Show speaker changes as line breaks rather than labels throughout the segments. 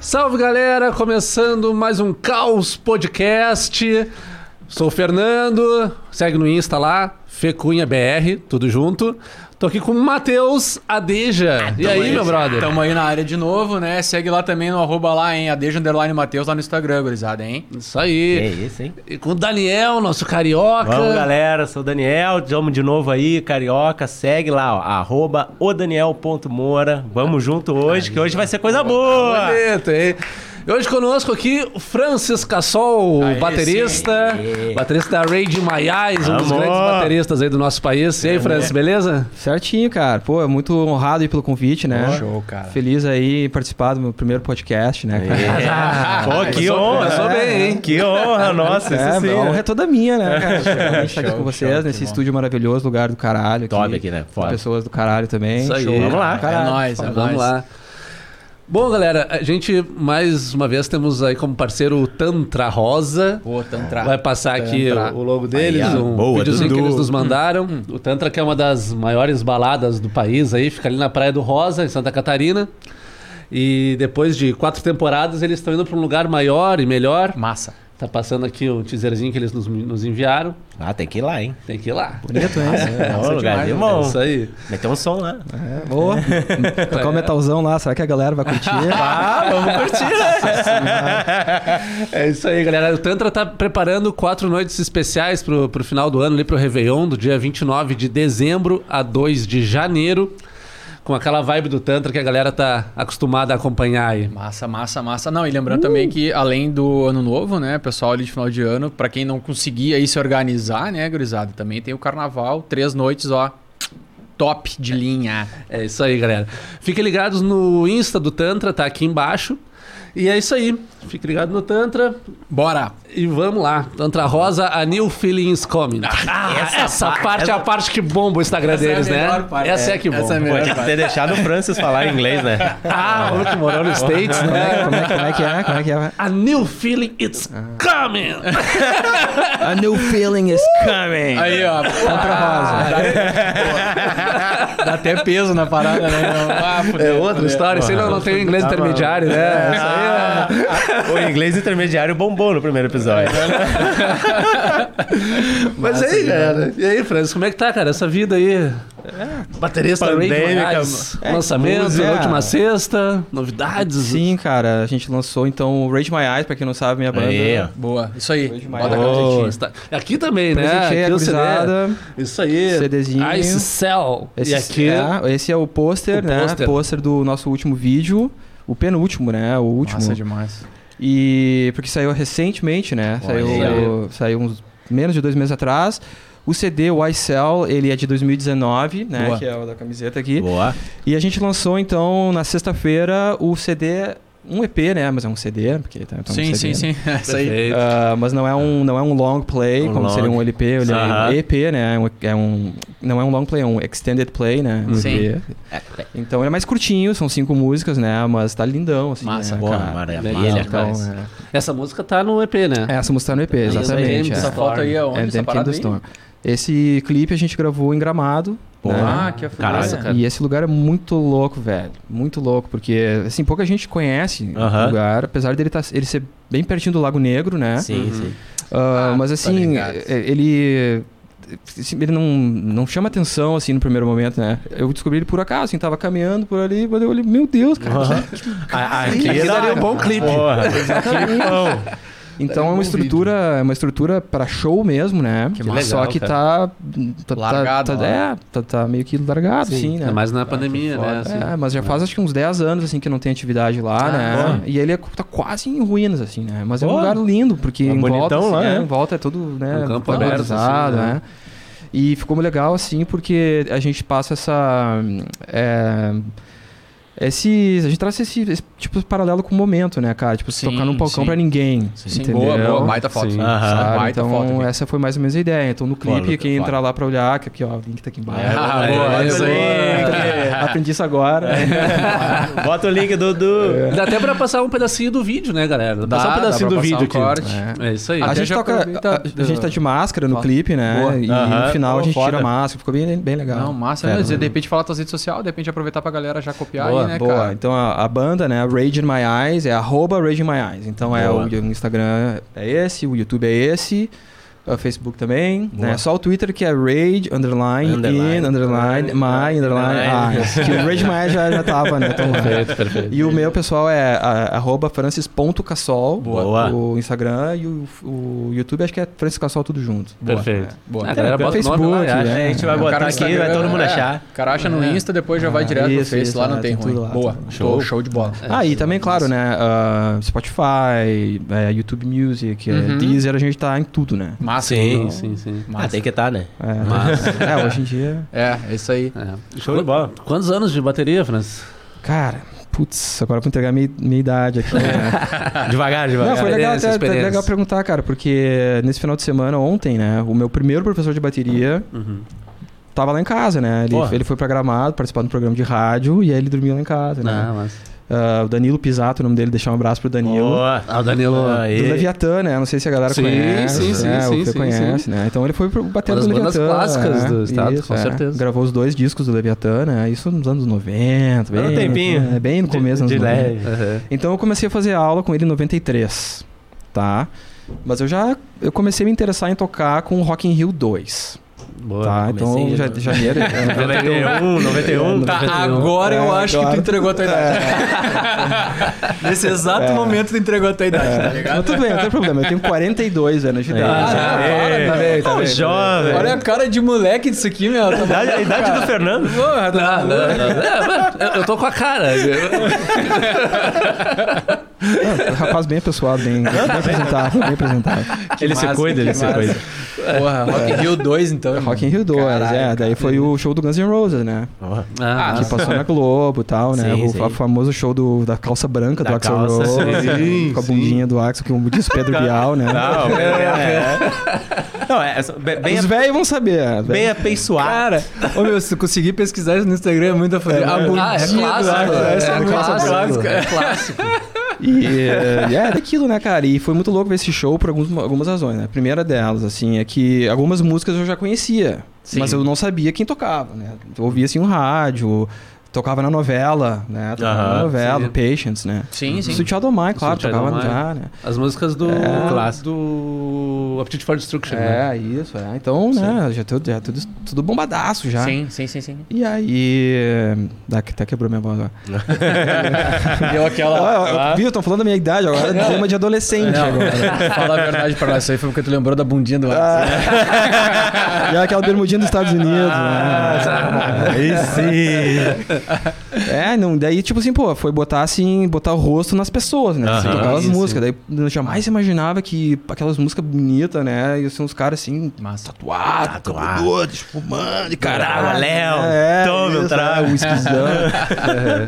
Salve galera, começando mais um Caos Podcast. Sou o Fernando, segue no Insta lá, FecunhaBR, tudo junto. Tô aqui com o Matheus Adeja. e aí, meu brother?
Tamo aí na área de novo, né? Segue lá também no arroba lá, hein? Adeja Underline Matheus lá no Instagram, gurizada, hein?
Isso aí.
É isso, hein?
E com o Daniel, nosso carioca.
Vamos, galera. Sou o Daniel. Tamo de novo aí, carioca. Segue lá, ó. Arroba odaniel.moura. Vamos junto hoje, que hoje vai ser coisa boa.
Bonito, hein? E hoje conosco aqui o Francis Cassol,
Aí,
baterista, baterista da Rage Maiais, um dos
Amor.
grandes bateristas aí do nosso país. E aí, Francis, beleza?
Certinho, cara. Pô, é muito honrado aí pelo convite, né?
Show, cara.
Feliz aí em participar do meu primeiro podcast, né, cara?
Pô, que honra.
começou bem, hein?
Que honra, nossa.
É,
isso sim,
a honra
né?
é toda minha, né, cara? Realmente estar aqui
Show,
com vocês
show,
nesse
que bom.
estúdio maravilhoso, lugar do caralho.
Top aqui, né?
com
Foda.
Pessoas do caralho também.
Isso aí.
Show.
Vamos
lá.
Caralho.
é nóis, é
Então, Vamos
nóis.
lá. Bom, galera, a gente mais uma vez temos aí como parceiro o Tantra Rosa.
Pô, Tantra.
Vai passar aqui
Tantra.
o o logo deles,
Aí, ó.
um
Boa,
videozinho que
Dudu.
eles nos mandaram. O Tantra, que é uma das maiores baladas do país aí, fica ali na Praia do Rosa, em Santa Catarina. E depois de quatro temporadas, eles estão indo para um lugar maior e melhor.
Massa.
Tá passando aqui o teaserzinho que eles nos, nos enviaram.
Ah, tem que ir lá, hein?
Tem que ir lá.
Bonito, hein?
É, um lugar
demais,
de
né?
bom.
É isso aí.
Meteu um som lá.
É, boa. Tocar o metalzão lá, será que a galera vai curtir?
Ah, vamos curtir, né?
É isso aí, galera. O Tantra tá preparando quatro noites especiais pro, pro final do ano, ali pro Réveillon, do dia 29 de dezembro a 2 de janeiro. Com aquela vibe do Tantra que a galera tá acostumada a acompanhar aí.
Massa, massa, massa. Não, e lembrando
Uh.
também que além do ano novo, né, pessoal ali de final de ano, pra quem não conseguir aí se organizar, né, gurizada, também tem o carnaval, três noites, ó, top de linha.
É isso aí, galera. Fiquem ligados no Insta do Tantra, tá aqui embaixo. E é isso aí. Fique ligado no Tantra
Bora.
e vamos lá. Tantra Rosa, a new feelings coming. Ah, essa, parte é a parte que bomba o Instagram deles, né? Essa é a que bomba.
Essa é a
Pô,
melhor
tinha que ter deixado o Francis falar em inglês, né?
Ah, o que morou nos States,
Como
né?
é, como, é, como é que é? Como é que é?
A new feeling it's coming.
A new feeling is coming.
Aí, ó.
Contra rosa.
Dá até peso na parada, né? Ah,
É
fudeu,
outra
fudeu.
história, sei lá, não tem inglês intermediário, né? Isso aí é-
Ah, o inglês intermediário bombou no primeiro episódio.
Mas aí, galera. E aí, Francis, como é que tá, cara? Essa vida aí? Baterista Ray
Pandêmica,
Moraes, lançamento,
música.
última sexta, novidades.
Sim, cara, a gente lançou então o Rage My Eyes, pra quem não sabe, minha banda.
Aí, ó.
Boa. Isso aí.
demais.
Bota a
Pô,
camisetinha.
está- Aqui também, né?
Presentei
Aqui
a
o CD.
gurizada.
Isso aí.
CDzinho.
Ice Cell. e
Esse,
aqui...
é, esse é o pôster,
O
né?
pôster.
Pôster. do nosso último vídeo. O penúltimo, né? O último.
Massa demais.
E porque saiu recentemente, né? Saiu, saiu uns menos de dois meses atrás. O CD, o iCell, ele é de 2019, né?
Boa.
Que é o da camiseta aqui.
Boa.
E a gente lançou, então, na sexta-feira, o CD. Um EP, né? Mas é um CD, porque tá, tá um
Sim,
CD,
sim,
né?
sim. É isso aí.
Perfeito.
Ah, mas não é um não é um long play
Um
como
long.
seria um LP ele é um
Aham.
EP né É um- é um não é um long play é um extended play né
Sim.
EP. então ele é mais curtinho são cinco músicas né mas tá lindão assim
Massa,
né,
Boa,
cara?
maravilha.
então,
demais.
é.
Essa música tá no EP, né?
essa música tá no EP exatamente
Lembro
é.
Essa foto aí é onde?
É,
essa
Damn
parada aí?
Thunderstorm. esse clipe a gente gravou em Gramado
Boa.
né?
Ah, que afrodisíaco.
Caralho,
cara.
E esse lugar é muito louco, velho. Muito louco, porque, assim, pouca gente conhece o
Aham.
lugar, apesar dele tá, ele ser bem pertinho do Lago Negro, né?
Sim, sim.
Ah,
Ah,
mas
tá
assim,
ligado.
eh, ele. assim, Ele não, não chama atenção, assim, no primeiro momento, né? Eu descobri ele por acaso, assim, tava caminhando por ali, mas eu olhei, meu Deus, cara.
Ah,
Aqui
é
daria um bom clipe.
Porra. Que bom.
Então é uma estrutura, é uma estrutura para show mesmo, né?
Que
Mas
legal,
Só que tá, tá. tá-
Largado,
tá-
ó.
é, tá, tá meio que largado, assim, né?
É mais na pandemia, né? assim.
É, mas já faz acho que uns 10 anos assim que não tem atividade lá,
Ah,
né?
bom.
E ele é, tá quase em ruínas assim, né? Mas é um
Pô.
lugar lindo porque
Tá
em volta,
bonitão
assim,
lá,
é,
né?
em volta é todo, né,
Um campo aberto,
valorizado,
assim, né?
né? E ficou legal assim porque a gente passa essa é, esse, a gente traz esse, esse tipo de paralelo com o momento, né, cara? Tipo, se
Sim,
tocar num palcão
sim.
pra ninguém.
Sim,
entendeu?
boa, boa. Baita foto.
Sim.
Aham.
Sabe?
Baita
Então,
foto. aqui.
essa foi mais ou menos a ideia. Então, no clipe,
Foda,
quem
foda.
entrar lá pra olhar, que aqui, ó, o link tá aqui embaixo.
Ah,
É,
boa,
bota
isso
o
aí.
Aprendi isso agora.
link. Bota o link, Dudu.
Dá até pra passar um pedacinho do vídeo, né, galera?
Dá,
passar um
dá
pedacinho
pra
do
passar
vídeo
um
aqui.
corte.
É isso aí.
A
Até
gente,
já
toca,
aproveita-
a, a gente tá de máscara no
Fala.
clipe, né?
Boa.
E
Aham.
no final
Pô,
a gente
foda.
tira a máscara, ficou bem, bem legal.
Não, massa.
Fera.
mesmo. E de repente falar tuas redes sociais, de repente aproveitar pra galera já copiar
Boa,
boa,
né,
boa.
cara?
Então a, a banda, né? Rage in My Eyes, é arroba Rage in My Eyes. Então é o,
Boa.
o Instagram é esse, o YouTube é esse, o Facebook também.
Boa.
Né? Só o Twitter que é Rage, underline,
Underline.
in, underline, my, underline,
Underline.
eyes. Que o Rage My Eyes já, já tava, né? Então, lá.
Perfeito, perfeito.
E o meu, pessoal, é a- arroba francis.cassol,
Boa.
o Instagram, e o, o YouTube acho que é Francis Cassol tudo junto.
Perfeito.
Boa.
A galera bota o nome
Facebook,
lá e acha.
né?
A gente vai
É,
O
botar
cara
aqui,
Instagram,
vai todo mundo
é,
achar.
O cara acha no Insta, depois já vai
Ah,
direto no
isso,
Face,
isso,
lá não
é,
tem
tem
ruim.
tudo lá,
Boa,
tá bom.
show, show de bola.
Ah, e também, claro, né? ah, Spotify, eh, YouTube Music, eh,
Uhum.
Deezer, a gente tá em tudo, né?
Massa,
Sim,
então.
sim, sim.
Ah, tem que estar, né?
É, é, hoje em dia.
É, é isso aí.
Ah,
É.
Show de bola.
Quantos anos de bateria, Franz?
Cara, putz, agora eu vou entregar minha, minha idade aqui. Né?
Ah. Devagar,
Não,
devagar.
foi legal,
Experiência,
até, até
experiência.
legal perguntar, cara, porque nesse final de semana, ontem, né? O meu primeiro professor de bateria
Uhum.
tava lá em casa, né? Ele,
Porra.
ele foi pra Gramado, participar de um programa de rádio, e aí ele dormiu lá em casa, né?
Não, mas...
Ah, o Danilo Pisato, o nome dele, deixar um abraço pro Danilo.
Boa.
Ah, o Danilo...
Aí.
Do Leviatã, né? Não sei se a galera
Sim,
conhece.
sim, sim,
né?
sim,
o Fê
sim,
conhece, né? Então ele foi pro
Uma
batendo
das
do
bandas
Leviatã.
clássicas
né?
do estado, com certeza.
Gravou os dois discos do Leviatã, né? Isso nos anos 90,
Era
bem,
um tempinho.
é, bem no começo dos
de
anos 90.
leve.
Uhum.
Então eu comecei a fazer aula com ele em 93, tá? Mas eu já eu comecei a me interessar em tocar com o Rock in Rio 2,
Boa.
tá? Então
comecei
já,
no-
janeiro... é,
91, 91.
Tá,
91.
agora eu
É,
acho que
agora. É,
tu entregou a tua idade.
É
Nesse exato momento tu entregou a tua idade, tá ligado?
Não, é. tudo bem, não tem problema. Eu tenho 42 anos de idade.
Ah,
né?
para,
tá
tá
bem,
bem,
tá
É.
jovem.
Olha a cara de moleque disso aqui, meu. Tá
Idade- a idade do Fernando.
Porra, tá
Ah, Não, não, não. É, mas eu- eu tô com a cara.
É, rapaz bem pessoal, bem, bem apresentado, bem apresentado.
ele se
massa,
cuida, ele
que
se
massa.
cuida.
Porra, Rock in Rio 2, então.
Rock in Rio 2,
Caralho,
é. Daí foi o show do Guns N' Roses, né?
Ah,
que passou na Globo e tal, né?
Sim,
o
sim.
fa- famoso show do, da calça branca
Da
do Axel
calça,
Rose. né?
sim,
com a
sim.
bundinha do Axel, que é como diz Pedro Bial, né?
Não, é, é. Não, é, só- be- bem,
Os velhos né? vão saber. é,
bem aperfeiçoado.
Cara, ô meu, se tu conseguir pesquisar isso no Instagram é muito a foder.
né?
a
Ah, é
bundinha do
clássico.
Axl,
é,
essa muito
clássico.
clássica.
É clássico.
E, é, é daquilo, né, cara? E foi muito louco ver esse show por alguns- algumas razões, né? A primeira delas, assim, é que algumas músicas eu já conhecia,
Sim.
mas eu não sabia quem tocava, né? Eu ouvia, assim, no rádio, tocava na novela, né? Tocava
Aham,
na novela,
sim.
Patience, né?
Sim,
Sim.
sim.
Sutil do Mai, claro,
Sutil
tocava
Adomai.
já, né?
As músicas do...
É.
Clássico. Do Appetite for Destruction, né?
É, isso, é. Então, né, já tudo, já tudo, tudo bombadaço já.
Sim, sim, sim, sim.
E aí. Dá, até quebrou minha voz agora.
Deu aquela.
Ah, eu- viu? Estão falando da minha idade agora, tema de adolescente agora.
Fala a verdade pra nós, isso aí foi porque tu lembrou da bundinha do Axl.
Ah.
Já aquela bermudinha dos Estados Unidos, né?
Aí sim.
É, não, daí, tipo assim, pô, foi botar assim, botar o rosto nas pessoas, né? Assim,
Aham.
tocar as
Isso.
músicas. Daí eu jamais imaginava que aquelas músicas bonitas, né? Iam ser uns caras assim,
Massa.
tatuados,
Ah, Tatuado.
cabeludos, fumando, e
Caralho,
caralho.
Léo, toma um
isso,
trago.
é, whiskyzão.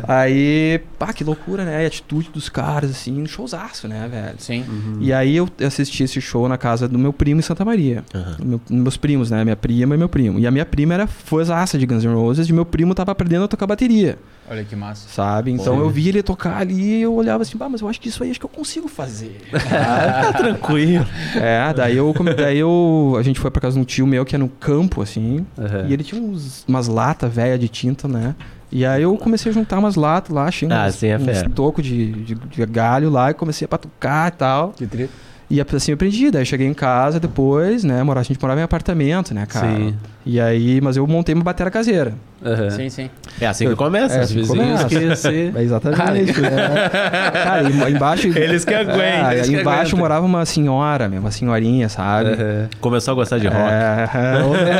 Aí, pá, que loucura, né? E a atitude dos caras, assim, um showzaço, né, velho?
Sim.
E aí eu assisti esse show na casa do meu primo em Santa Maria. Meu- meus primos, né? Minha prima e meu primo. E a minha prima era fãzaça de Guns N' Roses e meu primo tava aprendendo a tocar bateria,
Olha que massa.
sabe? Então eu vi ele tocar ali e eu olhava assim, bah, mas eu acho que isso aí acho que eu consigo fazer.
Tá tranquilo.
é, daí eu, come- daí eu. A gente foi pra casa de um tio meu que é no campo, assim.
É.
E ele tinha uns- umas latas velhas de tinta, né? E aí eu comecei a juntar umas latas lá, achei
Ah,
uns,
sim, é fera.
uns tocos de, de, de galho lá e comecei a patucar e tal.
Que tri.
E assim eu aprendi. Daí eu cheguei em casa depois, né? Morar, a gente morava em apartamento, né, cara?
Sim.
E aí, mas eu montei uma batera caseira.
Aham.
Sim, sim.
É assim que começa. Ah,
É,
Os vizinhos
Começa.
que se...
É exatamente, né? Cara, e embaixo.
Eles que aguentam.
É,
eles
aí
que
embaixo
aguentam.
morava uma senhora, meu, uma senhorinha, sabe?
Aham.
Começou a gostar de
É,
rock.
é, ou, né,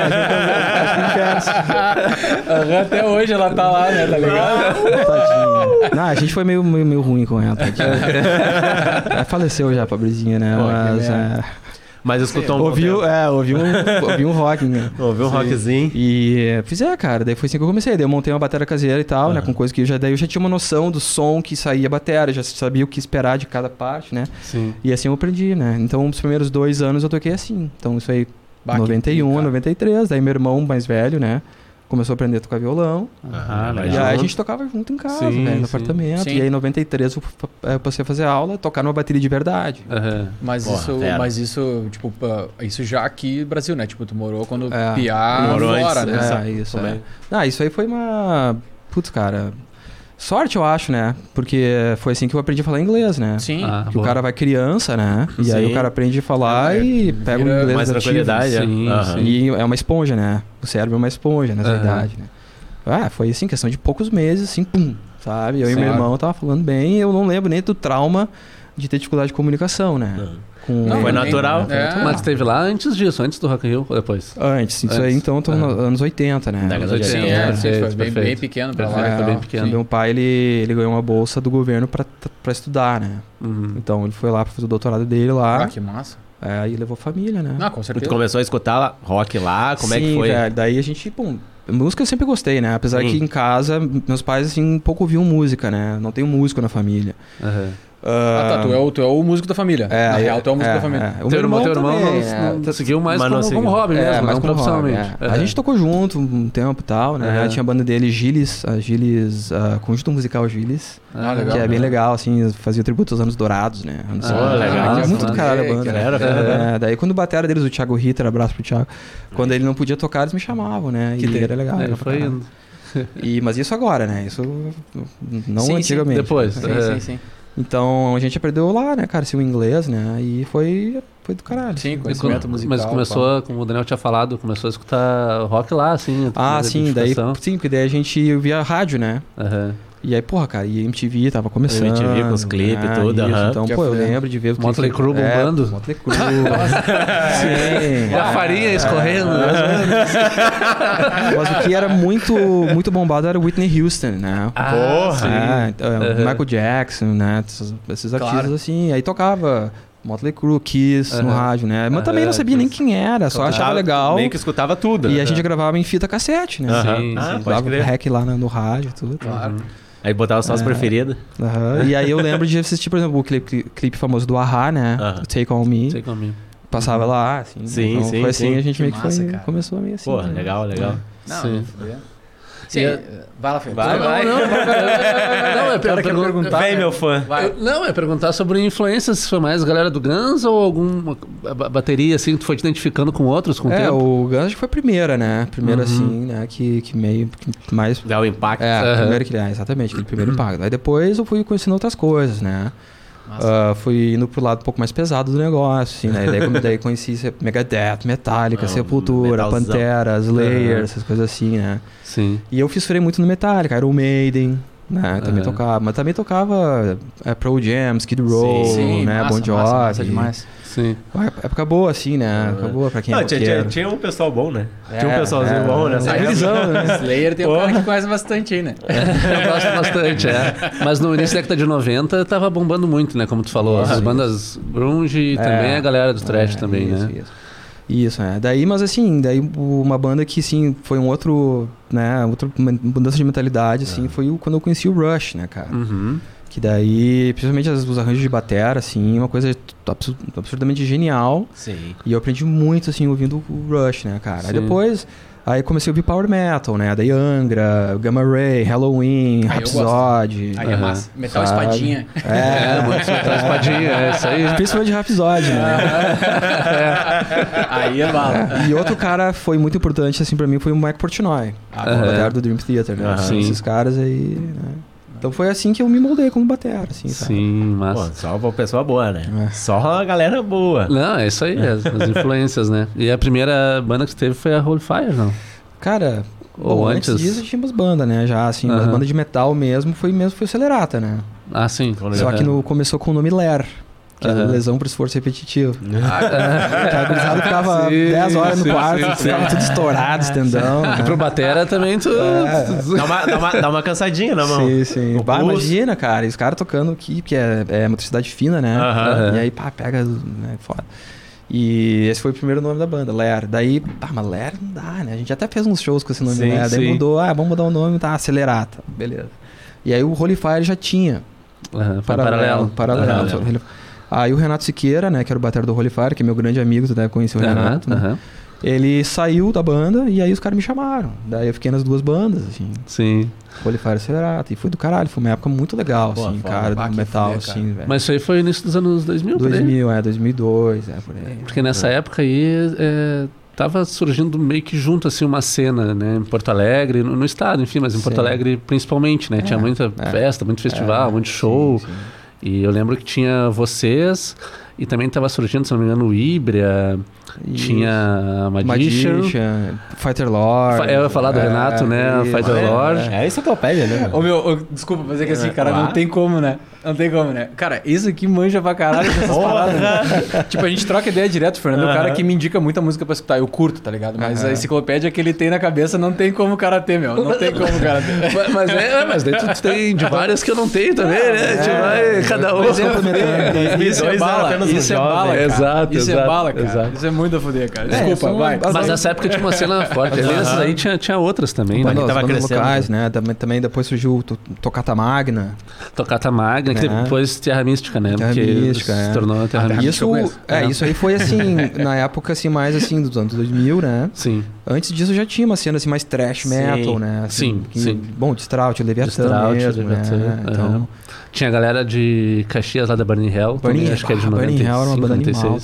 a gente- a gente
Aham, Até hoje ela tá lá, né? Tá ligado?
Tadinha. Não, a gente foi meio, meio, meio ruim com ela, tadinha. Ela faleceu já, pobrezinha, né?
Pô, que
Mas,
merda.
é,
Mas escutou um bom
ouviu, é, ouviu, um, ouviu um rock, né?
tempo. Ouviu um rockzinho.
E fiz, é, cara, daí foi assim que eu comecei. Daí eu montei uma bateria caseira e tal, né? Com coisa que eu já, daí eu já tinha uma noção do som que saía a bateria, já sabia o que esperar de cada parte, né?
Sim.
E assim eu aprendi, né? Então, os primeiros dois anos eu toquei assim. Então, isso aí,
Bah, que
91,
pica.
93. Daí meu irmão mais velho, né? Começou a aprender a tocar violão.
Ah, legal.
legal.
E aí a gente tocava junto em casa,
Sim,
velho, no
sim.
apartamento.
Sim.
E aí em 93 eu fa- é, eu passei a fazer aula, tocar numa bateria de verdade.
Aham.
Mas
Porra,
isso,
fera.
mas isso, tipo, pá, isso já aqui no Brasil, né? Tipo, tu morou quando
É.
piar
Morou
fora,
antes,
né?
né?
É, isso,
Como
é. Ah, isso aí foi uma... Putz, cara... Sorte, eu acho, né? Porque foi assim que eu aprendi a falar inglês, né?
Sim.
Ah,
Que o
boa.
cara vai criança, né? E aí
Sim.
o cara aprende a falar e pega o
vira
inglês
Mais
ativo.
tranquilidade, é.
sim,
Aham.
sim.
E é uma esponja, né? O cérebro é uma esponja nessa
Aham.
idade, né? Ah, foi assim, questão de poucos meses, assim, pum, sabe? Eu e meu
Claro.
irmão tava falando bem, eu não lembro nem do trauma de ter dificuldade de comunicação, né? Com
Não, também,
Foi natural.
né? É.
Mas esteve lá antes disso, antes do Rock in Rio ou depois?
Antes, isso aí
Antes.
então, tô nos
É.
anos 80, né? É,
Década de
Sim,
80,
é,
perfeito,
sim, foi bem,
perfeito.
bem pequeno pra lá.
Perfeito,
e
foi
tal.
bem pequeno.
Meu pai, ele, ele ganhou uma bolsa do governo pra, pra estudar, né?
Uhum.
Então ele foi lá pra fazer o doutorado dele lá.
Ah, que massa.
é, Aí levou a família, né?
Não, com
Tu
certeza.
começou a escutar lá, rock lá, como é que
Sim,
foi?
velho, daí a gente, bom, música eu sempre gostei, né? Apesar
Sim.
que em casa, meus pais, assim, pouco ouviam música, né? Não tenho músico na família.
Aham.
Ah, tá. Tu é, o, tu é o músico da família.
É,
Na real, tu é o músico
é,
da família.
é. O
teu irmão, teu irmão
também,
não, não
é.
seguiu mais
Mas não
como, como
seguiu.
hobby
É,
mesmo,
mas
não
como hobby,
profissionalmente. É.
é. A gente tocou junto um tempo e tal, né?
Aham.
Tinha a banda dele, Giles, a Giles, a Conjunto Musical Giles,
Ah,
legal.
que é bem legal, assim, fazia tributo aos anos dourados, né? Anos
Ah,
50,
legal.
né? Muito do caralho a
Moleque,
banda.
Era, né?
É,
era,
Uhum.
era.
daí quando o batera deles, o Thiago Ritter, abraço pro Thiago, quando ele não podia tocar, eles me chamavam, né?
Que
e
tem-
era legal.
É,
era pra
foi
caralho.
indo.
E, mas isso agora, né? Isso não
Sim, sim,
antigamente.
depois. é,
Sim, sim, sim.
Então a gente aprendeu lá, né, cara? Assim, o inglês, né? E foi, foi do caralho. assim.
Sim,
Mas,
conhecimento
quando-
musical.
mas começou, como o Daniel tinha falado, começou a escutar rock lá, assim.
Ah, sim, daí.
identificação.
Sim, porque daí a gente via rádio, né?
Aham.
E aí, porra, cara, e MTV tava começando.
MTV com os clipes e
né,
tudo,
isso.
aham.
Então,
Que
pô, eu
foi.
lembro de ver os
Motley
clipes.
Crue bombando.
É, Motley Crue. sim.
E a farinha escorrendo. né?
Mas o que era muito, muito bombado era Whitney Houston, né?
Ah,
Porra!
sim.
É, então, é,
Aham.
Michael Jackson, né? Esses, esses
Claro.
artistas assim. Aí tocava Motley Crue, Kiss no
Aham.
rádio, né? Mas também
Aham,
não sabia nem
Kiss.
quem era, só
Então,
achava
Tava-
legal.
Ah, Meio que escutava tudo. né?
E a gente gravava em fita cassete, né?
Aham.
Sim,
Ah,
sim.
pode
Dava
crer.
hack lá no, no rádio tudo.
Claro.
Uhum.
Aí botava
É.
só as preferidas.
Aham. E aí eu lembro de assistir, por exemplo, o clipe, clipe famoso do Ahá, né?
Aham.
O Take On Me.
Sei como é.
Passava lá, assim.
Sim,
então
sim,
Foi assim,
sim.
a gente
Que
meio que
massa,
foi,
cara.
começou meio assim.
Porra,
né?
legal, legal.
Não,
Sim.
não fudeu. Sim. eh, Vai lá, Fê.
Vai,
Não,
vai.
Não, não,
Não, é
Cara, quer
pergun-
perguntar?
né?
Vem, meu fã.
Vai.
Eu- não, é perguntar sobre influências, se foi mais galera do Guns ou alguma ba- bateria, assim, que tu foi te identificando com outros com o
É,
tempo?
o Guns acho que foi a primeira, né? Primeira,
Uhum.
assim, né? Que, que meio que mais
Dá o impacto.
É,
Aham.
primeiro que, é, exatamente, aquele primeiro impacto. Aí depois eu fui conhecendo outras coisas, né? Ah, fui indo pro lado um pouco mais pesado do negócio, assim, né? E daí, como- daí conheci se- Megadeth, Metallica,
Ah,
Sepultura,
metalzão.
Pantera, Slayer,
Aham.
essas coisas assim, né?
Sim.
E eu fissurei muito no Metallica, Iron Maiden, né? Também
Aham.
tocava, mas também tocava é, Pro Jam, Skid Row,
Sim,
né?
massa,
Bon Jovi.
massa, massa demais.
Sim.
Uma época boa, assim, né? Época boa pra quem é
Não, tinha, tinha,
roqueiro.
tinha um pessoal bom, né? tinha um
É,
pessoalzinho
é,
bom nessa
é.
época.
Visão, né?
Slayer tem um
Porra.
cara que conhece bastante aí, né?
É.
Eu gosto bastante, é. Mas no início da década de 90 tava bombando muito, né? Como tu falou. as bandas grunge e
É.
também a galera do trash
É,
também,
isso,
né?
Isso. Isso, é. Daí, mas assim, daí uma banda que, sim, foi um outro, né, outra man- mudança de mentalidade, assim, foi o- quando eu conheci o Rush, né, cara?
Uhum.
Que daí, principalmente as- os arranjos de batera, assim, uma coisa absu- absurdamente genial.
Sim.
E eu aprendi muito, assim, ouvindo o Rush, né, cara? Aí
Sim.
depois, aí comecei a ouvir Power Metal, né? Daí Angra, Gamma Ray, Halloween,
Ah, eu gosto.
Rhapsody.
Aí é
Aham.
massa. Metal
Sabe?
espadinha.
É, muito soltar a espadinha, é isso aí.
Principalmente Rhapsody, né?
Aí é bala.
E outro cara foi muito importante, assim, pra mim, foi o Mike Portnoy.
Ah,
o
Aham.
batera do Dream Theater, né?
Aham.
Assim, Esses
é. Sim.
caras aí, né? Então foi assim que eu me moldei como batera, assim, sabe?
Sim,
Pô,
massa.
só uma pessoa boa, né?
É.
Só uma galera boa.
Não, é isso aí, as, as influências, né? E a primeira banda que tu teve foi a Holy Fire, não?
Cara,
Ou
bom,
antes?
antes disso tínhamos banda, né? Já, assim, mas
Aham.
banda de metal mesmo foi mesmo foi o Celerata, né?
Ah, sim.
Quando
Só
já-
que no, começou com o nome Ler, que era
Aham.
lesão por esforço repetitivo.
Ah,
Que a gurizada ficava
Sim,
10 horas
sim,
no
sim,
quarto,
sim.
ficava tudo estourado, os tendão.
E pro
Né? É.
Batera também tu.
Dá uma, dá, uma, dá uma cansadinha na mão.
Sim, sim.
O
Bah,
pulso.
imagina, cara, e os caras tocando aqui, porque é, é motricidade fina, né?
Aham.
E aí, pá, pega, né? Foda. E esse foi o primeiro nome da banda, Ler. Daí, pá, mas Ler não dá, né? A gente até fez uns shows com esse nome,
Sim,
né? Daí
sim.
mudou, ah, vamos mudar o nome, tá, Acelerata. Beleza. E aí o Holy Fire já tinha.
Aham, foi um paralelo.
Paralelo.
Paralelo.
Holy- Aí o Renato Siqueira, né, que era o batera do Holy Fire, que é meu grande amigo, tu deve conhecer o
Aham,
Renato, né?
aham.
Ele saiu da banda e aí os caras me chamaram. Daí eu fiquei nas duas bandas, assim.
Sim.
Holy Fire e Acelerata. E foi do caralho, foi uma época muito legal,
Pô,
assim,
foda.
cara,
Bah,
do
que
metal,
fria, cara.
assim, velho.
Mas isso aí foi início dos anos 2000, por aí?
2000, é, 2002, é, por aí.
Porque nessa época aí é, tava surgindo meio que junto, assim, uma cena, né? Em Porto Alegre, no, no estado, enfim, mas em Porto
Sim.
Alegre principalmente, né? Tinha muita
é.
festa, muito festival, muito show. E eu lembro que tinha vocês e também tava surgindo, se não me engano, o Ibria, tinha a Magician.
Magician, Fighter Lord.
Fa- Eu ia falar do
é,
Renato, né?
isso.
Fighter
É,
Lord.
É, é enciclopédia, né?
Ô meu, ô, desculpa, mas é que assim, cara, não
Ah.
tem como, né? Não tem como, né? Cara, isso aqui manja pra caralho dessas paradas. né? tipo, a gente troca ideia direto, o Fernando. É o cara
Aham.
que me indica muita música pra escutar. Eu curto, tá ligado? Mas a enciclopédia que ele tem na cabeça não tem como o cara ter, meu. Não tem como o cara ter.
Mas, mas é, mas daí tu tem de várias que eu não tenho também, né? A gente vai, cada um.
Mas é, é,
Isso é
2002 era
bala,
apenas um
isso é
jovem.
bala, cara.
Exato,
isso é
exato,
bala, cara.
exato.
Isso é muito a fuder, cara.
É,
Desculpa,
são
vai.
as-
Mas nessa época tinha uma cena forte. Além dessas aí, tinha, tinha outras também, né?
Bandas,
tava
bandas
crescendo,
locais, né? Também, também depois surgiu o To- Tocata Magna.
Tocata Magna, Tá que
É.
depois Terra Mística, né?
Terra
que
Mística,
se
é.
tornou a Terra
Terra
Mística.
Mística. eu
Isso,
conheço.
é, isso aí foi assim, na época assim, mais assim, dos anos 2000, né?
Sim.
Antes disso já tinha uma cena assim, mais trash
Sim.
metal, né? Assim,
Sim, sim.
Bom, Distraut, Leviathan
Distraut,
mesmo,
Leviathan,
né?
é.
Então,
Tinha a galera de Caxias lá da Burning Hell.
Burning,
também, acho que é de
ah,
95,
Burning Hell era uma banda animal
96.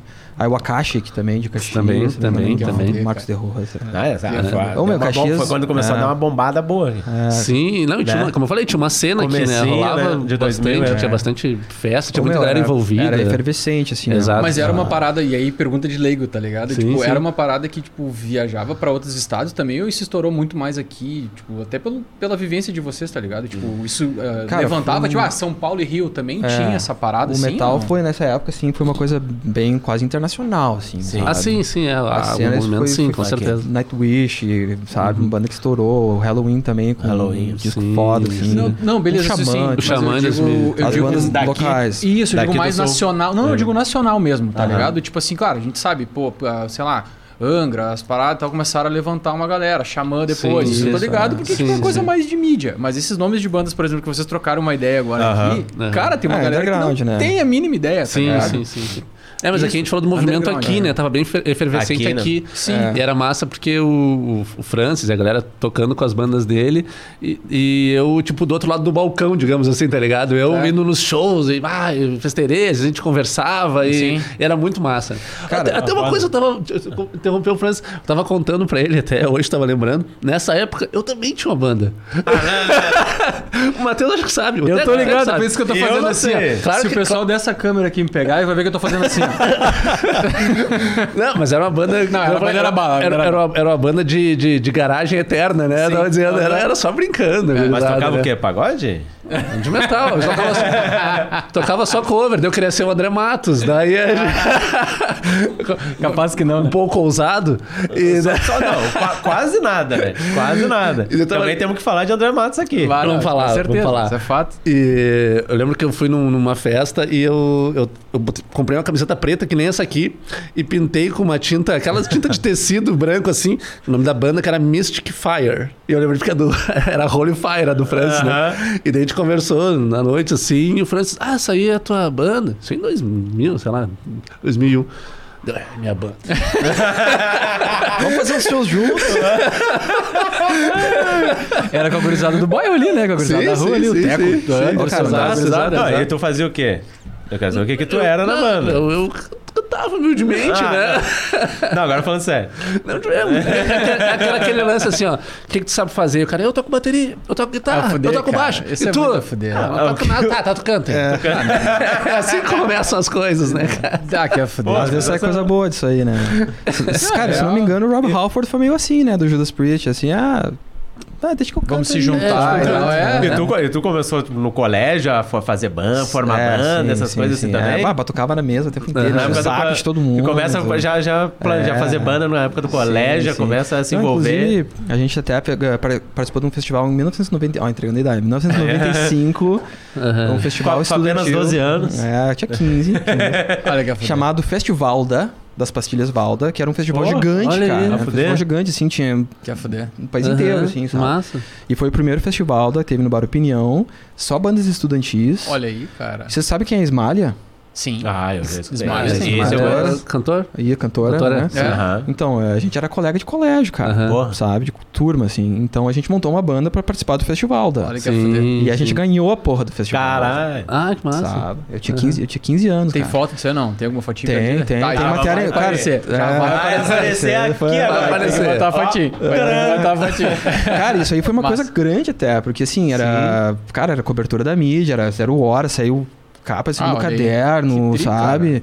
É.
Aí o Akashi, que também de Caxias.
Também,
né,
também,
que é um
também.
Marcos de Rojas. né?
Ah, exato.
Ô, meu,
Uma bom-
Caxias-
Foi quando começou
é.
a dar uma bombada boa.
É,
Sim, não, e tinha
Né?
uma- como eu falei, tinha uma cena aqui, né?
Comecinho,
Rolava
né, de 2000,
bastante,
é.
tinha bastante festa, tinha
Ô,
muita
meu,
galera
era-
envolvida.
Era efervescente, assim. né?
Exato.
Mas era uma parada, e aí pergunta de leigo, tá ligado?
Sim,
tipo,
sim.
era uma parada que, tipo, viajava pra outros estados também, e se estourou muito mais aqui, tipo, até pelo, pela vivência de vocês, tá ligado? Tipo, isso ah,
Hum. Cara,
levantava,
foi um-
tipo, ah, São Paulo e Rio também
É,
tinha essa parada,
O
assim.
metal
não?
foi, nessa época, assim, foi uma coisa bem quase internacional, assim.
Sim.
sabe?
Ah, sim, sim, é,
A
ah,
cena
o movimento,
foi-
sim,
foi
com
fraqueza.
certeza. Uhum.
Nightwish, sabe? Uma banda que estourou. Halloween também, com
Halloween,
um disco
sim,
foda, assim.
Não, não, beleza,
O
isso sim.
Xamã,
mas
o Xamã
eu
em
digo-
2000.
eu
As
digo-
bandas
daqui-
locais.
Isso, eu
Daqui
digo
do
mais
Sul.
nacional. Não, eu digo nacional mesmo, tá
Aham.
ligado? Tipo assim, claro, a gente sabe, pô, ah, sei lá, Angra, as paradas e tal, começaram a levantar uma galera, Xamã depois,
Sim,
isso, eu tô
isso,
ligado,
é.
porque
Sim,
tipo, é uma coisa
sim.
mais de mídia. Mas esses nomes de bandas, por exemplo, que vocês trocaram uma ideia agora
Aham,
aqui,
aham.
cara, tem uma
É,
galera que não
underground, né?
tem a mínima ideia, tá
Sim,
ligado?
sim, sim, sim. É, mas aqui a gente falou do movimento
Underground,
aqui,
né?
né? Tava bem efer- efervescente
Aqui, né?
aqui.
Sim.
E era massa porque o, o Francis e a galera tocando com as bandas dele e, e eu, tipo, do outro lado do balcão, digamos assim, tá ligado? Eu
É.
indo nos shows e, ah, e festeirês, a gente conversava e,
Sim.
e era muito massa. até, até uma
foda.
coisa, eu tava. eu Interrompeu o Francis, eu tava contando pra ele até, hoje tava lembrando. Nessa época, eu também tinha uma banda. o Matheus acho que sabe. o
Eu
Teco-
tô
o Teco
ligado,
sabe.
por isso que Ah, é? eu tô
Eu
fazendo
não
assim.
sei.
ó.
Claro
Se
que-
o pessoal dessa câmera aqui me pegar, ele vai ver que eu tô fazendo assim. ó.
Não, mas era uma banda.
Não, era
eu falei,
banda, era bala,
Era,
era
era uma, era uma banda de, de, de garagem eterna, né? Eu tava dizendo, era, era só brincando.
É, Mas
gurizada,
tocava
né? Um
o quê? Pagode?
De metal. Eu tocava, só, tocava só cover, daí eu queria ser o André Matos. Daí a gente-
Capaz que não,
um
né?
pouco ousado. E, né?
Só não, qua- quase nada, né? Quase nada.
Eu tava-
Também temos que falar de André Matos aqui.
Claro,
Vamos
com
falar, vamos
certeza,
falar.
Isso é fato.
E eu lembro que eu fui num- numa festa e eu, eu, eu botei- comprei uma camiseta preta que nem essa aqui e pintei com uma tinta, aquela tinta de tecido branco assim, o nome da banda que era Mystic Fire. E eu lembro que era, do, era Holy Fire, a do Francis, né? E daí a gente conversou na noite assim e o Francis, ah, essa aí é a tua banda? Isso em 2000, sei lá, 2001. Deu, É, minha banda.
Vamos fazer os shows juntos.
Era com a gurizada do boy ali, né? Com a gurizada
Sim,
da rua
sim,
ali, o
sim,
Teco,
sim,
do Anderson.
Exato,
da
Exato,
gurizada,
exato.
exato.
Tá? E tu fazia o quê? Eu quero saber o que, que tu era na
Não,
banda.
Eu, eu cantava humildemente,
Ah,
né?
Não, agora falando sério.
Não, não é, é aquela, aquele lance assim, ó. O que, que tu sabe fazer? O cara, eu toco bateria, eu toco guitarra,
Ah, fuder,
eu toco
cara.
baixo.
Esse
e
é
tu?
muito a fuder.
Ah, eu toco nada. Tá, tá, tu canta. É. assim que começam as coisas, né, cara?
Ah, que é foder.
Pô,
Às vezes sai
Essa-
coisa boa disso aí, né? Cara, se eu não
É.
me engano, o Rob Halford foi meio assim, né? Do Judas Priest, assim, ah... ah, deixa que eu
Vamos
canto
se
aí, né?
juntar,
É,
e tal, é.
E tu, e tu começou tipo, no colégio a fa- fazer ban, formar
É,
banda,
sim,
essas
sim,
coisas
sim.
assim também.
É, bah, batucava na mesa o tempo inteiro,
Aham,
enchia o
mas
saco
tu-
de todo
tu
mundo.
começa a- já, já, plan- já
É.
fazer banda na época do colégio, já
sim.
começa a se
Não,
envolver.
inclusive, a gente até pega- par- participou de um festival em 1990, ó, entregando a idade, 1995,
É.
um festival
Com- com apenas
estudantil.
12 anos.
É, tinha 15, 15
Olha que é foder.
chamado Festival da das pastilhas Valda, que era um festival
Pô,
gigante,
olha aí.
cara. Era
Ah,
um
fuder.
festival gigante, assim, tinha
Que é foder.
no país inteiro, assim, sabe?
Massa.
E foi o primeiro festival da que teve no Bar Opinião, só bandas estudantis.
Olha aí, cara.
Você sabe quem é a Esmalha?
Sim.
Ah, eu já escutei.
Smile.
Esse- esse eu
Smile.
gosto.
Cantor?
E a cantora,
Cantora,
né?
sim.
Aham.
Então, é, a gente era colega de colégio, cara.
Aham.
Porra.
Sabe? De turma, assim. Então a gente montou uma banda pra participar do festival da.
Olha que fuder.
E a gente ganhou a porra do festival.
Caralho.
Ah, que massa.
Sabe? Eu tinha 15, eu tinha 15 anos.
Tem
cara.
foto disso aí, não? Tem alguma fotinha
Tem,
perdida?
tem,
Tá,
tem
já vai
matéria- cara,
aparecer.
é,
Já vai
Vai
aparecer.
aparecer aqui
Vai Uhum.
agora.
aparecer.
Vai botar a fotinha. Vai botar a fotinha.
Cara, isso aí foi uma
Massa.
coisa grande até, porque assim, era. Cara, era cobertura da mídia, era zero hora, saiu capa assim
Ah,
no
olha aí.
caderno,
Que tri,
sabe?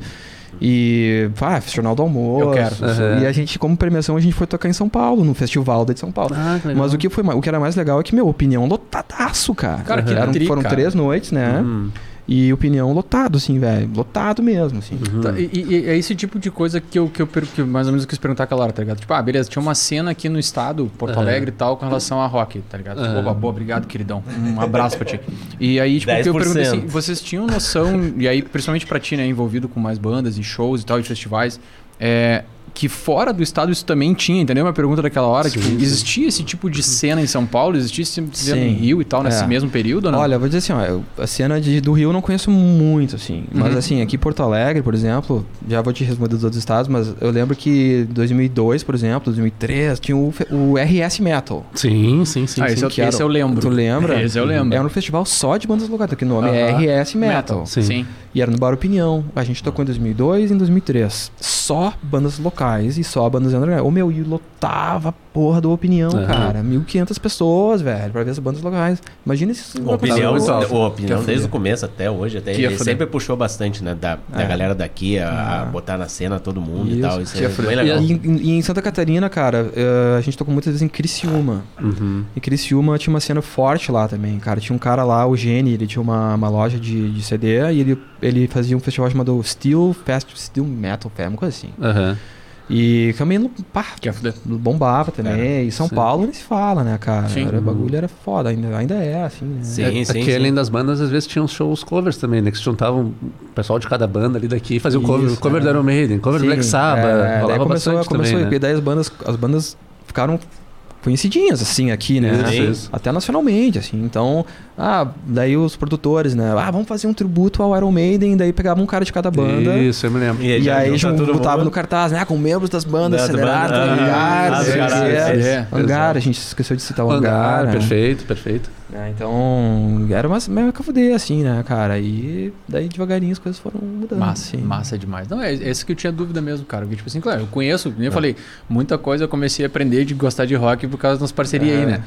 E, pá, Jornal do Almoço.
Eu quero.
Aham.
E a gente, como premiação, a gente foi tocar em São Paulo, no Festival daí de São Paulo.
Ah, que legal.
Mas o que, foi, ma- o que era mais legal é que, meu, opinião lotadaço, cara.
Cara, que
Eram-
tri,
um- Foram
cara. Uhum.
três noites, né?
Hum.
E opinião lotado, assim, velho. Lotado mesmo, assim.
Tá,
Hum.
e, e- e é esse tipo de coisa que eu, que eu per- que eu mais ou menos quis perguntar aquela hora, tá ligado? Tipo, ah, beleza, tinha uma cena aqui no estado, Porto
Aham.
Alegre e tal, com relação a rock, tá ligado? Tipo,
Aham.
oba, boa, obrigado, queridão. Um abraço pra ti. E aí, tipo, o que eu
10%.
perguntei assim, vocês tinham noção, e aí, principalmente pra ti, né, envolvido com mais bandas e shows e tal, e festivais, é, que fora do estado isso também tinha, entendeu? Uma pergunta daquela hora,
Sim,
tipo,
sim.
existia esse tipo de cena em São Paulo? Existia esse tipo de cena
Sim.
em Rio e tal, nesse
É.
mesmo período, né?
Olha, vou dizer assim, ó, eu- a cena de- do Rio eu não conheço muito, assim. Mas
Uhum.
assim, aqui em Porto Alegre, por exemplo, já vou te responder dos outros estados, mas eu lembro que 2002, por exemplo, 2003, tinha o, fe- o RS Metal.
Sim, sim, sim.
Ah,
sim.
esse, eu,
que era
esse
o-
eu lembro.
Tu lembra?
Esse eu lembro.
Era um festival só de bandas locadas, que o nome é
Aham.
RS Metal.
Sim.
Sim.
E era no Bar Opinião. A gente tocou em 2002 e em 2003. Só bandas locais e só bandas underground. Ô meu, e lotava a porra do Opinião,
Aham.
cara. 1.500 pessoas, velho, pra ver as bandas locais. Imagina isso.
Opinião,
Tá bom,
o- o
Quer
opinião
fuder.
desde o começo até hoje, até
Que ia
ele
fuder.
sempre puxou bastante, né? Da, da
É.
galera daqui a, a
Ah.
botar na cena todo mundo
Isso.
e tal. Isso
Que ia
é
fuder.
bem
E
legal.
E em, e em Santa Catarina, cara, eh, a gente tocou muitas vezes em Criciúma.
Uhum.
E Criciúma tinha uma cena forte lá também, cara. Tinha um cara lá, o Gene, ele tinha uma, uma loja de, de CD e ele, ele fazia um festival chamado Steel Fest, Steel Metal Fair, uma coisa assim.
Aham.
E também pá,
Que ia fuder.
bombava também. e São
É, sim.
Paulo nem se fala, né, cara?
Sim.
Era, o bagulho era foda, ainda, ainda é, assim, né?
Sim,
é,
sim,
porque
sim.
além das bandas, às vezes tinham shows covers também, né? Que se juntavam o pessoal de cada banda ali daqui e faziam
Isso,
cover, cover
é.
do Iron Maiden, cover do
Sim,
Black Sabbath.
é, daí
rolava
começou,
bastante
começou
também, né?
e daí as bandas, as bandas ficaram conhecidinhas, assim, aqui, né?
né?
Sim.
Isso, isso.
Até nacionalmente, assim. Então, ah, daí os produtores, né? Ah, vamos fazer um tributo ao Iron Maiden, daí pegavam um cara de cada banda.
Isso, eu me lembro.
E, é
já
aí
junta
junto,
todo
botava
mundo.
no cartaz, né? Ah, Com membros das bandas
Das
aceleradas,
bandas, ah,
Hangar,
ah,
sei lá,
caralho,
sei lá.
é, é.
Hangar, a gente esqueceu de citar o Hangar.
Hangar,
né?
É um perfeito, perfeito.
Né, Então, era uma meio que eu fudei, assim, né, cara? E daí devagarinho as coisas foram mudando.
Massa,
assim.
massa demais. Não, é esse que eu tinha dúvida mesmo, cara. Porque, tipo assim, claro, eu conheço,
É.
nem eu falei, muita coisa eu comecei a aprender de gostar de rock por causa das parcerias aí, né?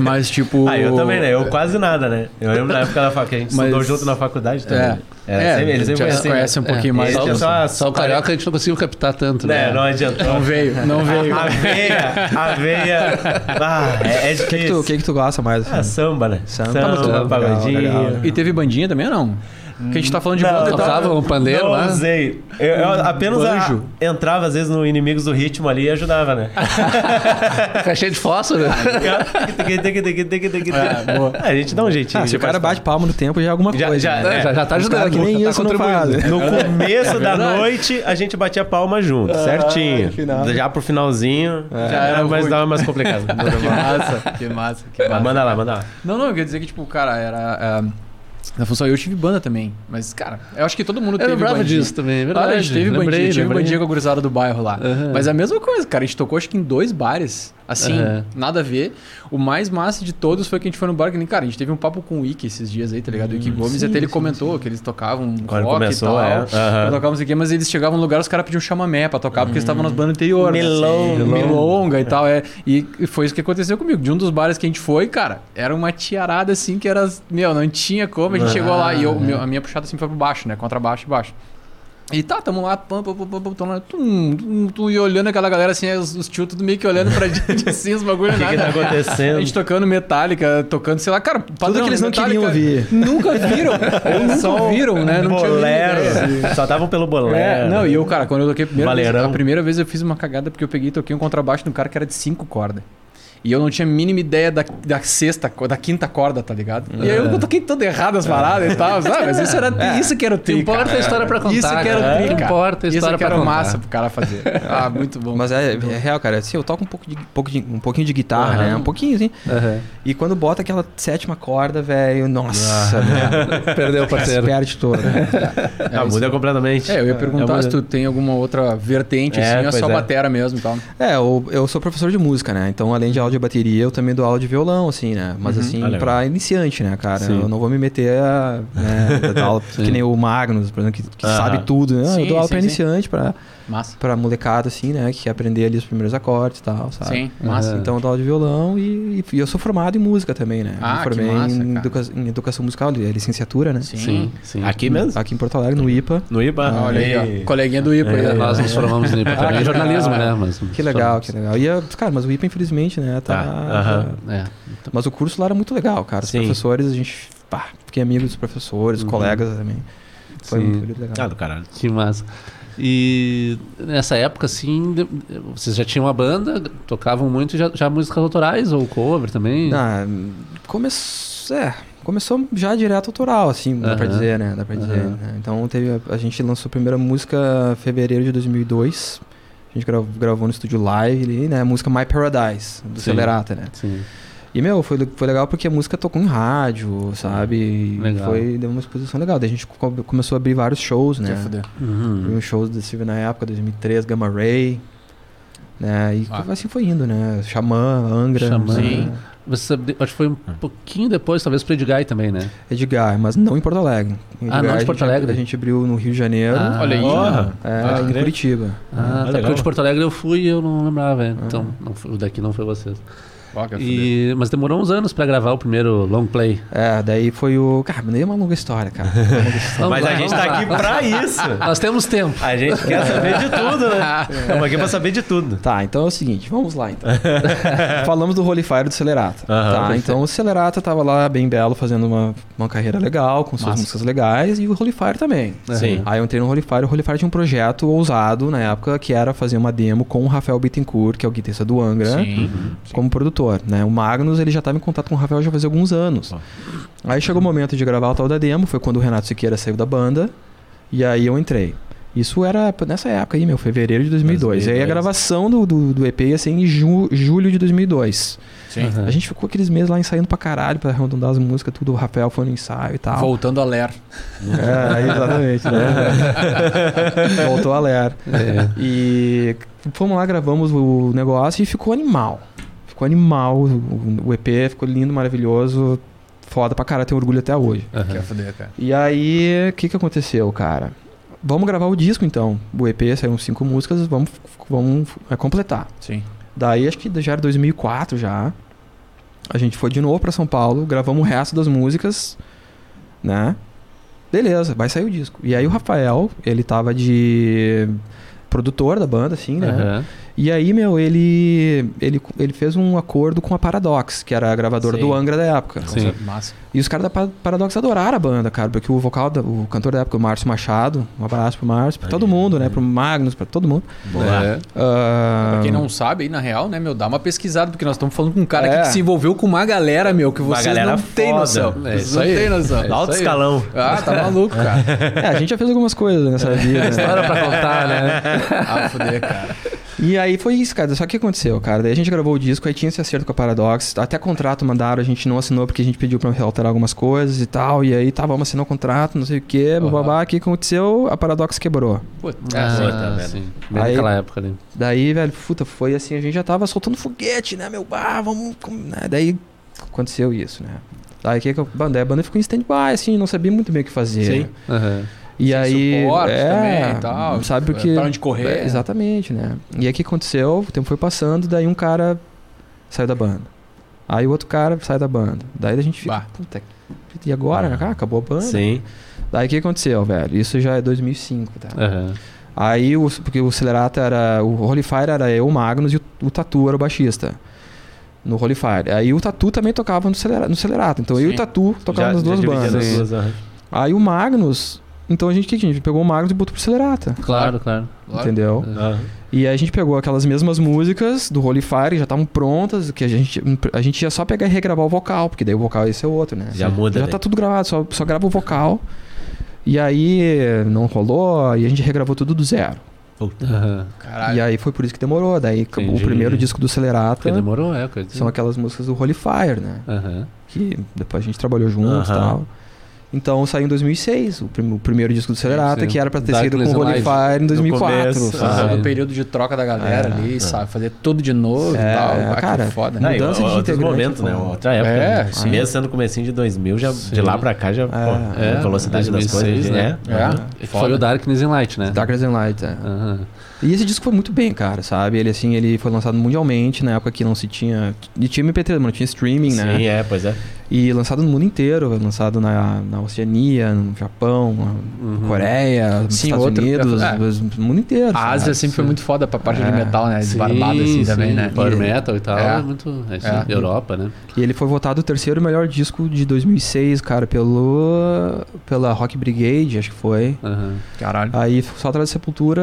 Mas, tipo.
É. Ah, eu também, né? Eu quase nada, né? Eu lembro na época da fac... que a gente
Mas-
estudou junto na faculdade também.
É.
Era
É,
sempre- eles sempre
já
foi
se
assim,
conhece um pouquinho mais.
Eles tinham só,
Só o Carioca a gente não conseguiu captar tanto, né?
Né, não adiantou.
Não veio, não veio.
A veia, a veia. Ah, é, é
O que, que tu,
difícil.
o que que tu gosta mais?
Ah,
assim?
samba, né?
Samba,
samba,
legal,
pagodinho.
legal, legal.
E teve bandinha também ou não? Porque a gente tá falando de
Não,
banda e
eu
tal.
Tocava um pandeiro
não
lá.
usei. Eu, eu apenas a-
banjo.
entrava, às vezes, no Inimigos do Ritmo ali e ajudava, né?
Fica cheio de fósforo. né?
a gente dá um jeitinho.
Ah, se
de
o cara
participar.
bate palma no tempo, já é alguma
Já-
coisa.
já-
né?
é,
já- já tá
Os
ajudando,
caras que
pô,
nem
tá
isso não
contribuindo.
fazem.
No começo da
É verdade. Ah,
noite, a gente batia palma junto, certinho.
final.
Já pro finalzinho, já
É. Era
era mais,
ruim.
dava mais complicado.
Que massa, que massa, que
Mas
massa.
manda lá, manda lá.
Não, não, eu queria dizer que, tipo, cara, era. ah, na função, eu tive banda também. Mas, cara, eu acho que todo mundo
Eu
teve
lembrava
bandinha.
disso também, é verdade.
Olha, a gente teve
Lembrei,
bandinha, tive
lembrei.
bandinha com a gurizada do bairro lá.
Aham.
Mas é a mesma coisa, cara. A gente tocou, acho que em dois bares. Assim,
Aham.
nada a ver. O mais massa de todos foi que a gente foi no bar, que nem, cara, a gente teve um papo com o Wiki esses dias aí, tá ligado? o Wiki Gomes,
sim,
até ele
sim,
comentou que eles tocavam
Quando
rock
começou,
e tal.
é. Aham.
Tocavam não sei o quê, mas eles chegavam no lugar, os caras pediam um chamamé pra tocar, porque eles estavam nas bandas anteriores. né?
Milonga.
Sim, Milonga e tal, é. E e foi isso que aconteceu comigo. De um dos bares que a gente foi, cara, era uma tiarada assim que era. Meu, não tinha como. A gente chegou lá e eu, meu- a minha puxada assim foi pro baixo, né? Contrabaixo e baixo. E tá, tamo lá, pam, pam, pam, pam, pam, tamo lá, tum, tum, tum, e olhando aquela galera assim, aí os, os tio tudo meio que olhando pra gente assim, os bagulho
O que,
nada.
que tá
A
acontecendo?
gente tocando Metallica, tocando, sei lá, cara, padrão,
que eles não
Metallica,
queriam ouvir.
Nunca viram, ou nunca viram, né? Não tinha a mínima ideia.
bolero. Só davam pelo bolero.
É, não, e eu, cara, quando eu toquei a primeira, vez,
Valerão.
a primeira vez eu fiz uma cagada porque eu peguei e toquei um contrabaixo de um cara que era de cinco cordas. E eu não tinha a mínima ideia da, da sexta, co- da quinta corda, tá ligado? E aí
Uhum.
eu toquei todo errado as paradas e tal. sabe? mas isso era
É.
isso que era o
Que
um
tri,
importa
cara.
a história pra contar.
Isso que era
cara.
o
né?
tri,
Que
cara.
importa a história
isso que
pra
era
contar.
massa pro cara fazer. Ah, muito bom.
Mas é, é real, cara. Assim, eu toco um, pouco de, um pouco de- um pouquinho de guitarra, né? Um pouquinho, assim.
Aham.
E quando bota aquela sétima corda, velho,
Ah,
nossa, velho.
Perdeu o Uhum. parceiro.
Perde todo.
É,
ah,
isso.
muda completamente.
É, eu ia perguntar
É,
se tu tem alguma outra vertente,
É,
assim, ou é
pois
só
é.
batera mesmo então. e tal.
É, eu, eu sou professor de música, né? Então, além de áudio e bateria, eu também dou áudio e violão, assim, né? Mas, assim,
Ah, legal.
pra iniciante, né, cara?
Sim.
Eu não vou me meter a. Né, dar aula, que nem o Magnus, por exemplo, que, que
Aham.
sabe tudo, né? eu
Sim,
dou aula
sim,
pra
sim.
iniciante, pra,
Massa.
pra molecada, assim, né? Que quer aprender ali os primeiros acordes e tal, sabe?
Sim, massa.
Então eu dou aula de violão e, e eu sou formado em música também, né?
Ah,
me
que
formei
massa,
em,
cara.
educa- em educação musical, é licenciatura, né?
Sim.
Sim, sim.
Aqui mesmo?
Aqui em Porto Alegre, no IPA.
No IBA?
Ah, olha aí, ó. Coleguinha do IPA. aí, ó.
Nós nos formamos no IPA também. jornalismo, né? Mas,
Que legal, que legal. E, eu- cara, mas o IPA, infelizmente, né? Tá,
Tá, aham.
É.
Mas o curso lá era muito legal, cara. Os
Sim.
professores, a gente. Pá, fiquei amigo dos professores, colegas também. Foi
Sim.
muito legal.
Ah, do caralho.
Que massa. E nessa época, assim, de- vocês já tinham uma banda, tocavam muito e já, já músicas autorais ou cover também?
Ah, começou. É, começou já direto autoral, assim, dá pra
Aham.
dizer, né? Dá pra dizer.
Aham.
né? Então teve. a- A, gente lançou a primeira música em fevereiro de 2002. A gente grava- gravou no estúdio live ali, né? A música My Paradise, do
Sim.
Celerata, né?
Sim.
E, meu, foi, le- foi legal porque a música tocou em rádio, sabe? E
Legal.
Foi, deu uma exposição legal. Daí a gente co- começou a abrir vários shows, né?
Se fuder.
Uhum.
Foi um show do Steve na época, 2003, Gamma Ray. Né? E
Ah.
assim foi indo, né? Xamã, Angra.
Xamã.
né?
Você, sabe- acho que foi um
Ah.
pouquinho depois, talvez, Predigai também, né?
Edgar, mas não em Porto Alegre. Em
Ah, não de
a gente-
Porto Alegre?
A gente abriu no Rio de Janeiro.
Ah,
Olha aí.
Porra.
É,
pode
em
crer.
Curitiba.
Ah, tá,
legal.
porque o de Porto Alegre eu fui e eu não lembrava. é. Então, não foi- o daqui não foi vocês.
Ó, que fuder.
E, mas demorou uns anos pra gravar o primeiro long play.
É, daí foi o. Cara, mas nem é uma longa história, cara. Uma longa história.
Vamos
Mas
lá,
a gente
vamos
tá
lá.
aqui pra isso.
Nós temos tempo.
A gente quer saber de tudo, né? Estamos aqui pra saber de tudo.
Tá, então é o seguinte, vamos lá então. Falamos do Holy Fire do Celerata.
Aham,
tá,
perfeito.
então o Celerata tava lá bem belo, fazendo uma, uma carreira legal, com suas
Massa.
músicas legais, e o Holy Fire também.
Sim.
Aí eu entrei no Holy Fire, o Holy Fire tinha um projeto ousado na época, que era fazer uma demo com o Rafael Bittencourt, que é o guitarrista do Angra,
Sim.
como produtor, né? O Magnus, ele já tava em contato com o Rafael já fazia alguns anos.
Ó.
Aí chegou o momento de gravar o tal da demo, foi quando o Renato Siqueira saiu da banda, e aí eu entrei. Isso era p- nessa época aí, meu, fevereiro de 2002. E aí a
2002.
gravação do, do, do EP ia ser em ju- julho de 2002.
Sim.
Aham.
A gente ficou aqueles meses lá ensaiando pra caralho, pra arredondar as músicas, tudo. O Rafael foi no ensaio e tal.
Voltando a ler.
É, exatamente. né? Voltou a ler. E fomos lá, gravamos o negócio e ficou animal. Ficou animal o, o EP, ficou lindo, maravilhoso. Foda pra caralho, tenho orgulho até hoje.
Que fuder, cara.
E aí, o que que aconteceu, cara? Vamos gravar o disco então. O EP saíram cinco músicas, vamos, vamos é, completar.
Sim.
Daí acho que já era 2004 já. A gente foi de novo pra São Paulo, gravamos o resto das músicas, né? Beleza, vai sair o disco. E aí o Rafael, ele tava de produtor da banda assim, né?
Aham.
E aí, meu, ele ele ele fez um acordo com a Paradox, que era a gravadora
Sim.
do Angra da época.
Sim.
Massa.
E os caras da Pa- Paradox adoraram a banda, cara, porque o vocal, da- o cantor da época, o Márcio Machado, um abraço pro Márcio, pra todo mundo, né? Pro Magnus, pra todo mundo.
Boa.
É.
Ah,
Pra quem não sabe, aí na real, né, meu, dá uma pesquisada, porque nós estamos falando com um cara aqui
É.
que se envolveu com uma galera, meu, que
Uma
vocês
galera
não têm
foda.
noção.
É isso
não
aí.
tem noção.
É
Alto
isso aí.
escalão.
Ah, tá maluco, cara.
É, a gente já fez algumas coisas
É.
nessa vida. né?
História pra contar,
É,
né?
Ah, fuder, cara.
E aí foi isso, cara. Só que o que aconteceu, cara? Daí a gente gravou o disco, aí tinha esse acerto com a Paradox. Até contrato mandaram, a gente não assinou porque a gente pediu pra alterar algumas coisas e tal. E aí tá, vamos assinar o contrato, não sei o quê,
Aham.
bababá. O que aconteceu? A Paradox quebrou.
Pô,
Ah.
é,
puta, velho.
sim. Bem
Aí-
naquela época ali.
Daí, velho, puta, foi assim, a gente já tava soltando foguete, né, meu? Ah, vamos. com- né? Daí aconteceu isso, né? Aí que que eu- daí a banda ficou em stand-by, assim, não sabia muito bem o que fazer.
Sim.
Aham.
E
Sem
aí.
suporte
é,
também e tal,
Sabe
tipo,
porque.
pra onde correr,
É,
né?
exatamente, né? E aí o que aconteceu? O tempo foi passando, daí um cara saiu da banda. Aí o outro cara sai da banda. Daí a gente fica.
Bah.
Puta, e agora? né? Ah, acabou a banda.
Sim.
Daí o que aconteceu, velho? Isso já é 2005, tá?
Aham.
Aí, o, porque o Celerata era. O Holy Fire era eu, o Magnus e o, o Tatu era o baixista. No Holy Fire. Aí o Tatu também tocava no Celerata. No Celerata. Então eu e
Sim.
o Tatu
Já-
tocava nas
já
duas
dividia
bandas.
nas duas, aham.
Aí o Magnus Então a gente, o que que a gente pegou o Magnus e botou pro Celerata,
Claro, claro.
Claro.
entendeu? E aí a gente pegou aquelas mesmas músicas do Holy Fire, que já estavam prontas, que a gente, a gente ia só pegar e regravar o vocal, porque daí o vocal ia ser outro, né?
Já muda,
Já
né?
tá tudo gravado, só, só grava o vocal. E aí não rolou, e a gente regravou tudo do zero.
Aham.
Caralho.
E aí foi por isso que demorou. Daí
Entendi.
o primeiro disco do Celerata
Porque demorou, é, coisa.
são aquelas músicas do Holy Fire, né?
Aham.
que depois a gente trabalhou junto e
Aham.
tal. Então saiu em 2006, o, prim- o primeiro disco do Celerata,
sim.
que era pra ter
Dark
sido com o
Laser
Holy
Live.
Fire em 2004.
começo,
sabe?
ah,
Fazer o período de troca da galera ali, sabe? Fazer tudo de novo
É,
e tal. Ah, que
cara,
foda.
não,
né?
Aí,
Mudança de
outros
integrante,
momentos, né?
pô.
Outra época.
É,
né?
sim.
Mesmo sendo comecinho de 2000, já, de lá pra cá, já, pô,
É,
a velocidade das
2006,
coisas, né?
É,
É que
foda.
Foi o Darkness and Light, né?
Darkness and Light, é.
Aham.
E esse disco foi muito bem, cara, sabe? Ele assim, ele foi lançado mundialmente, na época que não se tinha. E tinha MP3, mano, tinha streaming, né?
Sim, é, pois é.
E lançado no mundo inteiro, lançado na, na Oceania, no Japão, na
Uhum.
Coreia, nos
Uhum. Sim,
Estados
outro-
Unidos,
é.
no mundo inteiro.
A Ásia
sabe?
sempre foi muito foda pra parte
É.
de metal, né? Desbarbado assim também, né?
Power metal e tal.
É.
É. Muito. É, isso,
É.
Europa, né?
E ele foi votado o terceiro melhor disco de 2006, cara, pelo pela Rock Brigade, acho que foi.
Aham.
Caralho.
Aí f- só atrás da Sepultura,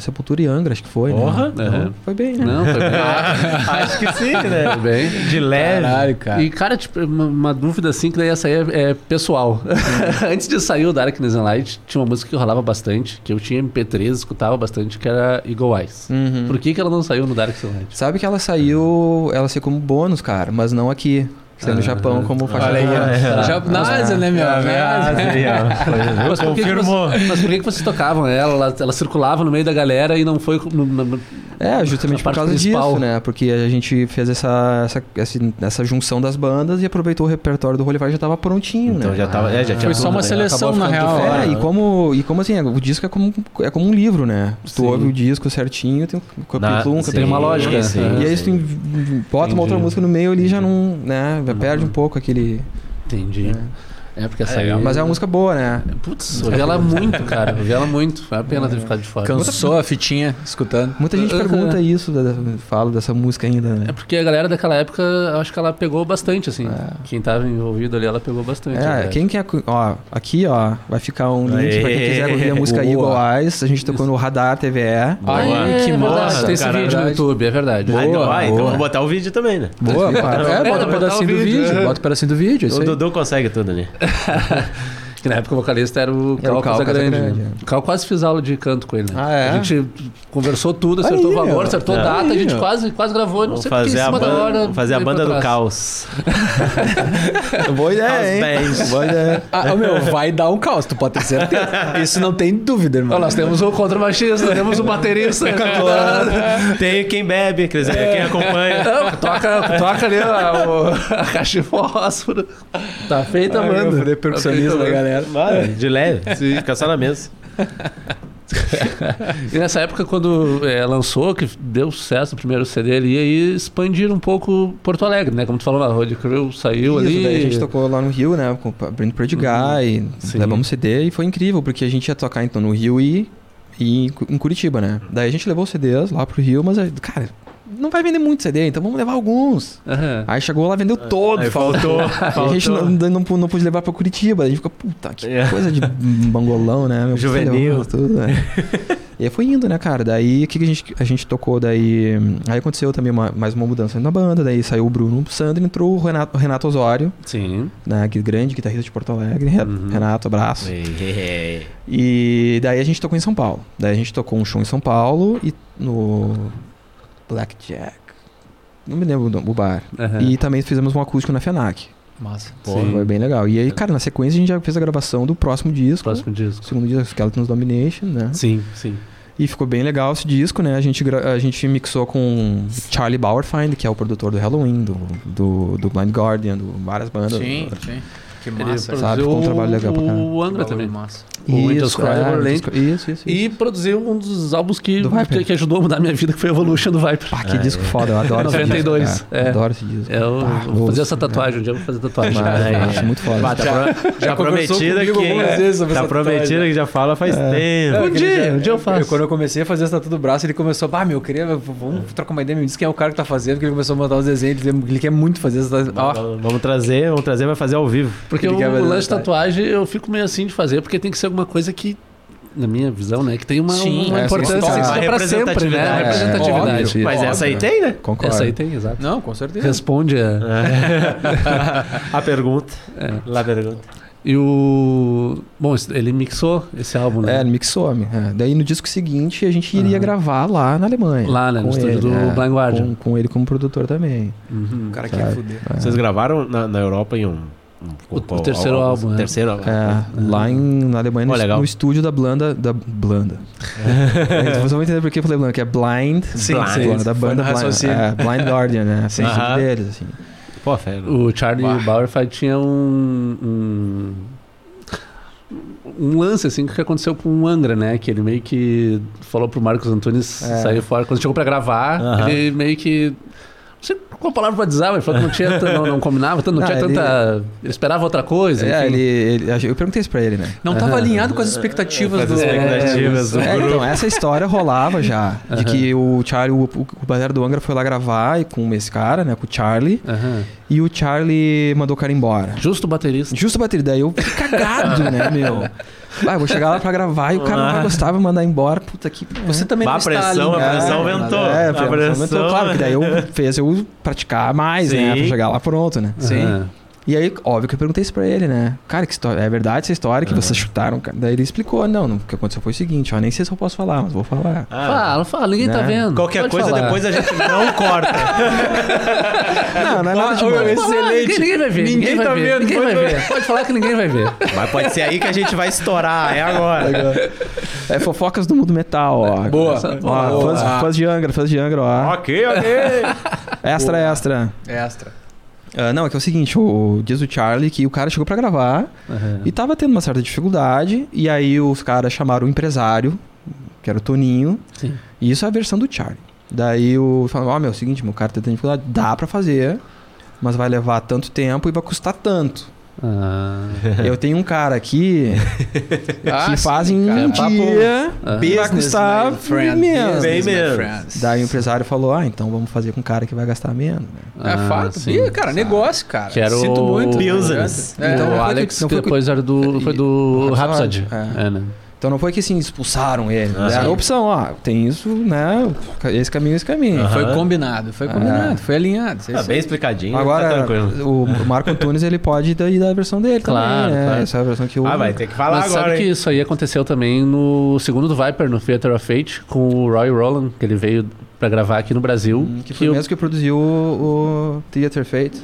Sepultura e Angra, acho que foi,
Porra.
né? Então,
É.
Foi bem, né?
Não, foi bem.
Acho que sim,
foi
né?
bem.
De leve.
Caralho, cara.
E, cara, tipo, uma, uma dúvida assim, que daí essa aí é, é pessoal. Antes de sair o Darkness and Light, tinha uma música que rolava bastante, que eu tinha MP3, escutava bastante, que era Eagle Eyes.
Uhum.
Por que, que ela não saiu no Darkness and Light?
Sabe que ela saiu, ela saiu como bônus, cara, mas não aqui, saiu no Japão como faixa
Olha aí,
bônus.
ó. Já- na Ásia,
É
né, meu? Na Ásia. Uhum.
Mas por que que
Confirmou.
vocês- mas por que, que vocês tocavam ela? ela? Ela circulava no meio da galera e não foi. no- no- no-
É, justamente
A
por
parte
causa
principal.
disso, né? Porque a gente fez essa, essa, essa, essa junção das bandas e aproveitou o repertório do Holy Fire já tava prontinho,
Então
né?
já tava. É, já tinha
Foi só
tudo,
uma
né?
seleção,
Acabou
na
ficando
real,
de fora,
É, e
né?
como, e como assim, o disco é como, é como um livro, né? Se tu
Sim.
ouve o disco certinho, tem um capítulo, um
sim,
capítulo
uma lógica,
sim,
né?
E aí se
sim.
tu in- bota uma outra música no meio ali, já não, né? Já perde um pouco aquele... né.
Entendi. É, porque essa aí.
Mas é uma música boa, né?
Putz, ouvi ela muito, cara. Ouvi ela muito. Foi uma pena ter ficado de fora.
Cansou a fitinha escutando.
Muita gente
Uhum.
pergunta isso, da- fala dessa música ainda,
É
né?
porque a galera daquela época, eu acho que ela pegou bastante, assim. Quem tava envolvido ali, ela pegou bastante.
É,
né?
quem quer... cu- Ó, aqui, ó, vai ficar um link pra quem quiser ouvir a música
Boa.
Eagle Eyes. A gente tocou no Radar TVE.
Ah,
Boa.
é,
Que
que
massa,
massa. Tem esse
cara,
vídeo no
verdade.
YouTube, é verdade.
Ah, então, ah, então
boa.
vou botar o vídeo também, né?
Boa, bota, é, bota um
botar
pedacinho
o
do
vídeo,
vídeo.
é.
Bota um pedacinho do vídeo, é isso
O
aí.
Dudu consegue tudo ali.
Que na época o vocalista era o
Era
Cal
o Cal
Casagrande.
Casagrande, é.
né? O Cal quase fiz aula de canto com ele, né?
Ah, é?
A gente conversou tudo, acertou
Aí,
o valor,
ó.
acertou
Tá.
a data, a gente
Aí, ó.
quase, quase gravou, não
Vamos
sei por que, em
fazer, a
cima da
ban-
hora.
vamos fazer a
veio pra
banda do
trás.
caos.
Boa
As
ideia, É, hein?
dez.
Boa ideia.
Ah, ô, meu, vai dar um caos, tu pode ter certeza. Isso não tem dúvida,
Ó,
irmão.
nós temos o contrabaixista, temos o baterista, né?
Tem quem bebe, quer dizer, quem acompanha.
Não, toca, toca ali a, o, a caixa de fósforo. Tá feita, a
Vai
banda.
fazer percussionismo
Tá
da
feita, mano.
galera.
Bora, de leve. Fica só na mesa.
E nessa época, quando é, lançou, que deu sucesso o primeiro CD ali, aí expandiram um pouco Porto Alegre, né? Como tu falou, a Road Crew saiu
Isso, Uhum.
ali.
daí a gente tocou lá no Rio, né? com- Abrindo Pretty Guy,
Sim.
levamos CD e foi incrível, porque a gente ia tocar então no Rio e, e em Cu- em Curitiba, né? Daí a gente levou os CDs lá pro Rio, mas, aí, cara, não vai vender muito CD, então vamos levar alguns.
Aham.
Aí chegou lá, vendeu todo.
Aí faltou.
E a gente não,
faltou.
não, pu- não pôde levar pra Curitiba. A gente fica, puta, que
É.
coisa de bangolão, né? Meu,
Juvenil.
levamos Tudo, né? e aí foi indo, né, cara? Daí, o que, que a, gente, a gente tocou? Daí aí aconteceu também uma- mais uma mudança na banda. Daí saiu o Bruno Sandro, entrou o Renato, Renato Osório
Sim.
né, que grande guitarrista de Porto Alegre, Re-
Uhum.
Renato, abraço.
É.
E daí a gente tocou em São Paulo. Daí a gente tocou um show em São Paulo e no Blackjack. Não me lembro o nome, o bar.
É.
Aham.
E também fizemos um acústico na FENAC.
Massa.
Pô,
Sim. É.
foi bem legal. E aí, cara, na sequência a gente já fez a gravação do próximo disco.
Próximo disco.
Segundo disco, Skeletons Domination, né?
Sim, sim.
E ficou bem legal esse disco, né? A gente, gra- a gente mixou com Charlie Bauerfeind, que é o produtor do Halloween, do, do, do Blind Guardian, do várias bandas.
Sim, sim. Que
Ele
massa.
produziu
Sabe, ficou um trabalho legal pra caramba.
O Angra
Que
também.
bagulho Massa.
O Windows Cry,
é,
Overland.
Windows Cry- isso, isso.
E produziu um dos álbuns que,
Do Viper.
que, que ajudou a mudar a minha vida, que foi Evolution do Viper.
Pá, que
É.
disco foda, eu adoro esse
92,
disco. cara.
é.
Adoro esse disco.
Eu
Pá,
vou fazer
ouço,
essa tatuagem, um dia eu vou fazer
Mas,
tatuagem.
Mas-
acho muito foda.
Tá, pro- já
conversou
prometida
comigo algumas vezes
que.
sobre
Tá
essa
prometida
tatuagem.
que já fala faz
É,
tempo.
Um dia, um dia eu faço.
quando eu comecei a fazer essa tatu do braço, ele começou, bah, meu, eu queria, v- vamos trocar uma ideia, me disse quem é o cara que tá fazendo, que ele começou a mandar os desenhos, ele, ele quer muito fazer essa tatu. Ó,
Vamos trazer, vamos trazer, vai fazer ao vivo.
Porque
Ele
o,
quer fazer
o lance de
tatuagem.
tatuagem eu fico meio assim de fazer, porque tem que ser alguma coisa que, na minha visão, né? Que tem uma,
Sim,
uma
é,
importância
sim, sim.
que fica Então, pra sempre, né?
Representatividade.
Representatividade.
É,
Mas
Óbvio.
essa aí tem, né?
Concordo.
Essa aí tá tem, exato.
Não, com certeza.
Responde é, a...
A pergunta. Lá pergunta.
é. E o... Bom, esse- ele mixou esse álbum,
É,
né?
ele mixou. me- É. Daí no disco seguinte a gente iria gravar lá na Alemanha.
Lá, né? No
Com
estúdio
ele,
do
é.
Blind Guardian.
Com, com ele como produtor também.
Uhum.
O cara que ia fuder.
Vocês gravaram na, na Europa em um. um-
O- o terceiro álbum, né?
terceiro álbum.
É, lá em, na Alemanha,
Ó,
no,
legal.
no estúdio da Blanda. Da Blanda. É. Vocês vão entender por que eu falei Blanda, que é Blind.
Sim,
Blind.
sim.
Blanda, da
Foi no
banda Blind,
raciocínio.
é, Blind Guardian, né? Sim.
Aham.
deles, assim.
Pô, fera.
O Charlie Bauerfeind tinha um, um um lance assim que aconteceu com o Angra, né? Que ele meio que falou pro Marcos Antunes
É.
sair fora quando chegou pra gravar,
Aham.
ele meio que não sei qual palavra pra dizer, mas ele falou que não tinha tan- não, não combinava, tanto, não,
Não,
tinha
Ah, ele-
tanta ele esperava outra coisa,
É,
enfim.
ele, ele- eu perguntei isso pra ele, né?
Não tava alinhado com as expectativas do...
expectativas do
É, então, essa história rolava já. De que o Charlie, o, o, o batera do Angra foi lá gravar e com esse cara, né? Com o Charlie.
Aham.
E o Charlie mandou o cara embora.
Justo o baterista.
Justo a bateria. Daí eu fiquei cagado, né, meu? Ah, eu vou chegar lá pra gravar e o cara não
Ah.
vai gostar, vai mandar embora. Puta que.
Você
é,
também
Bah,
não
a
está
pressão, a
alinhado.
pressão
É,
aumentou.
É,
a pressão
aumentou. Claro que daí eu fez eu praticar mais, né?
Sim.
Pra chegar lá pronto, né?
Sim.
Aham.
E aí, óbvio que eu perguntei isso pra ele, né? Cara, que história. É verdade essa história que vocês chutaram, cara? Daí ele explicou, não, não, o que aconteceu foi o seguinte, ó, nem sei se eu posso falar, mas vou falar.
Ah,
Fala, fala, ninguém tá
Né?
vendo.
qualquer
Pode
coisa
falar.
depois a gente não corta.
Não, não é nada
Pode
demais.
falar, Ninguém, ninguém vai ver. Ninguém,
Ninguém
vai
tá
ver.
vendo,
Ninguém vai ver. Pode falar que ninguém vai ver.
Mas pode ser aí que a gente vai estourar, é agora.
É fofocas do mundo metal, ó.
Boa.
Ó, fãs, fãs de Angra, fãs de Angra, ó.
ok, ok.
Extra, extra.
Extra.
Ah, não, é que é o seguinte, o, o- diz o Charlie que o cara chegou pra gravar
Aham.
e tava tendo uma certa dificuldade, e aí os caras chamaram o empresário, que era o Toninho,
Sim.
e isso é a versão do Charlie. Daí o falaram, ó, meu, é o seguinte, meu cara tá tendo dificuldade, dá pra fazer, mas vai levar tanto tempo e vai custar tanto.
Ah.
Eu tenho um cara aqui que faz em
Ah, cara. é
um
Papo
dia, vai
Business,
custar
my friend.
menos.
Bem
Business, my
menos.
friends.
Daí o empresário falou, ah, então vamos fazer com um cara que vai gastar menos, né?
É
Ah,
fato.
sim.
Ih, cara, negócio, cara.
Quero
Sinto muito. tá
Business.
É.
o
foi
Alex,
que- não
Então, que
foi que-
depois era do, foi do Rhapsody.
É.
É, né?
Então não foi que assim, expulsaram ele.
Ah,
Era
sim.
a opção, ó, tem isso, né? Esse caminho, esse caminho.
Aham.
Foi combinado,
Ah.
foi combinado, foi alinhado. Isso aí
Tá
sim.
bem explicadinho. tá
Agora,
tranquilo.
o o Marco Antunes, ele pode daí dar a versão dele
Claro,
também, né?
claro.
Essa é a versão que o...
Ah, vai ter que falar
Mas sabe
agora.
que
hein?
isso aí aconteceu também no segundo do Viper, no Theater of Fate, com o Roy Roland, que ele veio pra gravar aqui no Brasil.
Hum, Que foi o mesmo que produziu o, o Theater Fate.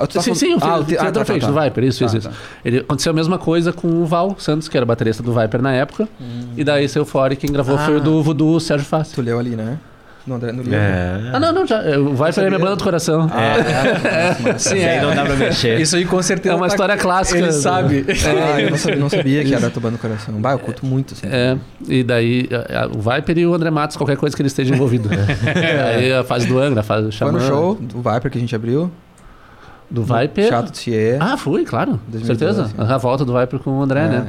Ah, tu tá
Sim,
falando-
sim, o
Ah,
Theater
Thea- ah, tá,
of
tá,
Fate
tá.
do Viper, isso, isso, isso. Ele, aconteceu a mesma coisa com o Val Santos, que era baterista do Viper na época. E daí saiu fora e quem gravou
Ah.
foi o do, do Sérgio Fácil.
Hum. Tu leu ali, né? No, André, no livro.
É.
Ah, não, não, já. O Viper é minha banda do
Ah,
coração.
é,
Sim,
Isso aí não dá pra mexer.
Isso aí com certeza
É uma
tá-
história É. clássica.
Ele sabe.
Ah, eu não sabia, não sabia que era Tobando Coração. Bah, eu curto muito, assim.
É, e daí a- a- o Viper e o André Matos, qualquer coisa que ele esteja envolvido.
É.
Aí a fase do Angra, a fase do
Foi
Xamã.
no show do Viper que a gente abriu.
Do
no
Viper.
Teatro do Thier.
Ah, fui, claro.
2012,
certeza.
né?
A volta do Viper com o André, né?
É. A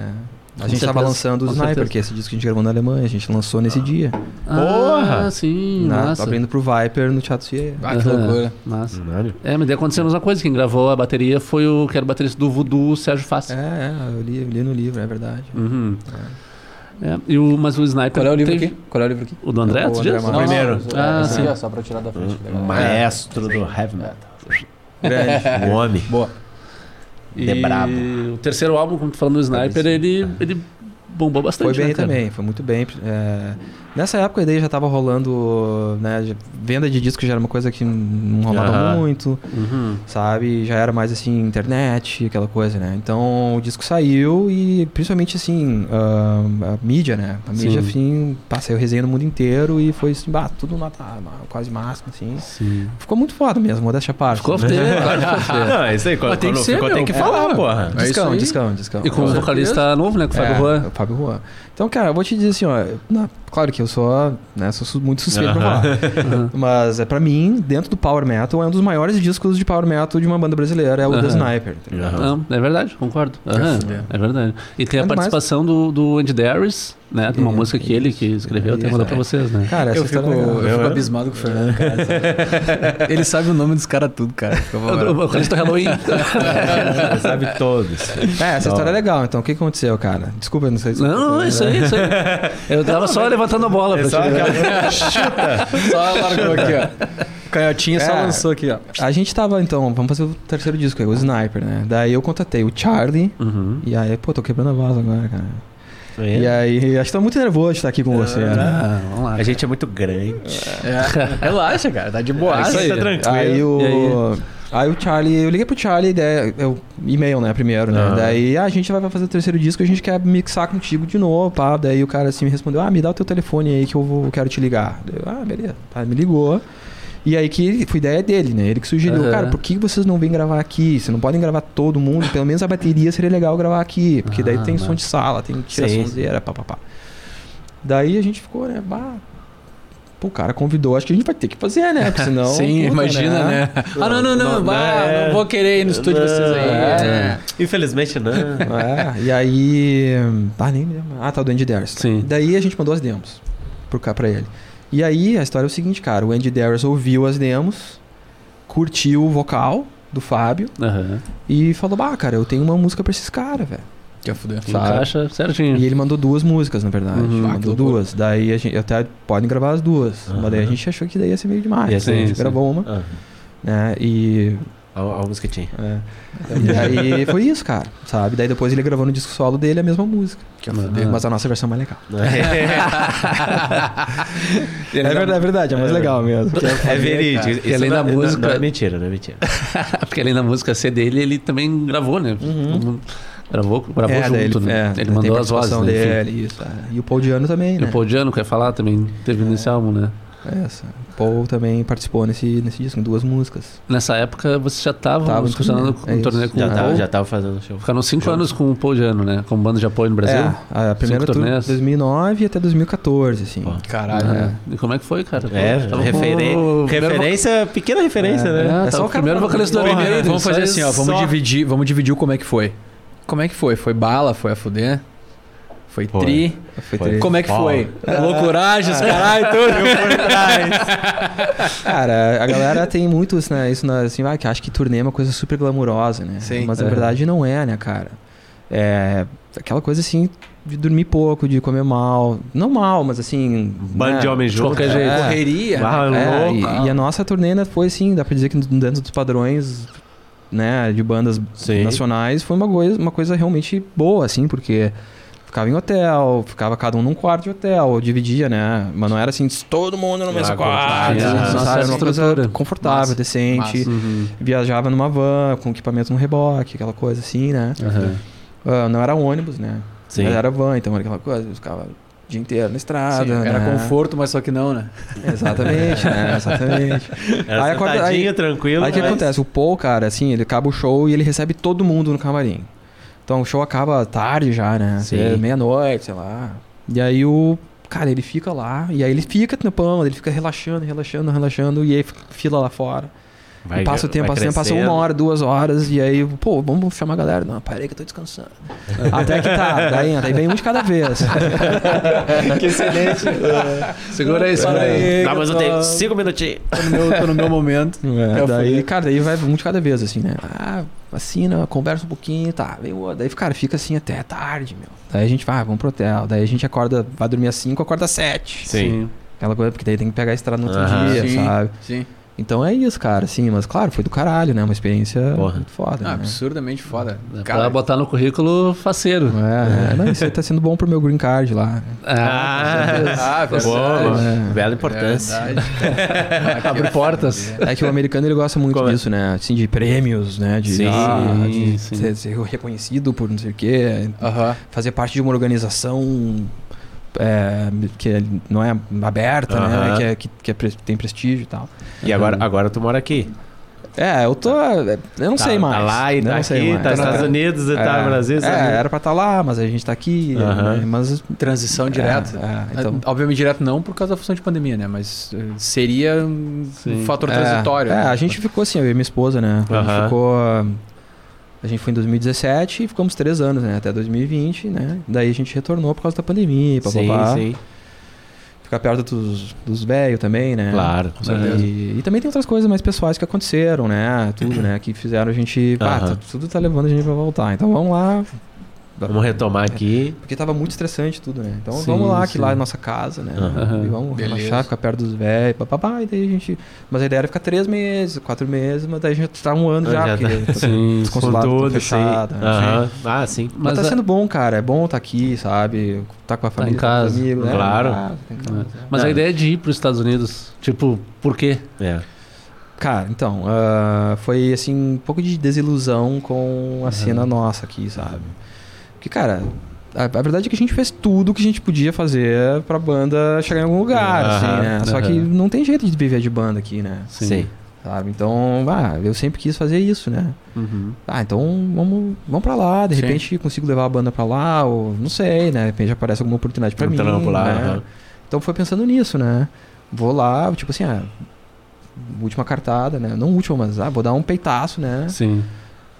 Com
gente tava
certeza,
lançando o
com
Sniper,
certeza.
que é esse disco que a gente gravou na Alemanha. A gente lançou nesse dia.
Ah,
Porra!
sim,
Na,
massa.
abrindo pro Viper no Teatro Cier.
Ah, que
Aham,
loucura.
Massa.
Caralho.
É, mas daí aconteceu a mesma coisa. Quem gravou a bateria foi o que era o baterista do Voodoo, o Sérgio
É,
Fácil.
é, eu li, eu li no livro, é verdade.
Uhum. É, e o, mas o Sniper.
Qual é o livro
teve-
aqui? Qual é o livro aqui?
O do André?
O
tu
André
diz?
Matos.
primeiro.
Ah,
esse
sim.
aqui, ó, só pra tirar da
Hum,
frente. da galera.
um Maestro do heavy metal.
Grande.
Um homem.
Boa.
De
E
brabo.
O terceiro álbum, como tu falando do Sniper, ele, ele bombou bastante.
assim, é. Foi bem
né, cara?
também, foi muito bem. É, nessa época daí já tava rolando, né, já- venda de disco já era uma coisa que não rolava
Aham.
muito,
Uhum.
sabe? Já era mais assim, internet, aquela coisa, né? Então o disco saiu e principalmente assim, ah, a mídia, né? A mídia,
Sim.
assim, pá, saiu resenha no mundo inteiro e foi assim, bah, tudo nota quase máximo, assim.
Sim.
Ficou muito foda mesmo, modéstia à parte.
Ficou
né?
foda, claro que ficou foda.
Não, é isso aí. Quando,
Ah. Mas tem
quando
que ser,
ficou, tem
meu.
que falar, porra.
É isso
Discão,
aí. É.
discão, discão.
E com o um vocalista novo, né? Com o Fábio
É,
Juan.
o Fábio Juan. Então, cara, eu vou te dizer assim, ó. na- Claro que eu sou, né, sou su- muito suspeito pra falar. Mas é pra mim, dentro do Power Metal, é um dos maiores discos de Power Metal de uma banda brasileira, é o The Sniper. entendeu?
Aham, é verdade, concordo. Aham,
fuder.
é verdade. E tem a
Ainda mais-
participação do, do Andy Darius, né? De uma música que ele que escreveu, tem que mandar pra vocês, né?
Cara, essa
Eu fico,
história é legal.
eu fico abismado com o Fernando, cara. sabe? Ele sabe o nome dos caras tudo, cara. Fica bom,
O Calista Halloween.
Sabe todos.
É, essa
Não.
história é legal. Então, o que aconteceu, cara? Desculpa, não sei se...
Não, não, isso aí, é isso aí. Eu tava só levantando a bola pra
É
né.
Só
te
aquela- Chuta.
cara. Só largou aqui, ó. Canhotinha só
É.
lançou aqui, ó.
A gente tava, então, vamos fazer o terceiro disco aí, o Sniper, né? Daí eu contatei o Charlie,
Uhum.
e aí, pô, tô quebrando a voz agora, cara.
é
E aí, acho que tá muito nervoso de estar aqui com você, né?
É? Ah, vamos lá.
A gente é muito grande.
É. Relaxa, cara. Tá de boa.
Aqui
aí.
tá tranquilo.
Aí o.
E
Aí? o Charlie, eu liguei pro Charlie, daí eu, e-mail, né, primeiro, né?
Ah.
Daí ah, a gente vai fazer o terceiro disco, a gente quer mixar contigo de novo, pá. Daí o cara assim me respondeu: "Ah, me dá o teu telefone aí que eu vou, eu quero te ligar". Daí eu, ah, beleza. Tá, me ligou. E aí que foi ideia dele, né? Ele que sugeriu,
Aham.
cara, por que vocês não vêm gravar aqui? Vocês não podem gravar todo mundo, pelo menos a bateria seria legal gravar aqui, porque daí
Ah,
tem som
mas-
de sala, tem tira
Sim.
sonzeira, pá, pá, pá. Daí a gente ficou, né, bah, Pô, o cara convidou, acho que a gente vai ter que fazer, né? Porque senão.
Sim,
puta,
imagina, né? Ah, não, não, não.
Não,
bah,
não, é.
não vou querer ir no estúdio de vocês aí.
É.
É.
Infelizmente, não.
É, e aí. Ah, nem lembro. Ah, tá, do Andy Darius.
Sim.
Daí a gente mandou as demos pro cá pra ele. E aí a história é o seguinte, cara: o Andy Darius ouviu as demos, curtiu o vocal do Fábio
Aham.
e falou: Bah, cara, eu tenho uma música pra esses caras, velho.
Já fudeu.
Encaixa certinho.
E ele mandou duas músicas, na verdade.
Uhum.
Ah, que
mandou
loucura.
duas. Daí a gente. Até podem gravar as duas. Mas daí a
Aham.
gente achou que daí ia ser meio demais.
Ia ser,
Então a gente
ia ser.
gravou uma,
Ah,
né? E
a, a música tinha.
É. E aí foi isso, cara, sabe? Daí depois ele gravou no disco solo dele a mesma música.
Que
fudeu.
Mas a nossa versão é mais legal. É
ainda-
verdade, é verdade, é mais legal mesmo. porque
É verídico.
E além
Isso
da
não-
música-
Não, não é mentira, não é mentira.
Porque além da música ser dele, ele também gravou, né? Gravou, gravou
Uhum. É, daí
junto,
ele,
né?
é,
ele
tem
mandou as vozes,
participação
né? Enfim.
Dele, isso, é. E o Paul Diano também,
E
né?
o Paul Diano, quer falar, também teve nesse álbum, né?
É, essa. O Paul também participou nesse, nesse disco, em duas músicas.
Nessa época, você já tava
Tava no
funcionando
turnê,
um
é
torneio
isso.
com
Já
o
tava,
Paul.
já tava fazendo show. É,
Ficaram cinco anos com o Paul Diano, né? Com banda de apoio no Brasil.
É, a primeira
Cinco
tour
turnês.
2009 até 2014, assim.
Pô.
Caralho.
É. E como é que foi, cara?
É,
Tava
referen-
com o primeiro
referência, pequena referência,
vocal-
né?
É,
É só
tava
o
o
cara
primeiro
falar-
vocalista do
Porra,
Iron Maiden,
Vamos
só
fazer
isso.
assim, ó. Vamos
só-
dividir, vamos dividir o como é que foi. Como é que foi? Foi bala? Foi a fuder? Foi,
Foi.
tri?
Foi
Foi.
três.
Como é que
Bala. É.
foi? Loucuragens, caralho, tudo.
Cara, a galera tem muito isso, né? Isso na- assim, ah, que acha que turnê é uma coisa super glamurosa, né?
Sim.
Mas na
É.
verdade não é, né, cara? É aquela coisa assim de dormir pouco, de comer mal. Não mal, mas assim.
Bando
né?
de homens
De
juntos.
qualquer jeito.
É.
Correria.
Ah,
É,
louco.
e, e a nossa turnê né, foi assim, dá pra dizer que dentro dos padrões, né, de bandas
Sim.
nacionais, foi uma coisa, uma coisa realmente boa, assim, porque ficava em hotel, ficava cada um num quarto de hotel, dividia, né? Mas não era assim, todo mundo no mesmo quarto.
tinha
assim,
essa
sabe? Era uma
estrutura.
coisa confortável,
Massa.
decente.
Massa.
Uhum.
Viajava numa van, com equipamento no reboque, aquela coisa assim, né?
Aham.
Ah, não era ônibus, né?
Sim.
Mas era van, então era aquela coisa, ficava o dia inteiro na estrada.
Sim, era
né?
conforto, mas só que não, né?
Exatamente, né? Exatamente.
Era
Aí acorda-
sentadinho,
aí-
tranquilo. né?
Aí o que
mas-
acontece? O Paul, cara, assim, ele acaba o show e ele recebe todo mundo no camarim. Então o show acaba tarde já, né?
Sim.
É Meia-noite, sei lá. E aí o. Cara, ele fica lá, e aí ele fica tampando, ele fica relaxando, relaxando, relaxando, e aí fica fila lá fora.
Vai-
e passa o tempo,
vai
passa o tempo, passa uma
crescendo.
hora, duas horas, e aí, pô, vamos chamar a galera. Não, parei que eu tô descansando. Até que tá, daí, daí vem um de cada vez.
Que excelente.
Segura aí, segura aí.
Peraí,
Tá, mas eu
tô-
tenho cinco minutinhos.
Tô no meu, tô no meu momento.
É,
Eu
daí,
fui-
cara, daí vai um de cada vez, assim, né? Ah, vacina, conversa um pouquinho, tá. Vem o outro. Daí, cara, fica assim até tarde, meu. Daí a gente vai, vamos pro hotel. Daí a gente acorda, vai dormir às 5, acorda às 7. Aquela coisa, porque daí tem que pegar a estrada no outro
Aham.
dia,
Sim,
sabe?
Sim.
Então é isso, cara, assim. Mas, claro, foi do caralho, né? Uma experiência
Porra.
muito foda,
Ah,
né?
absurdamente foda.
Dá É Pra
Cara, é
botar no currículo faceiro.
É, é, não, isso aí tá sendo bom pro meu green card lá.
Ah,
com certeza.
Boa,
verdade.
mano.
É
Bela importância.
verdade.
Abre portas.
É que o americano ele gosta muito
Como é?
disso, né? Assim, de prêmios, né? De,
Sim,
ah, de
sim.
Ser, ser reconhecido por não sei o quê.
Aham.
fazer parte de uma organização é, que não é aberta, né?
Aham.
Que, é- que, que é pres- tem prestígio e tal.
E agora, agora tu mora aqui.
É, eu tô. Eu não
Tá-
sei mais.
Tá lá e
Eu
tá
não
aqui,
sei mais.
tá nos Estados Unidos e tá
É,
no Brasil.
É,
sabe?
era pra estar lá, mas a gente tá aqui.
Aham. Tá
né? Mas
Transição direta.
É, é, então-
Obviamente, direto não por causa da função de pandemia, né? Mas eh, seria um fator transitório.
É,
né?
a gente ficou assim, eu e minha esposa, né? A gente
Aham.
ficou. A gente foi em 2017 e ficamos três anos, né? Até 2020, né? Daí a gente retornou por causa da pandemia, pra
Sim, sim.
Ficar perto dos, dos velhos também, né?
Claro.
Com certeza. E, e também tem outras coisas mais pessoais que aconteceram, né? Tudo, né? Que fizeram a gente. pá,
Aham.
tu- tudo tá levando a gente pra voltar. Então vamos lá.
Vamos retomar aqui.
Porque tava muito estressante tudo, né? Então
Sim,
vamos lá, que
sim.
lá é a nossa casa, né?
Aham.
E vamos
Beleza.
relaxar, ficar perto dos velhos, papapá, e daí a gente. Mas a ideia era ficar três meses, quatro meses, mas daí a gente tá um ano
Ah,
já,
já
porque
tá.
tá
Sim,
Com
desconsolado, tá
tudo, sim.
fechado. né?
Aham. Ah, sim.
Mas,
Mas
tá
a-
sendo bom, cara. É bom tá aqui, sabe? Tá com a família,
em
tá com os
casa.
amigos, né?
Claro.
Ah, tá em casa.
Mas a ideia é de ir para os Estados Unidos. Tipo, por quê?
É.
Cara, então, ah, foi assim, um pouco de desilusão com a cena nossa aqui, sabe? Porque, cara, a, a verdade é que a gente fez tudo que a gente podia fazer pra banda chegar em algum lugar,
Aham,
assim, né? Só
aham.
que não tem jeito de viver de banda aqui, né?
Sim.
Sabe? Então, ah, eu sempre quis fazer isso, né?
Uhum.
Ah, então vamos, vamos pra lá, de
Sim.
repente consigo levar a banda pra lá, ou não sei, né? De repente aparece alguma oportunidade pra
Um
mim.
trampo lá.
né?
aham.
Então foi pensando nisso, né? Vou lá, tipo assim, ah, última cartada, né? Não última, mas ah, vou dar um peitaço, né?
Sim.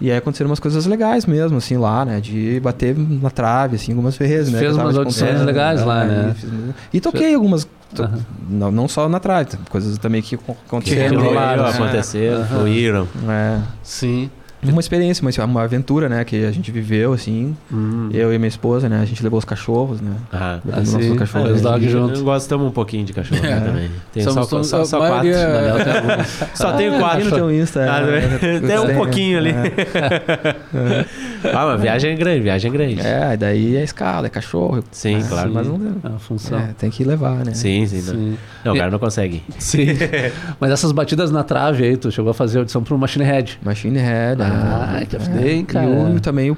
E aí aconteceram umas coisas legais mesmo, assim, lá, né? De bater na trave, assim, algumas vezes, né?
Fez
Que eu tava
umas
te
audições
contando,
legais lá, né?
E, fiz- e toquei algumas, to-
Aham.
não, não só na trave, coisas também que acon-
Que
aconteceram
rolou,
do
rolaram,
lado,
né?
aconteceram,
Aham.
fluíram.
né?
Sim.
É. Uma experiência, uma, uma aventura, né? Que a gente viveu, assim,
Hum.
eu e minha esposa, né? A gente levou os cachorros, né?
Aham.
Ah,
Nosso
sim.
é,
cachorro,
Os
né?
dog junto.
Eu gostamos um pouquinho de cachorro
É.
também. Tem
Somos
só,
todos-
só, só
a maioria-
quatro.
Na real, tem alguns.
Só tem
Ah,
quatro.
vi no teu Insta,
Ah,
né? É. Eu
tem um
sei,
pouquinho ali.
né?
Ah, mas viagem grande, viagem grande.
É, daí é escala, é cachorro.
Sim,
Ah,
claro.
sim. Mas não deu.
É uma função.
É, tem que levar, né?
Sim, sim. Não.
Sim.
Não, o cara não consegue.
Sim. Mas essas batidas na trave aí, tu chegou a fazer audição pro Machine Head.
Machine Head.
Ah,
né?
que afdei, hein, cara.
E o, também, o,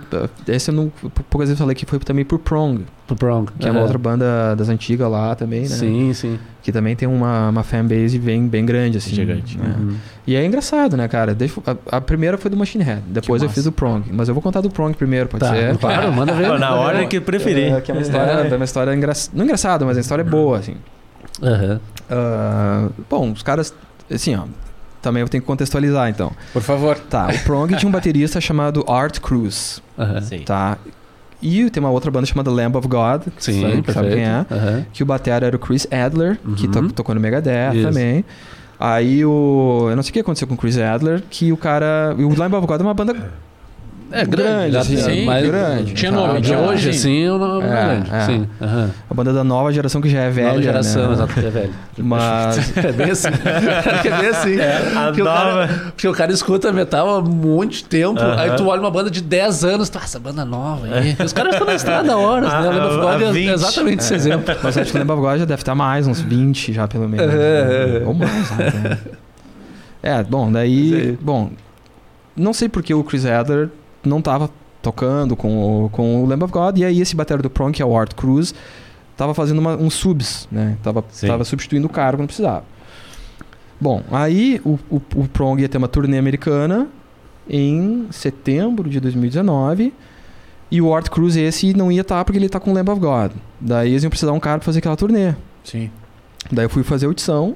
esse eu não, poucas vezes eu falei que foi também por Prong,
Pro Prong.
que é uma
Aham.
outra banda das antigas lá também, né?
Sim, sim.
Que também tem uma, uma fanbase bem, bem grande, assim.
Gigante.
né?
Uhum.
E é engraçado, né, cara? Deixa- a, a primeira foi do Machine Head, depois eu
massa.
fiz o Prong. Mas eu vou contar do Prong primeiro, pode
Tá,
ser?
claro, manda ver.
Pô, na hora que
É,
preferir.
que é uma história, é uma história engra... não engraçada, mas é uma história boa, assim.
Aham.
Ah, bom, os caras, assim, ó, também eu tenho que contextualizar, então.
Por favor.
Tá, o Prong tinha um baterista chamado Art Cruz,
Aham.
Sim.
tá? E tem uma outra banda chamada Lamb of God, que
Sim,
sabe, que
perfeito.
sabe quem é.
Aham.
Que o batera era o Chris Adler, que to-
Uhum.
tocou no Megadeth
Isso.
também. Aí o... Eu não sei o que aconteceu com o Chris Adler, que o cara... e O Lamb of God é uma banda...
É
Grande,
já-
assim,
sim, mas
grande.
Tinha
Tá,
nome,
tá.
de hoje, assim, eu não não
É,
grande.
é.
Sim. Aham.
A banda da nova geração que já é velha,
Nova geração,
né?
exato, que é velho.
Mas...
É bem assim. É bem assim.
A
Porque o,
nova.
cara, porque o cara escuta metal há um monte de tempo,
Aham.
aí tu olha uma banda de 10 anos, tu, ah, essa banda nova aí. Os caras estão na estrada há horas, né?
Ah,
Eu lembro
há
agora, é
20.
exatamente esse exemplo.
Mas acho que o Lamb of God já deve estar mais, uns 20 já, pelo menos.
É, é.
Ou mais, né? É, bom, daí... Bom, não sei porque o Chris Adler não tava tocando com o, com o Lamb of God. E aí esse batera do Prong, que é o Art Cruz, tava fazendo uma, uns subs, né? Tava,
Sim.
tava substituindo o cara quando precisava. Bom, aí o, o, o Prong ia ter uma turnê americana em setembro de 2019. E o Art Cruz esse não ia estar porque ele tá com o Lamb of God. Daí eles iam precisar de um cara pra fazer aquela turnê.
Sim.
Daí eu fui fazer audição,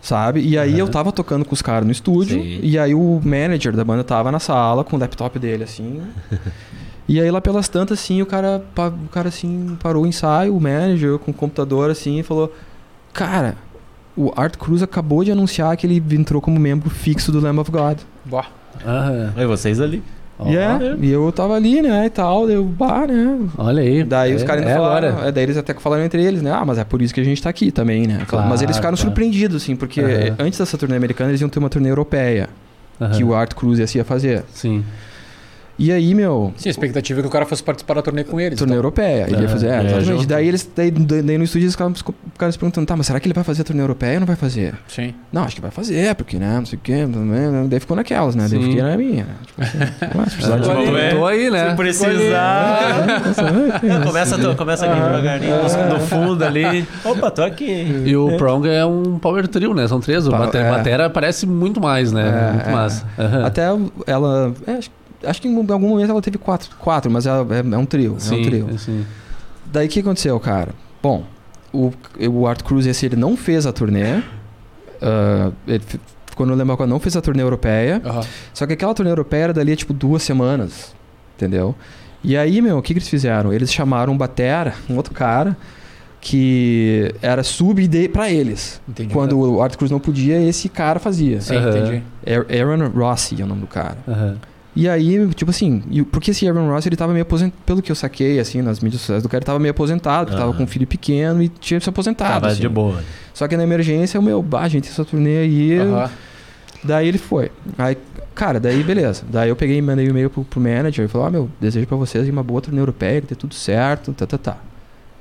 sabe? E aí
Aham.
eu tava tocando com os caras no estúdio.
Sim.
E aí o manager da banda tava na sala com o laptop dele, assim. e aí lá pelas tantas, assim, o cara, pa- o cara assim, parou o ensaio, o manager com o computador, assim, e falou: Cara, o Art Cruz acabou de anunciar que ele entrou como membro fixo do Lamb of God.
Boa.
Aham.
Oi, vocês ali.
Ó,
E é, e eu tava ali, né, e tal, deu bah, né?
Olha aí.
Daí
É-
os caras ainda
é
falaram,
agora.
é, daí eles até falaram entre eles, né? Ah, mas é por isso que a gente tá aqui também, né?
Claro,
mas eles ficaram
claro.
surpreendidos, assim, porque
Aham.
antes dessa turnê americana eles iam ter uma turnê europeia,
Aham.
que o Art Cruz ia fazer.
Sim.
E aí, meu,
Sim, a expectativa é que o cara fosse participar da turnê com eles.
turnê europeia. Ele ia fazer, é,
é,
exatamente.
junto.
daí eles daí, daí no estúdio eles ficaram, ficaram se perguntando, tá, mas será que ele vai fazer a turnê europeia ou não vai fazer?
então. Sim.
Não, acho que vai fazer, porque, né, não sei o quê. né, Daí ficou naquelas, né? Daí
Sim.
fiquei na minha. né, Tipo assim, ué, se precisar de
Tô
Tipo,
aí,
é.
tô aí, né?
Se precisar.
é,
Começa, a to- começa aqui devagarinho, música do fundo ali. Opa, tô aqui.
E o Prong é um power trio, né? São três. O
Power-
bate-
é.
Batera aparece muito mais, né?
É,
muito
é.
massa. Aham.
Até ela. é, acho, acho que em algum momento ela teve quatro, quatro mas ela- é, é um trio. é um
Sim,
trio.
sim.
Daí o que aconteceu, cara? Bom, o, o Art Cruz, esse ele não fez a turnê. ah, ele fi- ficou no Lembacó, não fez a turnê europeia.
Aham.
Só que aquela turnê europeia era dali, tipo, duas semanas. Entendeu? E aí, meu, o que, que eles fizeram? Eles chamaram um batera, um outro cara, que era sub de, pra eles.
Entendi.
Quando o Art Cruz não podia, esse cara fazia.
Sim,
Aham.
entendi.
Ar- Aaron Rossi é o nome do cara.
Aham.
E aí, tipo assim, e o- porque esse Aaron Ross, ele tava meio aposentado, pelo que eu saquei, assim, nas mídias sociais do cara, ele tava meio aposentado, que tava
Aham.
com um filho pequeno e tinha se aposentado.
Tava
assim.
de boa.
Só que na emergência, o meu, bah, gente, essa turnê aí,
Aham.
daí ele foi. Aí, cara, daí beleza. Daí eu peguei e mandei um e-mail pro, pro manager e falei, ó, meu, desejo pra vocês uma boa turnê europeia, que dê tudo certo, tá, tá, tá.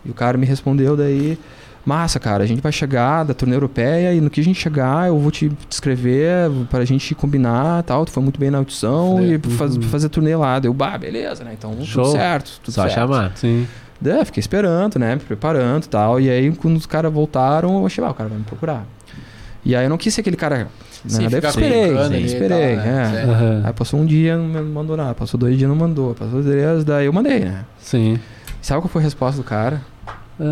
E o cara me respondeu daí, massa, cara, a gente vai chegar da turnê europeia e no que a gente chegar eu vou te escrever pra gente combinar e tal. Tu foi muito bem na audição
Falei,
e faz, fazer a turnê lá. Deu, bah, beleza, né? Então
Show.
tudo certo, tudo
Só
certo.
chamar.
Sim.
Daí eu fiquei esperando, né? Me preparando e tal. E aí quando os caras voltaram, eu achei, ah, o cara vai me procurar. E aí eu não quis ser aquele cara...
Sim,
né? Daí eu
ficar
esperei,
brincando ali e
esperei,
tal, né?
é.
Sim.
Aham.
Aí passou um dia, não me mandou nada. Passou dois dias, não mandou. Passou três, daí eu mandei, né?
Sim.
Sabe qual foi a resposta do cara?
É.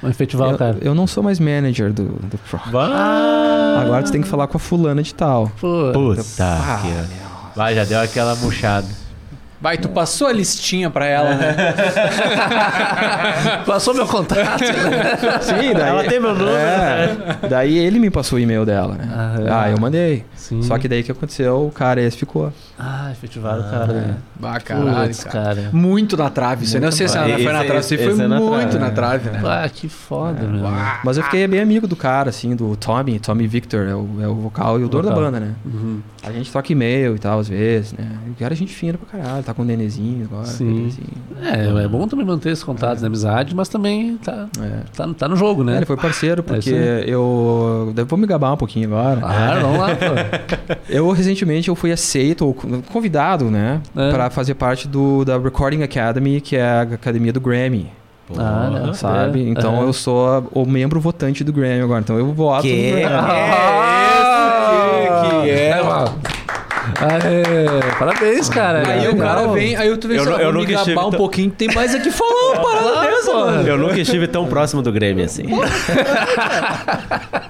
Vamos efetivar o
eu,
cara.
eu não sou mais manager do, do Pro.
Bah.
Agora tu tem que falar com a fulana de tal.
Pô.
Puta
Ah,
que... Vai, já deu aquela murchada.
Vai, tu passou a listinha pra ela, né?
Passou meu contato.
Sim, daí.
Ela tem meu número,
né?
É, daí ele me passou o e-mail dela, né?
Aham.
Ah, eu mandei.
Sim.
Só que daí o que aconteceu, o cara esse ficou.
Ah, efetivaram o cara. né?
Bah,
Ah,
caralho,
Putz,
cara.
cara.
Muito na trave. Isso aí. né? não sei se ela
Esse-
foi na trave, isso aí
esse
foi
é na
muito
trave.
na trave, né?
Ah, que foda,
É,
meu.
Mas eu fiquei bem amigo do cara, assim, do Tommy, Tommy Victor, é o, é o vocal e o dono da
Vocal.
banda, né?
Uhum.
A gente toca e-mail e tal, às vezes, né? E o cara é gente fina pra caralho, tá com um nenezinho agora.
Sim.
bebezinho.
É, é bom também manter esse contato de amizade, mas também tá,
É.
tá, tá no jogo,
É,
né?
Ele foi parceiro, porque
isso Ah.
eu. eu Vou me gabar um pouquinho agora.
Claro, vamos lá, pô.
Eu recentemente eu fui aceito, ou convidado, né?
É.
Pra fazer parte do, da Recording Academy, que é a academia do Grammy,
Ah, não.
sabe?
É.
Então
Aham.
eu sou o membro votante do Grammy agora. Então eu voto
Que?
Ah,
no Grammy.
É isso que- que é.
mano. Aê, parabéns, cara.
Aí o cara vem, aí tu vem
Eu
só,
não-
eu
eu
me
nunca estive
gabar um
tão-
pouquinho, tem mais aqui falando, parada
Ah,
dessa, mano.
Eu nunca estive tão próximo do Grêmio assim.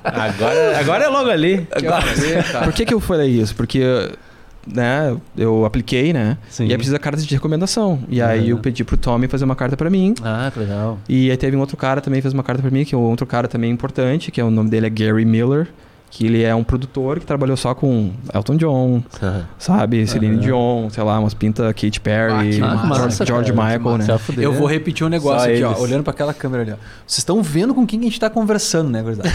agora, agora é logo ali.
tá?
Por que, que eu falei isso? Porque. Né, eu apliquei, né?
Sim.
E aí precisa carta de recomendação. E aí
É.
eu pedi pro Tommy fazer uma carta pra mim.
Ah, que legal.
E aí teve um outro cara também que fez uma carta pra mim, que é um outro cara também importante, que é o nome dele é Gary Miller, que ele é um produtor que trabalhou só com Elton John, sabe, Celine Dion, sei lá, umas pintas Katy
Ah,
Perry,
que massa,
George,
cara,
George
que
Michael, né?
massa. Já fudeu.
Eu vou repetir um negócio
Só
aqui, ó,
eles.
olhando pra aquela câmera ali, ó. Vocês estão vendo com quem que a gente tá conversando, né, gurizada?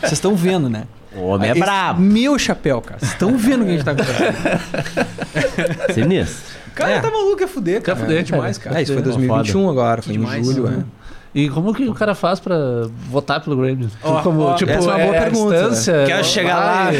Vocês estão vendo, né?
O homem é
Esse-
brabo.
Meu chapéu, cara. Vocês estão vendo quem a gente tá conversando.
Sinistro.
O cara tá maluco, é fuder, cara.
É fuder,
é demais,
cara.
cara.
É, isso foi
Foda.
2021 agora, foi em
demais,
julho,
né?
né?
E como que o cara faz pra votar pelo Grammy?
Ó,
como,
ó,
tipo,
essa é uma boa
a
pergunta,
distância,
Quero
né? vai,
chegar lá.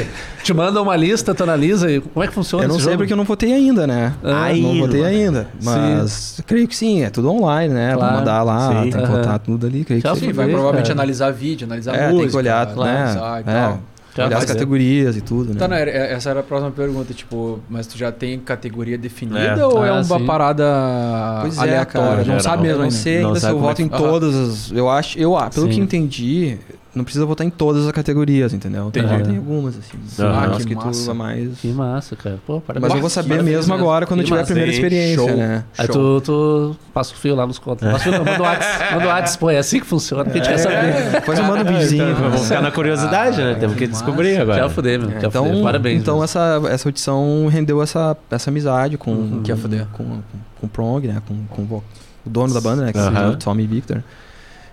Te manda uma lista, tu analisa. E como é que funciona
Eu não
esse
sei
jogo?
porque eu não votei ainda, né?
Ah,
não
ainda.
votei ainda. Mas creio que sim, é tudo online, né?
Claro,
Vou mandar lá,
sim.
tem que
Aham.
votar tudo ali, creio
Tchau,
que sim.
Sim, é. vai
Fuder,
provavelmente
cara.
analisar vídeo, analisar
É,
música.
tem que olhar,
né?
né?
analisar e
É,
tal.
Já
olhar as
fazer.
categorias e tudo, né?
Tá, não, era- essa era a próxima pergunta, tipo, mas tu já tem categoria definida
É.
ou é
Ah,
uma
sim.
parada
Pois é, cara,
aleatória? não
geral.
sabe mesmo, né?
Eu não
ainda.
sei
Não
ainda se
sabe
eu
como é
voto
que-
em
Aham.
todas as. Eu acho. Eu, ah, pelo
Sim.
que eu entendi, não precisa votar em todas as categorias, entendeu? Tem-
Entendi.
Tem algumas, assim.
Ah,
Acho
que
que
massa.
tu é mais.
Que massa, cara. Pô, parabéns.
Mas eu vou saber
Parabéns
mesmo agora quando
Que
tiver a
massa.
primeira
Sim,
experiência,
show.
né?
Aí tu, tu passa o fio lá nos contos. Passa o fio, não, manda o WhatsApp. Manda o WhatsApp, pô, é assim que funciona, que a gente quer saber.
Depois eu mando um videozinho.
Então, vamos ficar na curiosidade, né? Temos que descobrir
Já
agora.
fudeu, meu. já
Então,
fudeu. Parabéns.
então
meu.
essa, essa audição rendeu essa, essa amizade com,
Uhum.
com, com, com, o Prong, né? Com, com o vo- o dono da banda, né? Que
Aham.
é o Tommy Victor.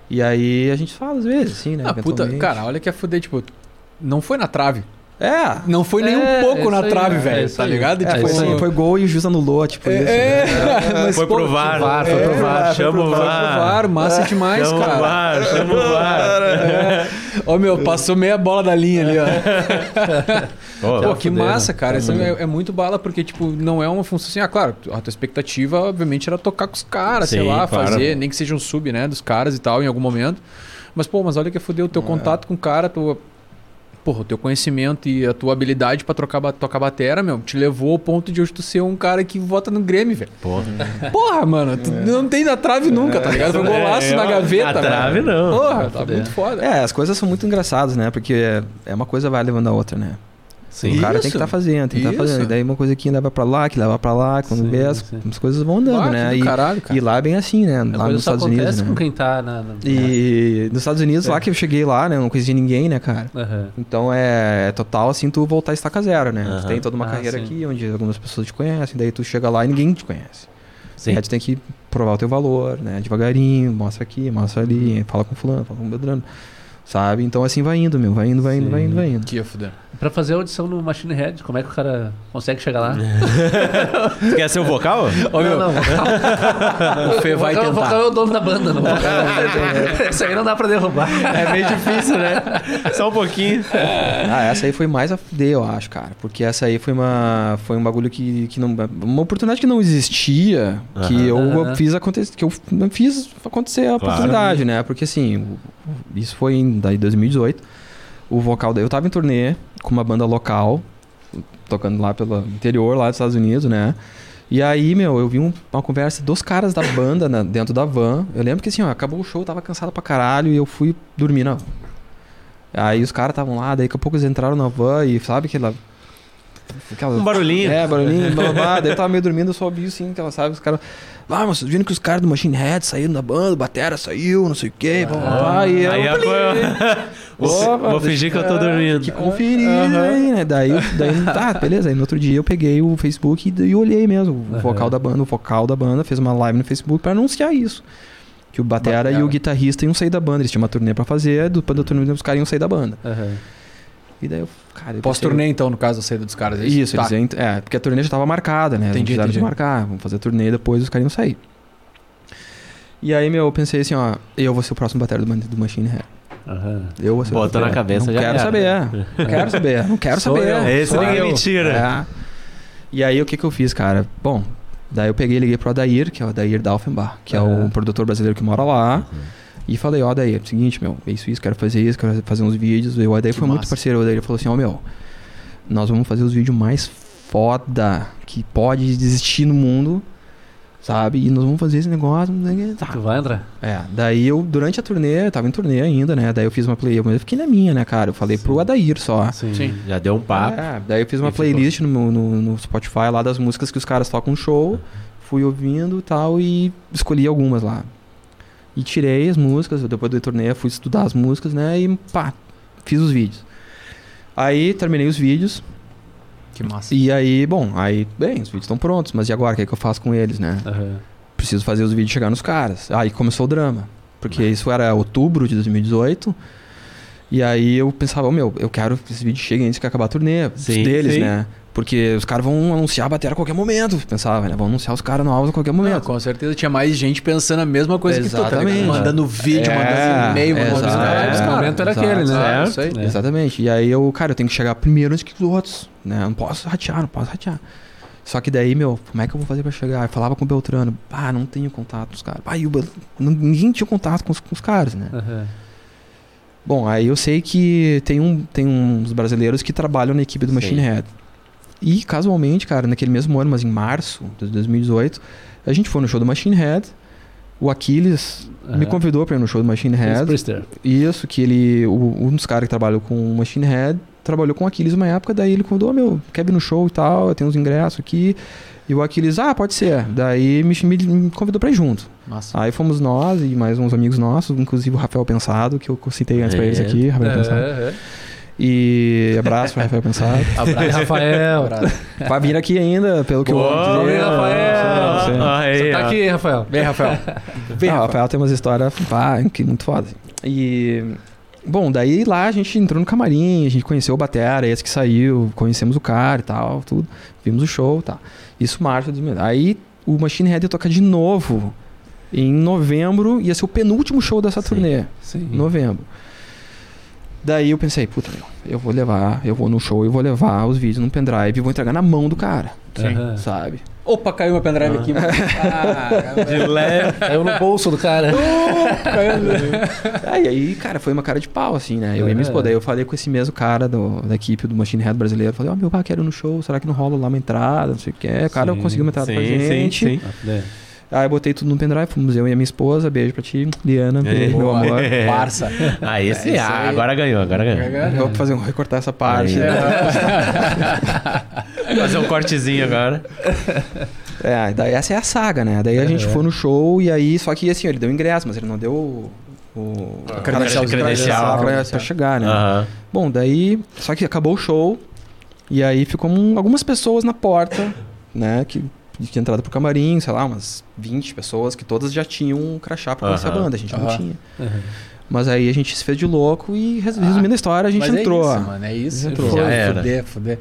E aí a gente fala às vezes, assim, né?
Ah, puta,
eventualmente.
cara, olha que é fuder, tipo, não foi na trave.
É.
Não foi nem
É,
um pouco na
isso aí,
trave,
é
velho,
isso
tá
aí.
ligado?
É,
É,
Tipo,
foi,
isso aí. né?
foi gol e o juiz anulou, tipo isso.
É, mas,
Foi
pô,
provar.
VAR,
Foi
foi pro É.
provar.
VAR,
Chama o
Foi pro
VAR.
VAR, massa demais,
um
Chama o
cara.
VAR. Chama o VAR.
Ó, meu, passou meia bola da linha ali, ó.
Ô,
Já
Pô, que
fuderam.
massa, cara. Isso
fuderam.
é, é muito bala, porque, tipo, não é uma função assim. Ah, claro, a tua expectativa, obviamente, era tocar com os caras, sei
Sim,
lá,
claro.
fazer, nem que seja um sub, né, dos caras e tal, em algum momento. Mas, pô, mas olha que fodeu o teu contato com o cara, tua. Porra, o teu conhecimento e a tua habilidade pra trocar, ba- tocar batera, meu, te levou ao ponto de hoje tu ser um cara que vota no Grêmio, velho.
Porra.
Porra, mano, tu não tem na trave nunca, tá ligado? Foi um golaço
É,
na gaveta,
Na trave,
velho.
não.
Porra, tá muito foda.
É, as coisas são muito engraçadas, né? Porque é uma coisa vai levando a outra, né?
Sim.
O cara
Isso.
tem que estar fazendo, tem que estar
Isso.
fazendo. E daí uma coisa que leva pra lá, que leva pra lá, quando
Sim,
vê, as,
sim.
as coisas vão andando,
Ah,
né?
que
E,
do caralho, cara.
e lá é bem assim, né?
A
Lá
coisa
nos
só
Estados
acontece
Unidos,
com
né?
quem É. tá na... na-
E nos Estados Unidos, lá que eu cheguei lá, né? Eu não conhecia ninguém, né, cara?
Aham.
Então é, é total assim tu voltar a estaca zero, né?
Aham.
Tu tem toda uma
Ah,
carreira
sim.
aqui onde algumas pessoas te conhecem, daí tu chega lá e ninguém te conhece.
Sim.
Aí tu tem que provar o teu valor, né? Devagarinho, mostra aqui, mostra ali, fala com fulano, fala com Beltrano. Sabe? Então assim vai indo, meu, vai indo, vai indo, vai indo, vai indo.
Que ia fuder.
Pra fazer a audição no Machine Head, como é que o cara consegue chegar lá?
É.
Tu quer ser o vocal?
Ó, meu,
não.
o Fê vai
O vocal
tentar.
é o dono da banda, não. né? Isso aí não dá pra derrubar.
É meio difícil, né? Só um pouquinho.
Ah, essa aí foi mais a fuder, eu acho, cara. Porque essa aí foi uma foi um bagulho que, que não uma oportunidade que não existia, que eu
Aham.
fiz acontecer, que eu fiz acontecer a oportunidade, né? Porque assim, o- o- isso foi em daí 2018. O vocal daí eu tava em turnê com uma banda local, tocando lá pelo interior lá dos Estados Unidos, né? E aí, meu, eu vi um- uma conversa dos caras da banda na- dentro da van. Eu lembro que assim, ó, acabou o show, eu tava cansado pra caralho e eu fui dormir na Aí os caras estavam lá, daí daqui a pouco eles entraram na van e sabe aquela. aquela
Um barulhinho.
É, barulhinho, blá blá blá. Daí eu tava meio dormindo, eu só ouvi assim, aquela, sabe? Os caras. Ah, mas vocês viram que os caras do Machine Head saíram da banda, o Batera saiu, não sei o quê, blá blá blá. E eu,
Aí a coisa- Vou,
Opa,
vou
deixa-
fingir que eu tô dormindo.
é, que conferida aí, né? Daí, daí, tá, beleza. Aí no outro dia eu peguei o Facebook e, e olhei mesmo o vocal da banda. O vocal da banda fez uma live no Facebook pra anunciar isso. Que o Batera, e o guitarrista iam sair da banda. Eles tinham uma turnê pra fazer, do, da turnê os caras iam sair da banda. E daí eu, cara... eu pensei-
Pós-turnê, então, no caso, a saída dos caras. é
Isso,
tá.
eles iam, é, porque a turnê já tava marcada, né?
Entendi,
Entendi, eles
entendi.
de marcar, vamos fazer a turnê depois os caras iam sair. E aí, meu, eu pensei assim, ó, eu vou ser o próximo batera do, Man- do Machine Head.
Aham.
Eu vou ser o
Botou
próximo
na
batera.
cabeça,
não
já
quero
era.
saber, é. não quero saber, não quero
Sou
saber.
eu.
Esse
Sou
ninguém
eu.
me tira.
É. E aí, o que que eu fiz, cara? Bom, daí eu peguei e liguei pro Adair, que é o Adair Dalfenbach, que é
Aham.
o produtor brasileiro que mora lá. E falei, ó, Adair, seguinte, meu, é isso, isso, quero fazer isso, quero fazer uns vídeos. E o Adair
Que
foi muito
massa.
parceiro. O Adair falou assim, ó, meu, nós vamos fazer os vídeos mais foda que pode existir no mundo, sabe? E nós vamos fazer esse negócio, não sei o que, tá.
Tu vai entrar?
É, daí eu, durante a turnê, eu tava em turnê ainda, né? Daí eu fiz uma playlist, mas eu fiquei na minha, né, cara? Eu falei pro Adair só.
Sim.
Já deu um papo.
É, daí eu fiz uma
E ficou.
playlist no, meu- no, no Spotify lá das músicas que os caras tocam no show. Fui ouvindo e tal e escolhi algumas lá. E tirei as músicas, depois do turnê fui estudar as músicas, né? E pá, fiz os vídeos. Aí terminei os vídeos.
Que massa.
E aí, bom, aí, bem, os vídeos estão prontos, mas e agora? O que, é que eu faço com eles, né?
Aham.
Preciso fazer os vídeos chegar nos caras. Aí começou o drama. Porque isso era outubro de 2018. E aí eu pensava, "Ô, meu, eu quero que esse vídeo chegue antes que acabar a turnê
Sim,
deles,
sim.
né? Porque os caras vão anunciar a bateria a qualquer momento. Pensava, né? Vão anunciar os caras novos a qualquer
Não,
momento.
com certeza tinha mais gente pensando a mesma coisa que tu, tá ligado?
Exatamente.
Mandando vídeo,
É,
mandando e-mail,
é,
mandando
exato.
Skype,
É,
cara.
o momento era aquele, né?
Exato,
É.
isso aí.
né?
Exatamente. E aí eu, cara, eu tenho que chegar primeiro antes que os outros, né? Eu não posso ratear, não posso ratear. Só que daí, meu, como é que eu vou fazer pra chegar? Eu falava com o Beltrano, ah, não tenho contato com os caras. Ah, e o Bel- ninguém tinha contato com os, com os caras, né?
Aham.
Bom, aí eu sei que tem, um, tem uns brasileiros que trabalham na equipe do Machine
Sim.
Head. E casualmente, cara, naquele mesmo ano, mas em março de 2018, a gente foi no show do Machine Head. O Aquiles me
Aham.
convidou pra ir no show do Machine
Elvis
Head.
Priester.
Isso, que ele. o- um dos caras que trabalhou com o Machine Head trabalhou com o Aquiles uma época, daí ele convidou, "Ô, meu, quer vir no show e tal, eu tenho uns ingressos aqui. E o Aquiles, ah, pode ser. Daí me, me- me convidou pra ir junto.
Massa.
Aí fomos nós e mais uns amigos nossos, inclusive o Rafael Pensado, que eu citei antes pra eles
É.
aqui, Rafael Pensado.
Aham.
E abraço pro Rafael Pensado.
Abraço, Rafael.
Vai vir aqui ainda, pelo que eu
Ô,
ouvi dizer.
Rafael!
Não sei, não sei.
Ó, aí,
Tá
ó.
aqui, Rafael.
Vem, Rafael.
Ah, o Rafael tem umas histórias pá, que muito foda. E, Bom, daí lá a gente entrou no camarim, a gente conheceu o Batera, esse que saiu, conhecemos o cara e tal, tudo. Vimos o show, tá. Isso março de 2000. Aí o Machine Head ia tocar de novo em novembro, ia ser o penúltimo show dessa turnê.
Sim. Uhum.
Em novembro. Daí eu pensei, puta meu, eu vou levar, eu vou no show, eu vou levar os vídeos num pendrive e vou entregar na mão do cara,
Aham.
sabe?
Opa, caiu meu pendrive aqui. mano. Ah,
De leve.
Caiu É no bolso do cara.
Aí, aí, cara, foi uma cara de pau, assim, né? Eu ia
É.
me expor. Daí eu falei com esse mesmo cara do- da equipe do Machine Head brasileiro. Falei, ó, meu pai, quero ir no show. Será que não rola lá uma entrada? Não sei o que. O cara
Sim,
conseguiu uma entrada pra
sim, sim,
gente.
sim.
Ah,
Aí eu botei tudo no pendrive. Fomos eu e a minha esposa. Beijo pra ti, Liana. Beijo, meu
Boa.
amor.
É.
Parça.
Ah, esse,
É isso
ah,
aí.
agora ganhou, agora ganhou.
Vou fazer um recortar essa parte.
Aí.
né?
Fazer um cortezinho agora.
É, daí essa é a saga, né? Daí a gente foi no show e aí, só que assim, ele deu ingresso, mas ele não deu o. o a
credencial, credencial.
pra, pra chegar, né?
Aham.
Bom, daí. Só que acabou o show. E aí ficou um- algumas pessoas na porta, né? Que de entrada pro camarim, sei lá, umas 20 pessoas que todas já tinham um crachá pra conhecer
Aham.
a banda, a gente não
Aham.
tinha. Mas aí a gente se fez de louco e, res- resumindo a história, a gente
Mas
entrou.
É isso, mano. É isso.
Entrou.
Já era.
Fuder, fuder.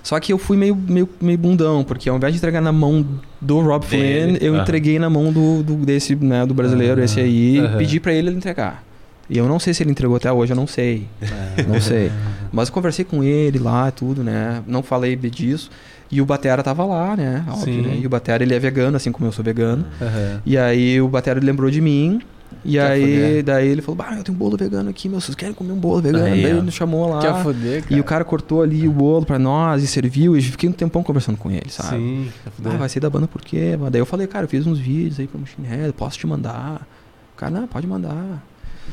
Só que eu fui meio, meio, meio bundão, porque ao invés de entregar na mão do Rob
Dele,
Flynn, eu
aham.
entreguei na mão do, do- desse, né, do brasileiro,
Aham,
esse aí,
aham.
e pedi pra ele entregar. E eu não sei se ele entregou até hoje, eu não sei. Não sei. Mas eu conversei com ele lá, tudo, né? Não falei disso. E o Batera tava lá, né? Óbvio,
Sim.
né? E o Batera, ele é vegano, assim como eu sou vegano. E aí o Batera lembrou de mim. E aí, daí ele falou: Bah, eu tenho um bolo vegano aqui, meu, vocês querem comer um bolo vegano?
Aí,
daí
ó.
ele nos chamou lá.
Que a fuder, cara.
Ah. E o cara cortou ali o bolo pra nós e serviu. E eu fiquei um tempão conversando com ele, sabe?
Sim. né?
Ah, vai ser da banda por quê? Mas Daí eu falei, cara, eu fiz uns vídeos aí pro Machine Head, posso te mandar? O cara, não, pode mandar. Ah,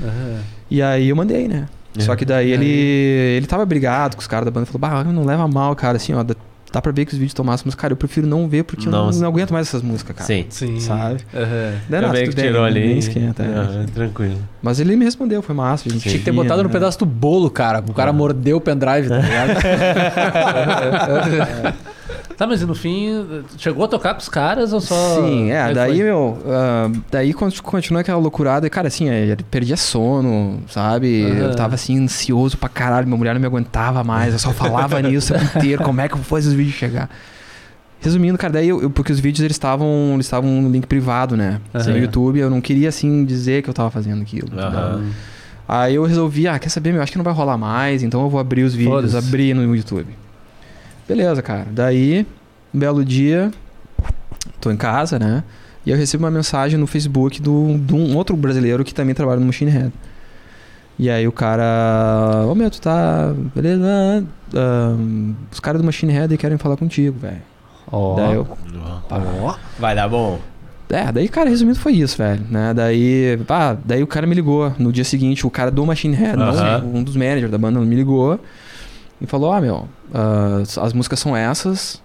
Aham.
E aí eu mandei, né?
É.
Só que daí ele, ele tava brigado com os caras da banda. Falou, bah, não leva mal, cara, assim, ó. Dá, dá pra ver que os vídeos estão massa, mas, cara, eu prefiro não ver porque eu
Não,
não,
sim.
não aguento mais essas músicas, cara.
Sim.
Sim.
Sabe?
Aham.
Daí,
Ainda
nossa,
bem que
tudo bem,
tirou ali.
Nem esquenta, é.
Aham, tranquilo.
Mas ele me respondeu, foi massa. a gente
Tinha que ter
via,
botado no
né? Ah.
pedaço do bolo, cara. O cara mordeu o pendrive, tá ligado?
Tá, mas e no fim, chegou a tocar com os caras ou só.
Sim, é,
Aí
daí,
foi?
meu, ah, daí con- continua aquela loucurada, e, cara, assim, é, eu perdia sono, sabe?
Aham.
Eu tava assim, ansioso pra caralho, minha mulher não me aguentava mais, eu só falava nisso o tempo inteiro, como é que eu vou fazer os vídeos chegar? Resumindo, cara, daí eu, eu- porque os vídeos eles estavam eles estavam no link privado, né?
Aham.
No YouTube, eu não queria assim dizer que eu tava fazendo aquilo. entendeu?
Aham.
Aí eu resolvi, ah, quer saber, meu, acho que não vai rolar mais, então eu vou abrir os vídeos,
Foda-se.
abrir no YouTube. Beleza, cara. Daí, um belo dia, tô em casa, né? E eu recebo uma mensagem no Facebook do- de um outro brasileiro que também trabalha no Machine Head. E aí o cara, ô meu, tu tá. Beleza? ahn, os caras do Machine Head querem falar contigo, velho.
Ó.
Daí eu,
Vai dar bom.
é, daí, cara, resumindo foi isso, velho, né? Daí, pá, daí o cara me ligou no dia seguinte, o cara do Machine Head, não,
Aham.
um dos managers da banda, me ligou e falou, ó, meu, ah, as músicas são essas,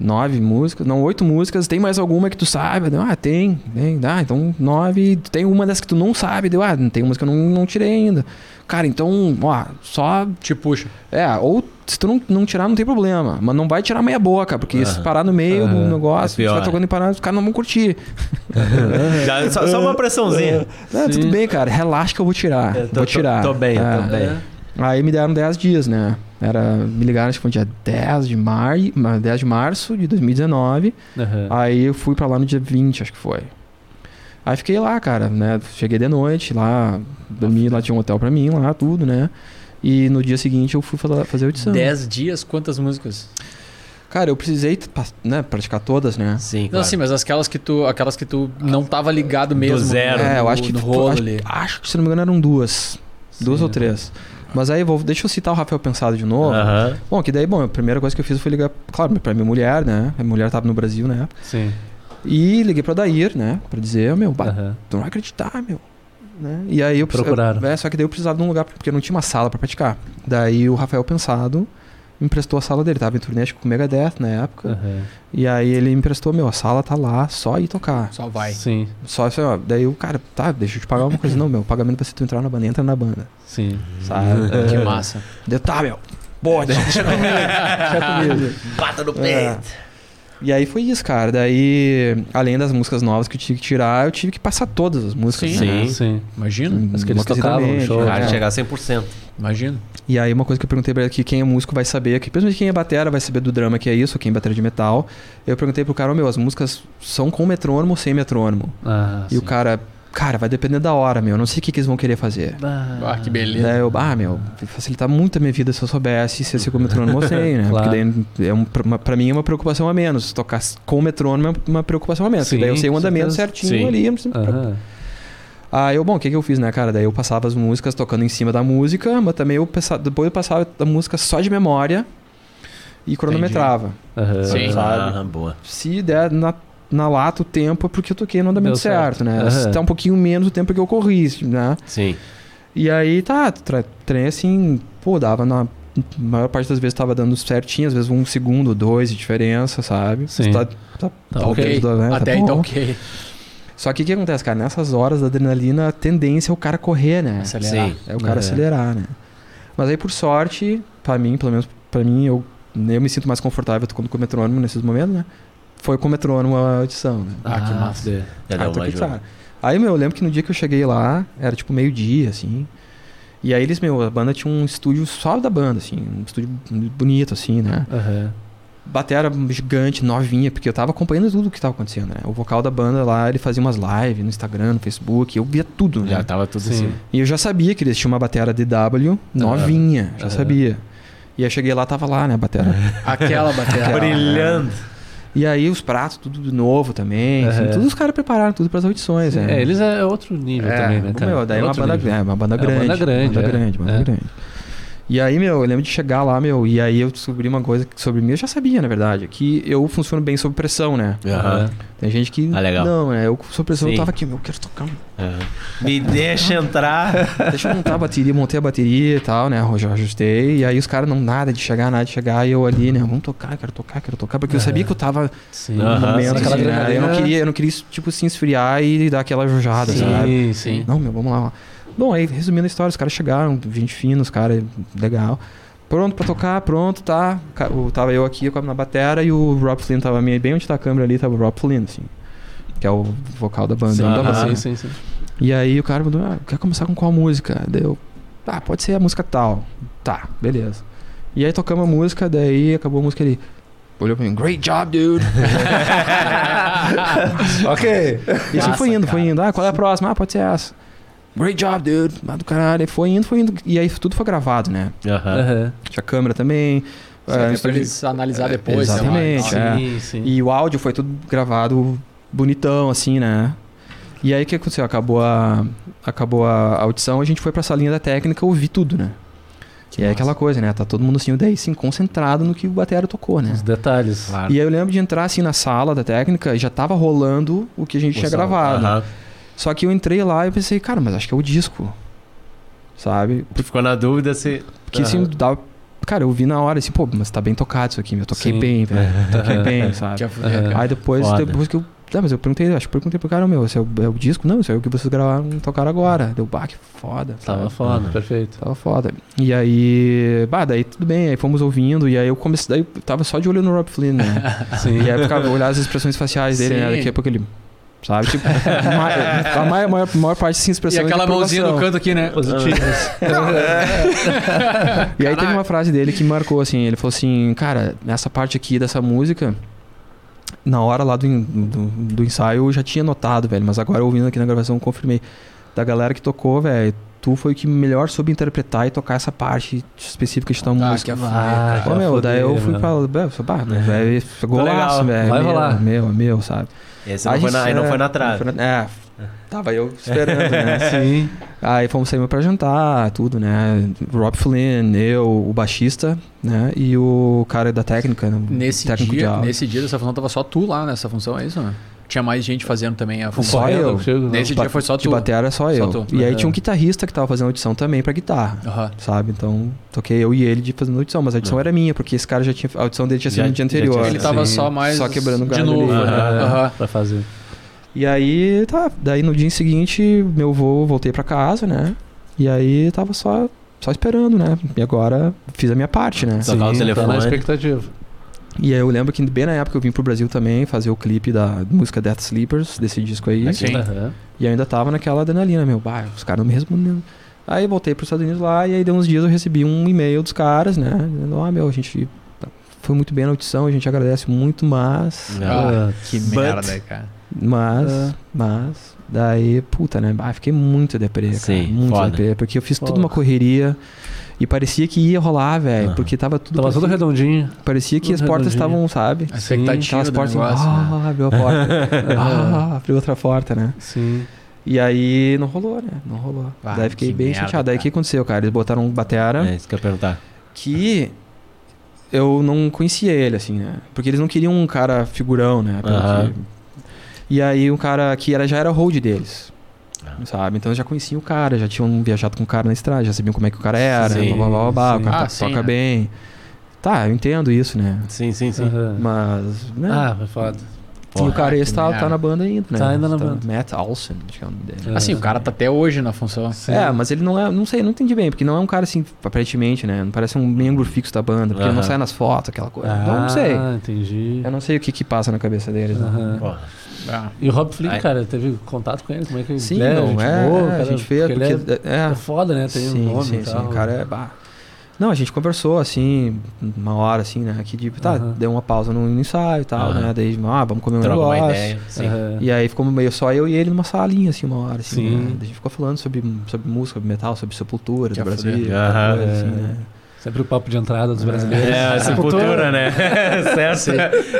nove músicas, não, oito músicas, tem mais alguma que tu saiba? Deu, ah, tem, tem, ah, então nove, tem uma das que tu não sabe, deu, ah, tem umas que eu não, não tirei ainda. Cara, então, ó, só
Te puxa.
é, ou se tu não, não tirar, não tem problema. Mas não vai tirar meia boca, porque se
Aham.
parar no meio
Aham.
do negócio,
É pior.
você vai tocando em parar, os caras não vão curtir.
Já- só, só uma pressãozinha.
Ah, tudo bem, cara, relaxa que eu vou tirar.
Eu tô-
vou tirar.
Tô, tô bem,
É.
tô bem.
Aí me deram 10 dias, né? Era, me ligaram, acho que foi dia 10 de, mar... 10 de março de 2019.
Aham.
Aí eu fui pra lá no dia 20, acho que foi. Aí fiquei lá, cara, né? Cheguei de noite lá, dormi, lá tinha um hotel pra mim, lá, tudo, né? E no dia seguinte eu fui fala- fazer a audição.
Dez dias, quantas músicas?
Cara, eu precisei pa- né, praticar todas, né?
Então,
Sim,
Não,
claro.
assim, mas aquelas que tu, aquelas que tu não tava ligado mesmo.
zero.
né,
É, eu
no-
acho que
no rolo
acho,
ali.
acho que se não me engano eram duas. Duas
Sim.
ou três. Mas aí vou, deixa eu citar o Rafael Pensado de novo.
Aham.
Bom, que daí, bom, a primeira coisa que eu fiz foi ligar, claro, pra minha mulher, né? A minha mulher tava no Brasil, né?
Ah, Sim.
E liguei pra Dair, né? Pra dizer, meu, bah,
Aham.
tu não vai acreditar, meu. Né? E aí eu precis-
Procuraram.
É, só que daí eu precisava de um lugar, porque não tinha uma sala pra praticar. Daí o Rafael Pensado me emprestou a sala dele. Tava em turnê, acho que com o Megadeth na época.
Aham.
E aí ele me emprestou, meu, a sala tá lá, só ir tocar.
Só vai.
Sim,
Só assim, ó. Daí o cara, tá, deixa eu te pagar uma coisa. Não, meu, o pagamento vai ser tu entrar na banda, entra na banda.
sim.
Sabe?
Que massa.
Deu, tá, meu. Boa, deixa, deixa comigo. Deixa comigo.
Bata no
É.
peito.
E aí foi isso, cara. Daí, além das músicas novas que eu tive que tirar, eu tive que passar todas as músicas.
Sim.
né?
Sim, sim.
Imagino,
As que eles
Musicalmente,
tocavam no show.
né?
Cara,
É.
chegar a 100%.
imagino.
E aí uma coisa que eu perguntei pra ele que quem é músico vai saber, que principalmente quem é batera vai saber do drama que é isso, quem é batera de metal. Eu perguntei pro cara, "Ô, meu, as músicas são com metrônomo ou sem metrônomo?
Ah,
e o cara, cara, vai depender da hora, meu. Eu não sei o que, que eles vão querer fazer.
Ah, que beleza.
Daí eu, ah, meu, facilitar muito a minha vida se eu soubesse se esse com metrônomo ou sem, né?
Claro.
Porque daí é um, pra, uma- pra mim é uma preocupação a menos. Tocar com metrônomo é uma preocupação a menos. porque
Sim,
daí eu sei o
com
andamento
certeza.
certinho
Sim.
ali, não precisa me preocupar.
Aham.
Aí eu, bom, o que, que eu fiz, né, cara? Daí eu passava as músicas tocando em cima da música, mas também eu pensava, depois eu passava a música só de memória e cronometrava.
Aham.
Sim.
Ah, boa.
Se der na, na lata o tempo é porque eu toquei no andamento
Deu certo.
certo, né?
Aham.
Se tá um pouquinho menos o tempo que eu corri, né?
Sim.
E aí tá, tra- trem assim, pô, dava na. A maior parte das vezes tava dando certinho, às vezes um segundo, dois de diferença, sabe?
Sim.
Tá, tá,
Tá ok.
dentro da- né?
Até
Tá
aí tá
bom.
ok.
Só que o que acontece, cara? Nessas horas da adrenalina, a tendência é o cara correr, né?
Acelerar.
Sim.
É o cara
É.
acelerar, né? Mas aí, por sorte, pra mim, pelo menos pra mim, eu, eu me sinto mais confortável quando com o metrônomo nesses momentos, né? Foi com o metrônomo a audição, né?
Ah, que massa.
Já
Ah,
deu
tô
uma
aqui,
ajuda.
cara. Aí, meu, eu lembro que no dia que eu cheguei lá, era tipo meio-dia, assim. E aí eles, meu, a banda tinha um estúdio só da banda, assim. Um estúdio bonito, assim, né?
Aham.
Batera gigante, novinha, porque eu tava acompanhando tudo o que tava acontecendo, né? O vocal da banda lá, ele fazia umas lives no Instagram, no Facebook, eu via tudo, né?
Já tava tudo
Sim.
assim.
E eu já sabia que eles tinham uma batera DW novinha, já
Aham.
sabia. E aí cheguei lá, tava lá, né, a batera.
Aquela bateria.
Brilhando.
e aí os pratos, tudo de novo também. assim,
Aham.
todos os caras prepararam tudo pras audições, né?
É, eles é outro nível
É,
também, né, cara?
Meu, daí é uma
Outro
banda,
nível.
é, uma banda
É uma
grande.
banda grande,
Banda
é.
grande, banda
É.
grande. E aí, meu, eu lembro de chegar lá, meu, e aí eu descobri uma coisa que sobre mim, eu já sabia, na verdade, que eu funciono bem sob pressão, né?
Aham.
Tem gente que.
Ah, legal.
Não, é, eu sob pressão,
Sim.
eu tava aqui, meu, eu quero tocar. meu.
Aham. Me deixa entrar.
Deixa eu montar a bateria, montei a bateria e tal, né? Eu já ajustei. E aí os caras não, nada de chegar, nada de chegar, e eu ali, né? Vamos tocar, quero tocar, quero tocar, porque eu sabia que eu tava
É. Sim.
no
Aham,
momento,
sim,
assim,
aquela
né? Eu não
adrenalina.
queria, eu não queria, tipo, se esfriar e dar aquela jojada, sabe?
Sim, sim.
Não, meu, vamos lá. vamos lá. Bom, aí resumindo a história, os caras chegaram, gente fina, os caras, legal. Pronto pra tocar, pronto, tá. Ca- o- Tava eu aqui com a- na batera e o Rob Flynn tava meio- bem onde tá a câmera ali, tava o Rob Flynn, assim. Que é o vocal da banda.
Sim,
não dá pra
aham.
ser.
sim, sim, sim.
E aí o cara mandou, ah, quer começar com qual música? Daí eu, ah, pode ser a música tal. Tá, beleza. E aí tocamos a música, daí acabou a música ali. Olhou pra mim, great job, dude.
ok.
E assim
Massa,
foi indo,
cara.
foi indo. Ah, qual é a próxima? Ah, pode ser essa. Great job, dude. Ah, do caralho. E foi indo, foi indo. E aí tudo foi gravado, né?
Aham.
Aham.
Tinha câmera também.
Isso
ah,
aqui é pra
estúdio-
eles analisar depois. né? sei lá,
exatamente,
e tal.
é.
Sim, sim.
E o áudio foi tudo gravado bonitão, assim, né? E aí o que aconteceu? Acabou a, acabou a audição, a gente foi pra salinha da técnica ouvir tudo, né? e é aquela coisa, né? Tá todo mundo assim, daí sim, concentrado no que o batera tocou, né?
Os detalhes.
Claro.
E aí eu lembro de entrar assim na sala da técnica e já tava rolando o que a gente tinha
Gostava.
gravado.
Aham.
Só que eu entrei lá e pensei, cara, mas acho que é o disco. Sabe?
Tu ficou na dúvida se.
Porque assim, dava. Cara, eu vi na hora assim, pô, mas tá bem tocado isso aqui, meu. Toquei
Sim.
bem, velho. Toquei bem, sabe?
Tinha fudido, cara.
Aí depois,
É. Foda.
depois que eu. Tá, mas eu perguntei, acho que perguntei pro cara, meu, esse é o, é o disco? Não, isso é o que vocês gravaram e tocaram agora. Deu, bah, que foda.
Tava
sabe? Uhum.
foda, perfeito.
Tava foda. E aí. Bah, daí tudo bem, aí fomos ouvindo, e aí eu comecei. Daí eu tava só de olho no Rob Flynn, né?
Sim.
e aí eu ficava olhando as expressões faciais dele, né?
Sim.
Daqui a pouco ele. Sabe? Tipo, ma- a maior, maior, maior parte assim,
E
expressão. de
aquela mãozinha no
aprovação.
canto aqui, né?
E aí teve uma frase dele que me marcou, assim, ele falou assim, cara, nessa parte aqui dessa música, na hora lá do, en- do, do ensaio eu já tinha notado, velho, mas agora ouvindo aqui na gravação eu confirmei. Da galera que tocou, velho, tu foi o que melhor soube interpretar e tocar essa parte específica de tal
Ah, que
música.
é
Ah,
Pô,
já
meu, daí eu
fudeu,
fui
né?
pra. Velho, bah, velho,
Tá
legal,
golaço, velho.
vai
meu,
rolar.
Meu, meu, sabe?
Esse não foi, na,
gente-
aí não foi na
é,
trave.
não foi na- É, tava eu esperando, né?
Sim.
Aí fomos sair pra jantar, tudo, né? Rob Flynn, eu, o baixista, né? E o cara da técnica, né?
Nesse
técnico de
dia,
áudio.
nesse dia dessa função tava só tu lá nessa função, é isso, né? Tinha mais gente fazendo também a função.
Ah, Só eu.
Chego,
Nesse
Ba-
dia foi só
de
tu.
batera só eu.
tu.
E aí
É.
tinha um guitarrista que tava fazendo audição também pra guitarra.
Aham.
Sabe? Então, toquei eu e ele de fazendo audição, mas a audição era minha, porque esse cara já tinha. A audição dele tinha sido
É. Já-
no dia
já tinha
anterior.
sido.
Ele tava
Sim.
só mais.
Só quebrando o
De
galho
novo.
ali,
né?
né?
Aham.
Pra fazer.
E aí, tá. Daí no dia seguinte, meu voo, voltei pra casa, né? E aí tava só, só esperando, né? E agora fiz a minha parte, né?
Tocar o
Sim, tá
telefone.
na expectativa.
E aí eu lembro que bem na época eu vim pro Brasil também fazer o clipe da música Death Sleepers, desse disco aí.
Sim.
Aham.
E eu ainda tava naquela adrenalina, meu, bah, os caras não me respondendo. Aí eu voltei pros Estados Unidos lá e aí deu uns dias eu recebi um e-mail dos caras, né? Dizendo, ah, meu, a gente tá- foi muito bem na audição, a gente agradece muito, mas.
Ah, que
But-
merda, cara.
Mas,
É.
mas. Daí, puta, né? Ah, fiquei muito deprê, cara.
Sim,
muito
foda.
deprê, porque eu fiz
Foda.
toda uma correria e parecia que ia rolar, velho, porque tava tudo.
Tava todo redondinho.
Parecia que as
tudo
portas
redondinho.
estavam, sabe?
A
Sim,
expectativa
Aquelas
do
portas.
negócio, né?
ah, abriu a porta. ah, abriu outra porta, né?
Sim.
E aí não rolou, né? Não rolou.
Ah,
Daí fiquei
que
bem
merda,
chateado. Daí o
cara.
que aconteceu, cara? Eles botaram um batera
É isso que eu ia perguntar.
que eu não conhecia ele, assim, né? Porque eles não queriam um cara figurão, né? Pelo
Aham.
que- E aí um cara que era, já era hold deles.
Ah.
Sabe? Então eu já conhecia o cara, já tinham viajado com o cara na estrada, já sabiam como é que o cara era,
Sim,
blá, blá, blá, blá,
sim.
o cara
Ah,
to-
sim,
toca
né?
bem. Tá, eu entendo isso, né?
Sim, sim, sim.
Aham.
Mas. Né?
Ah, foi foda.
e o cara esse
que
tá,
merda.
tá na banda ainda, né?
Tá ainda na banda. Ah,
Matt Olson, acho que é o nome dele.
Assim, o cara tá até hoje na função.
É, mas ele não é, não sei, não entendi bem, porque não é um cara assim, aparentemente, né? Não parece um membro fixo da banda, porque ele não
Aham.
sai nas fotos, aquela coisa.
Ah,
Então, eu não sei.
entendi.
Eu não sei o que que passa na cabeça deles. né?
Aham.
Porra.
Ah,
E o Rob Flynn,
Ai.
cara, teve contato com ele? Como é que ele
Sim,
é?
não
gente
é,
boa,
a
cara,
gente vê,
porque ele
porque... é,
é, é foda, né? Tem
sim,
um nome
sim,
e
sim,
tal.
o cara é... bah. Não, a gente conversou, assim, uma hora, assim, né? Que tipo, tá,
Aham.
deu uma pausa no ensaio e tal,
Aham.
né? Daí, ah, vamos comer um
Troca
negócio.
uma ideia. Sim.
Aham.
E aí ficou meio só eu e ele numa salinha, assim, uma hora, assim,
Sim.
né? Daí A gente ficou falando sobre, sobre música, sobre metal, sobre sepultura
Que
do
a
Brasil,
fuder.
Aham.
coisa assim,
É.
né?
Sempre o papo de entrada dos brasileiros. Ah,
É, a sepultura, né? certo.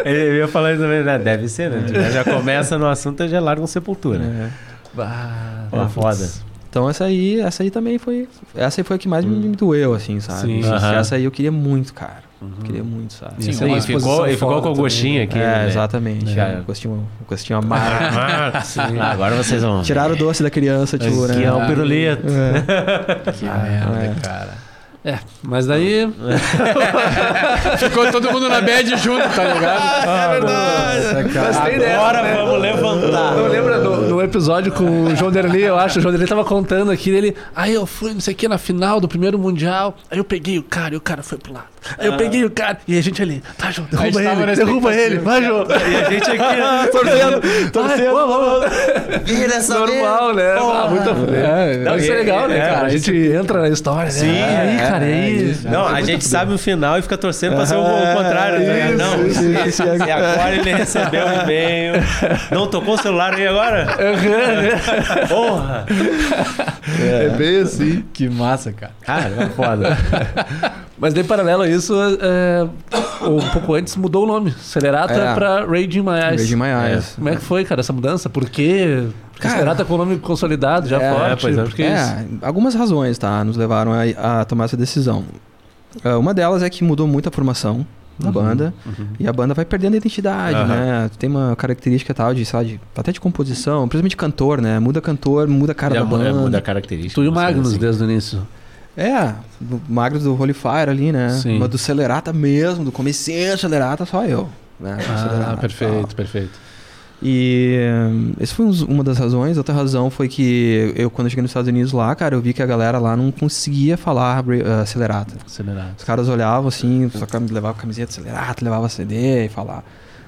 Eu ia falar isso também, né? Deve ser, né? Já começa no assunto e já larga um sepultura.
É.
Bah,
Pô, foda.
Então essa aí, essa aí também foi. Essa aí foi a que mais me doeu, assim, sabe?
Sim.
Essa-
Aham.
Essa aí eu queria muito, cara. Queria muito, sabe?
Uhum. Sim,
Sim,
é uma
e
exposição
ficou, e ficou
foda
com o
também,
gostinho
né?
aqui.
É,
né?
exatamente.
Já-
é, Um gostinho, um gostinho amargo.
Ah, ah, agora vocês vão. ver.
Tiraram o doce da criança, tipo,
Que é
né?
o pirulito.
É.
que merda,
é.
cara.
Mas daí.
Ficou todo mundo na bad junto, tá ligado?
é verdade. Gostei
Agora né? vamos levantar.
Não lembra no, no episódio com o João Derli, eu acho, o João Derli tava contando aqui, ele, aí eu fui, não sei o que, na final do primeiro mundial, aí eu peguei o cara e o cara foi pro lado. Aí eu peguei o cara e a gente ali, tá, João, Ah. derruba
tava na
ele, derruba ele, vai, João.
E a gente aqui torcendo,
Vai,
torcendo.
vamos, vamos.
Vira essa
Normal, né? Ah,
Tá
muito a fuder. Não, isso é
é-
legal, né,
é,
cara? A gente entra na história, Sim, né? E aí, cara, é isso.
Não, a gente sabe o final e fica torcendo pra ser o o contrário. né? Não,
isso, isso,
e
isso.
agora ele recebeu o e-mail. Não tocou o celular aí agora?
né?
Porra!
É bem assim.
Que massa, cara.
Cara, é foda.
Mas daí, paralelo a isso, é, um pouco antes mudou o nome. Celerata
É.
pra Raging My Eyes.
Raging My Eyes.
Como é que foi, cara, essa mudança? Por quê? Porque
Cara,
Celerata com o nome consolidado, já
é,
forte.
pois é.
Por que isso?
É, algumas razões, tá? Nos levaram a, a tomar essa decisão. Ah, uma delas é que mudou muito a formação
Uhum.
da banda. E a banda vai perdendo a identidade,
Aham.
né? Tem uma característica tal de, sei lá, de, até de composição, principalmente cantor, né? Muda cantor, muda a cara
Já
da
mu- é,
banda.
muda a característica.
Tu e o
uma coisa
Magnus
assim.
desde o início.
É, o Magro do Holy Fire ali, né?
Sim.
Mas do Celerata mesmo, do comecinho do Celerata, só eu. Né? Do Celerata
Ah,
e
perfeito,
tal.
perfeito.
E hum, essa foi uns- uma das razões. Outra razão foi que eu, quando eu cheguei nos Estados Unidos lá, cara, eu vi que a galera lá não conseguia falar Bra- eh, Celerata.
Celerata.
Os caras olhavam assim, só cam- levava camiseta Celerata, levava CD e falar.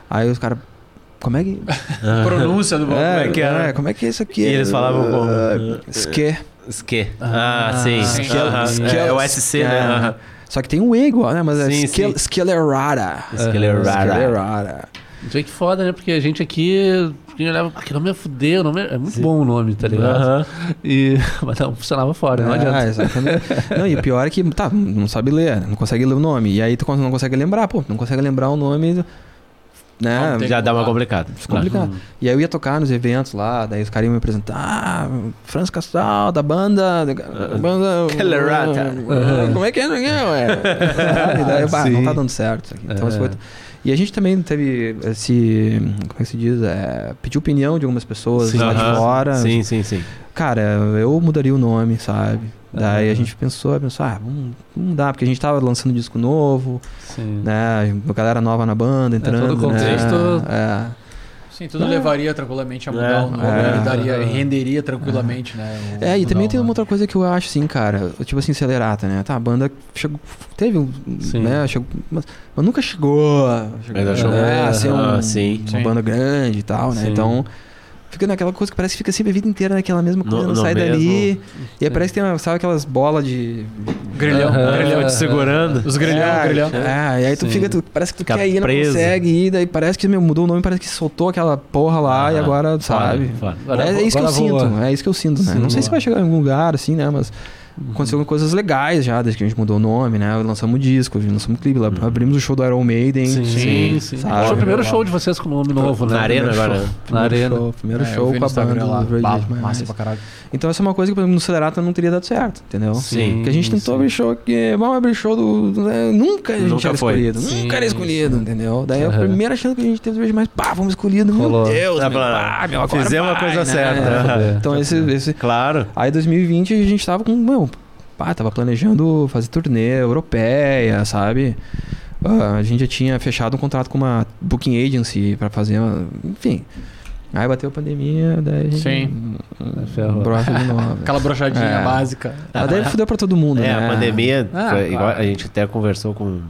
Aí os caras, como é que...
Pronúncia do
É,
bagulho.
é que era?
é, como é que é isso aqui?
E eles falavam como?
Eh, Esque.
Ske. né? Ah, sim.
sim.
Aham.
Ske-
É o SC, né?
É.
Aham.
Só que tem um E igual, né? Mas é
Sim,
Ske-
sim.
Skelerata.
É,
Skelerata.
Skelerata.
Isso aí que foda, né? Porque a gente aqui... Quem olhava, ah, que nome é fuder, o nome é... é muito bom o nome, tá ligado?
Aham.
E... Mas não funcionava fora, não
Ah,
adianta.
exatamente. não, e o pior é que, tá, não sabe ler, não consegue ler o nome. E aí tu cons- não consegue lembrar, pô, não consegue lembrar o nome, né?
Não tem.
Já dá uma complicada.
Complicado. E aí eu ia tocar nos eventos lá, daí os caras iam me apresentar, ah, Franz Castal, da banda. Da,
Ah,
banda.
Celerata.
Ah, Como é que é, não é? ué? Sabe? daí, bah, não tá dando certo isso aqui. Então,
É.
isso foi- E a gente também teve esse. Como é que se diz? É, pediu opinião de algumas pessoas lá
Aham.
de fora.
Sim, sim, sim.
Cara, eu mudaria o nome, sabe? Daí a gente pensou, pensou, ah, vamos vamos mudar, porque a gente tava lançando um disco novo,
Sim.
né? Galera nova na banda,
todo
entrando.
o contexto.
Né? É.
Sim, tudo levaria tranquilamente a mudar o nome, né? daria, renderia tranquilamente, né? o-
É, e
mudar
também
o
tem uma
nome.
outra coisa que eu acho, assim, cara. Tipo assim, acelerata, né? Tá, a banda chegou. Teve um.
Sim.
Né, chegou, mas, mas nunca chegou. chegou
Mas achou-
né, a ser um-
Ah, sim.
uma
Sim.
banda grande e tal, né?
Sim.
Então. Fica naquela coisa que parece que fica sempre a vida inteira naquela mesma
No-
coisa, não
no
sai
mesmo-
dali. E aí parece que tem, uma- sabe, aquelas bolas de.
Grelhão,
Aham.
grelhão.
Um Grelhão te segurando.
Os grelhão,
é,
grelhão.
É, e aí tu
Sim.
fica, tu- parece que tu
Fica
quer ir, não
preso.
consegue ir, daí parece que meu, mudou o nome, parece que soltou aquela porra lá e
Ah,
agora, sabe?
Fora, fora.
Agora
é,
vo-
é isso que eu
agora voa.
sinto, é isso que eu sinto, né?
Sim,
não sei se
boa.
vai chegar em algum lugar, assim, né? Mas aconteceram coisas legais já, desde que a gente mudou o nome, né? Lançamos disco, lançamos um clipe, lá, abrimos o show do Iron Maiden.
Sim, sim.
Sim,
sim.
sabe?
Foi o primeiro show de vocês com o nome novo, né?
Na arena
Primeiro
agora.
show. Na
Primeiro
arena.
show, primeiro
É, eu
show
vi
com
no
a banda
Instagram lá.
do Rage
Bala,
Against the
massa
Machine.
pra caralho.
Então essa é uma coisa que, por exemplo, no Celerata não teria dado certo, entendeu?
Sim.
Porque a gente tentou abrir show aqui, vamos abrir show do. do- né? Nunca a gente
Nunca
era
foi.
escolhido.
Sim,
nunca era escolhido, entendeu? Daí a
Aham.
primeira chance que a gente teve de mais, pá, vamos escolhido.
Rolou.
Meu Deus,
Tá
meu,
falando,
pá, meu, agora
fizemos a
vai,
coisa
né?
certa.
É.
Então esse, esse.
Claro.
Aí 2020 a gente tava com. Meu, pá, tava planejando fazer turnê europeia, sabe? Ah, a gente já tinha fechado um contrato com uma booking agency pra fazer. uma- Enfim. Aí bateu a pandemia, daí a gente.
Sim.
Ferro.
Brocha de novo.
Aquela brochadinha
É.
básica.
Ela deve fudeu pra todo mundo,
É,
né?
a pandemia,
Ah,
foi igual-
claro.
a gente até conversou com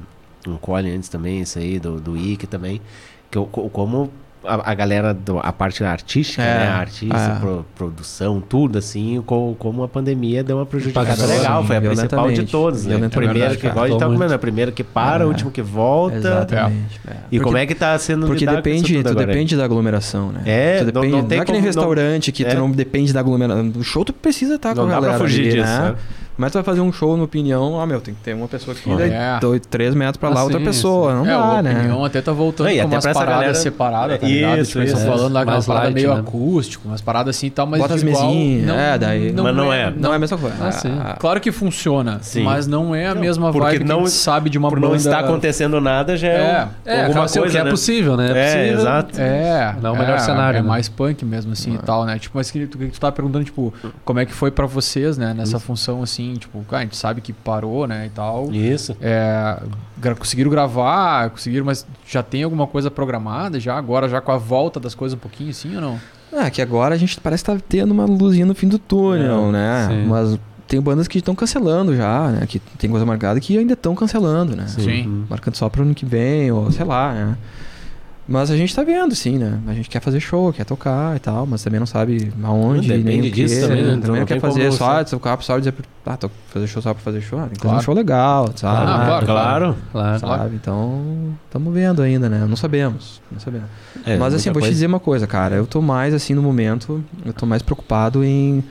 um Cole antes também, isso aí, do, do Ike também, que o- co- como a, a galera, do, a parte artística,
É,
né, artista,
é.
pro- produção, tudo assim, co- como a pandemia deu uma prejudicada
Impactou,
legal, foi a
sim,
principal de
violentamente.
todas, né?
Violentamente,
Primeiro
cara.
que igual a gente tá
Impactou
comendo, a primeira que para, a
É.
última que volta,
Exatamente. é.
e como é que tá sendo
Porque
lidado com isso
depende,
tudo
tu
agora, hein?
depende da aglomeração, né?
É,
tu
não-
depende,
não tem
é que nem
como-
restaurante que
é.
tu não depende da aglomeração. No show tu precisa estar com a
Não dá
galera.
pra fugir
ali,
disso,
né?
né?
Mas tu vai fazer um show, na opinião, ó, meu, tem que ter uma pessoa aqui, daí
É.
dois, três metros pra lá,
Ah,
Assim,
outra
sim,
pessoa. Não
é,
dá,
o
né?
opinião até tá voltando
Não, e
com
até
umas
pra essa
paradas
galera-
separadas, tá ligado?
Isso,
Tipo, eles
isso.
tão falando lá que é uma
Mais
parada
light,
meio
né?
acústico, umas paradas assim e tal, mas
Bota as
igual,
mesinhas,
não-
é, daí-
Mas não é.
Não é a mesma coisa.
Ah, sim.
Ah,
Claro que funciona,
Sim.
mas não é a mesma
porque
vibe que
não-
a gente sabe de uma
Por
banda...
não estar acontecendo nada, já
É,
é, um-
É,
alguma
acaba sendo
coisa,
que é
né?
possível, né?
É,
possível.
exato.
É,
Não é o melhor
é,
cenário,
É
né?
mais punk mesmo, assim,
É.
e tal, né? Tipo, mas que, tu- que tu tava perguntando, tipo, como é que foi pra vocês, né? Nessa função, assim, tipo, cara, a gente sabe que parou, né, e tal.
Isso.
É, gra- conseguiram gravar, conseguiram, mas já tem alguma coisa programada já agora, já com a volta das coisas um pouquinho, assim, ou não?
Ah, que agora a gente parece que tá tendo uma luzinha no fim do túnel,
É,
né?
sim.
Mas tem bandas que estão cancelando já, né? Que tem coisa marcada que ainda estão cancelando, né?
Sim.
marcando só pro ano que vem, ou sei lá, né? Mas a gente tá vendo, sim, né? A gente quer fazer show, quer tocar e tal, mas também não sabe aonde,
Não,
nem o
depende
que,
disso também, né?
Também
Então
não,
não
quer
tem como
fazer
não
só
saber.
tocar pro pessoal e dizer, ah, tô fazer show só pra fazer show. Ah, tem que fazer um
Claro.
show legal, sabe? né?
Ah, claro,
claro.
Claro.
Sabe? Então, estamos vendo ainda, né? Não sabemos, não sabemos.
É, muita
mas assim, eu vou te
coisa.
dizer uma coisa, cara. Eu tô mais, assim, no momento, eu tô mais preocupado em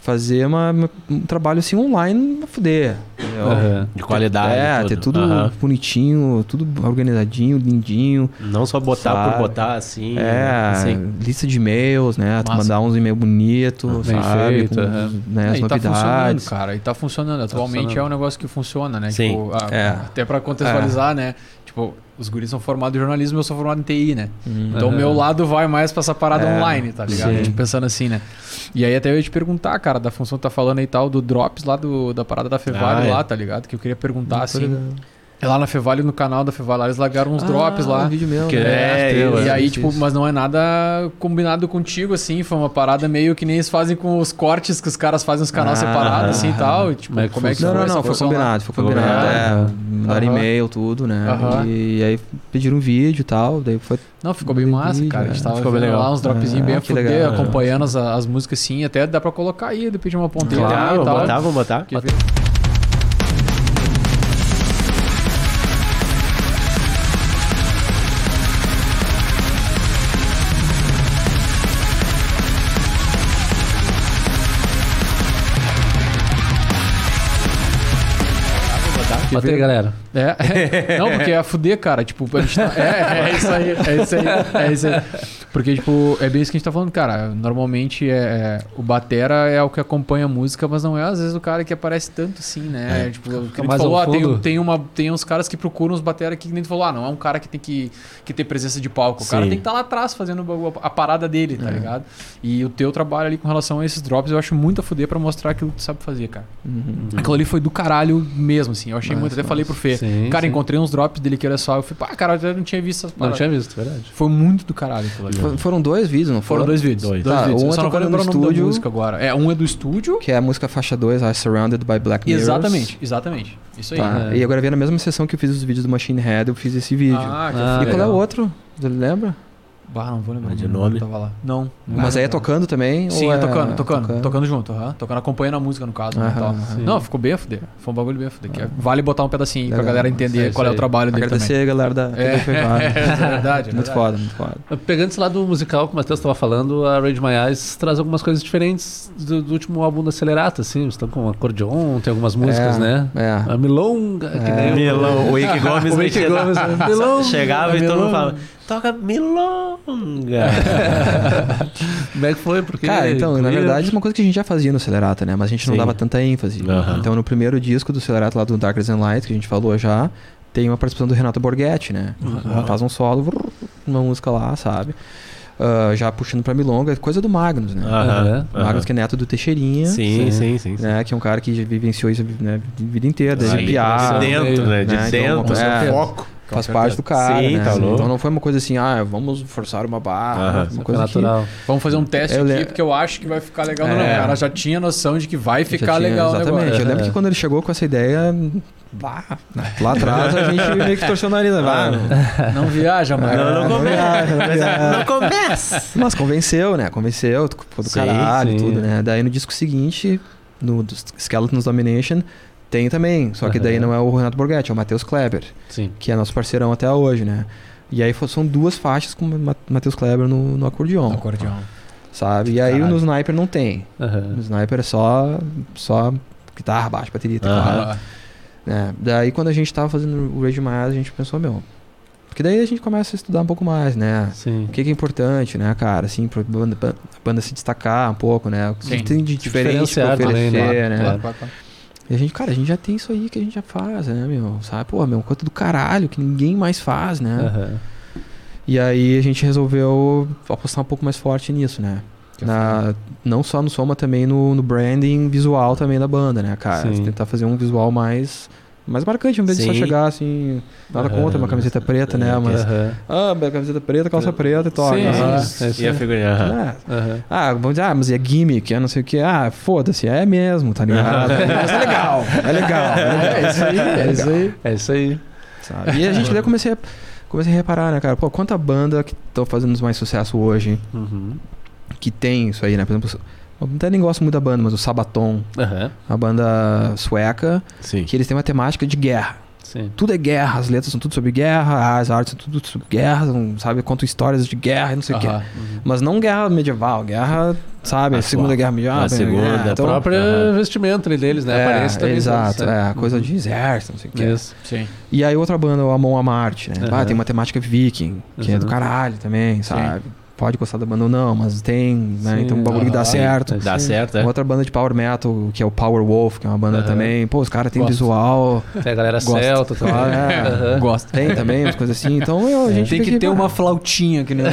fazer uma- um trabalho, assim, online, pra fuder. entendeu?
Aham.
De qualidade.
É,
tudo.
ter tudo
Aham.
bonitinho, tudo organizadinho, lindinho.
Não só botar
Sabe?
por botar assim.
é,
assim.
lista de e-mails, né? Tu
Massa.
mandar uns e-mails bonitos,
Bem
sabe?
feito,
com,
aham.
né, as
e tá funcionando,
novidades.
cara. E tá funcionando. Atualmente
funcionando.
é um negócio que funciona, né?
Sim.
Tipo, a-
É.
Até pra contextualizar, né? Tipo, os guris são formados em jornalismo, eu sou formado em TI, né?
Hum.
Então o
Aham.
meu lado vai mais pra essa parada
É,
online, tá ligado?
sim.
Tipo, pensando assim, né? E aí até eu ia te perguntar, cara, da função que tá falando aí e tal, do Drops lá do, da parada da Fevale
Ah, é.
lá, tá ligado? Que eu queria perguntar,
Tá
assim. Lá na Fevale, no canal da Fevale, lá eles largaram uns drops lá.
um vídeo meu.
Que
né?
é,
Isso,
eu-
E aí,
isso,
tipo,
isso.
mas não é nada combinado contigo, assim. Foi uma parada meio que nem eles fazem com os cortes que os caras fazem os canais
Ah,
separados, assim e tal. E, tipo,
Como é que
como é que
Não, não,
essa
não, foi
função lá?
combinado, foi
Foi
combinado.
combinado.
É, mandaram
Aham.
e-mail, tudo, né?
Aham.
E, aí pediram um vídeo e tal, daí foi.
Não, ficou bem massa, cara. A gente tava
Ficou
vendo
bem legal.
lá uns dropzinhos
Ah,
bem a
que
fuder,
legal.
acompanhando as, as músicas, sim. Até dá pra colocar aí, de pedir uma ponteira
Claro,
e
vou
tal.
botar, vou botar.
Que-
Bota aí, galera.
É, não, porque é fuder, cara. Tipo, a gente tá- é, é isso aí, é isso aí, é isso aí. Porque, tipo, é bem isso que a gente tá falando, cara. Normalmente é, é- o Batera é o que acompanha a música, mas não é às vezes o cara que aparece tanto sim, né? Tipo, o que a gente
mais ao
falou, ah, tem,
fundo.
tem, uma, tem uns caras que procuram os Batera que nem tu falou, ah, não é um cara que tem que, que ter presença de palco. O cara
Sim.
tem que estar lá atrás fazendo o bagulho- a parada dele,
É.
tá ligado? E o teu trabalho ali com relação a esses
hum.
Uhum.
drops eu acho muito a fuder pra mostrar aquilo que tu sabe fazer, cara. Aquilo ali foi do caralho mesmo, assim. Eu achei muito. Até falei pro Fê.
Sim,
cara,
sim.
encontrei uns drops dele que era só. Eu falei, pá, cara, eu já não tinha visto essas
Não
paradas.
tinha visto, verdade.
Foi muito do caralho aquilo ali.
Fo- Foram dois vídeos, não
Foram
foram?
dois vídeos. Dois,
Tá,
vídeos.
um
Eu
é
só não vou
tocando no
lembrar o nome da
estúdio.
música agora. É, um é do estúdio.
Que é a música faixa 2, I Surrounded by Black Mirrors.
Exatamente, exatamente. Isso aí.
Tá.
né?
E eu gravei na mesma sessão que eu fiz os vídeos do Machine Head, eu fiz esse vídeo.
Ah, que
Ah,
e
foda.
legal.
qual é o outro? Você lembra?
Bah, não vou lembrar
Ah, de
o
nome?
Tava lá. Não. não
Mas
lembro.
aí é tocando também?
Sim,
ou
é tocando, tocando, tocando, junto, aham. tocando, acompanhando a música no caso. né, e tal.
Aham, sim. Ah.
Não, ficou bem a fuder. Foi um bagulho bem a fuder. que é- Vale botar um pedacinho aí pra
Legal.
galera entender
É isso
qual é o
aí.
trabalho dele também.
Agradecer a galera da
É,
TV Privada.
é verdade, é
Muito
verdade.
foda, muito foda.
Pegando esse lado musical que o Matheus estava falando, a Rage My Eyes traz algumas coisas diferentes do, do último álbum da Acelerata, assim. Eles estão com acordeon, tem algumas músicas,
É,
né?
É.
Ah,
A Milonga, que nem o-
Milão, É, o Ike Gomes, É
o Mickey
metia-
Gomes. né? Milonga,
chegava e todo mundo
Milonga.
falava, toca milonga.
Como é que foi? Porque, um
Cara, então, na
porque-
né?
verdade, isso é uma coisa que a gente já fazia no Celerata, né? Mas a gente não
Sim.
dava tanta ênfase.
Aham.
Então, no primeiro disco do Celerata, lá do Darkers and Lights, que a gente falou já, tem uma participação do Renato Borghetti, né? Faz um solo, vrr, uma música lá, sabe? Ah, já puxando pra Milonga, coisa do Magnus,
Ah,
né?
Aham,
O Magnus
aham.
que é neto do Teixeirinha,
Sim, sim, sim. sim.
né? Que é um cara que já vivenciou isso né, a vida inteira, desde
Sim,
piada.
é de dentro, né? De
né? Então,
dentro,
com
é,
certeza.
foco.
Faz parte do cara,
Sim,
né?
tá louco.
Então não foi uma coisa assim, ah, vamos forçar uma barra,
Aham.
uma
Foi
coisa que-
natural.
Vamos fazer um teste
Eu
aqui,
lem-
porque eu acho que vai ficar legal. Não,
É.
não, o cara já tinha noção de que vai ficar
Já tinha-
legal
Exatamente.
o negócio.
Eu lembro
É.
que quando ele chegou com essa ideia, bah, né, lá atrás a gente meio que torceu o nariz. né? Bah,
Não viaja, mano.
Não, não começa. Não começa.
Mas convenceu, né? Convenceu, tu- pô, do
Sim,
caralho e
sim.
tudo, né? Daí no disco seguinte, no do Skeletons Domination, tem também. Só que daí
Aham.
não é o Renato Borghetti, é o Matheus Kleber,
Sim.
que é nosso parceirão até hoje, né? E aí fo- são duas faixas com o Ma- Matheus Kleber no, no acordeon,
Acordeão.
sabe? E aí
Caralho.
no Sniper não tem.
Aham.
No Sniper é só, só guitarra, baixo, bateria, teclado.
Aham.
Ah,
né? Daí quando a gente tava fazendo o Rage Maias, a gente pensou, meu. Porque daí a gente começa a estudar um pouco mais, né?
Sim.
O que, que é importante, né, cara? Assim, pra banda, ba- a banda se destacar um pouco, né? O que
Sim.
tem de
Se
diferente pra
diferenciar também,
oferecer,
né?
né?
Claro.
claro, claro.
E a gente, cara, a gente já tem isso aí que a gente já faz, né, meu? Sabe? Pô, meu, coisa do caralho, que ninguém mais faz, né?
Aham.
E aí a gente resolveu apostar um pouco mais forte nisso, né? Na, não só no som, mas também no, no branding visual também da banda, né, cara?
Sim.
Tentar fazer um visual mais, mais marcante, em vez de
Sim.
só chegar assim, nada
Aham.
contra uma camiseta preta, né? Mas,
Aham.
ah, minha camiseta preta, calça preta e toca.
Sim,
Aham.
isso, isso.
E a figurinha? aham.
É.
Aham.
Ah, vamos dizer, ah, mas é gimmick, é não sei o que. Ah, foda-se, é mesmo, tá ligado? mas é legal, é legal. É isso aí, é isso aí.
É isso aí.
Sabe? E a gente daí comecei a, comecei a reparar, né, cara? Pô, quanta banda que estão fazendo os mais sucesso hoje
Uhum.
que tem isso aí, né? Por exemplo, eu até nem gosto muito da banda, mas o Sabaton,
Aham.
uma banda sueca,
Sim.
que eles têm uma temática de guerra.
Sim.
Tudo é guerra, as letras são tudo sobre guerra, as artes são tudo sobre guerra, são, sabe? Contam histórias de guerra, e não sei o é. quê.
Aham.
Uhum.
Mas não guerra medieval, guerra, sabe?
Ah,
Atual.
Segunda Guerra Mundial.
A Segunda,
é,
O
então,
próprio
Aham.
vestimento ali deles, né? A aparência
é,
também.
exato,
né?
é, a coisa de é. exército, não sei o quê.
Isso.
Sim.
E aí outra banda, o Amon Amarte, né?
Aham.
Ah, tem uma temática viking, que é do
Uhum.
caralho também, sabe? Pode gostar da banda ou não, mas tem, né?
Sim,
então um bagulho que dá
aham.
certo.
Dá certo,
Tá.
é?
Outra banda de power metal, que é o Power Wolf, que é uma banda
Aham.
também. Pô, os caras têm
Gosto.
visual.
Tem a galera
Gosto.
celta também.
Ah, é.
Aham.
Gosto.
Tem também, umas coisas assim. Então eu, a gente
É. Tem que
fica- É
ter uma flautinha né? que nem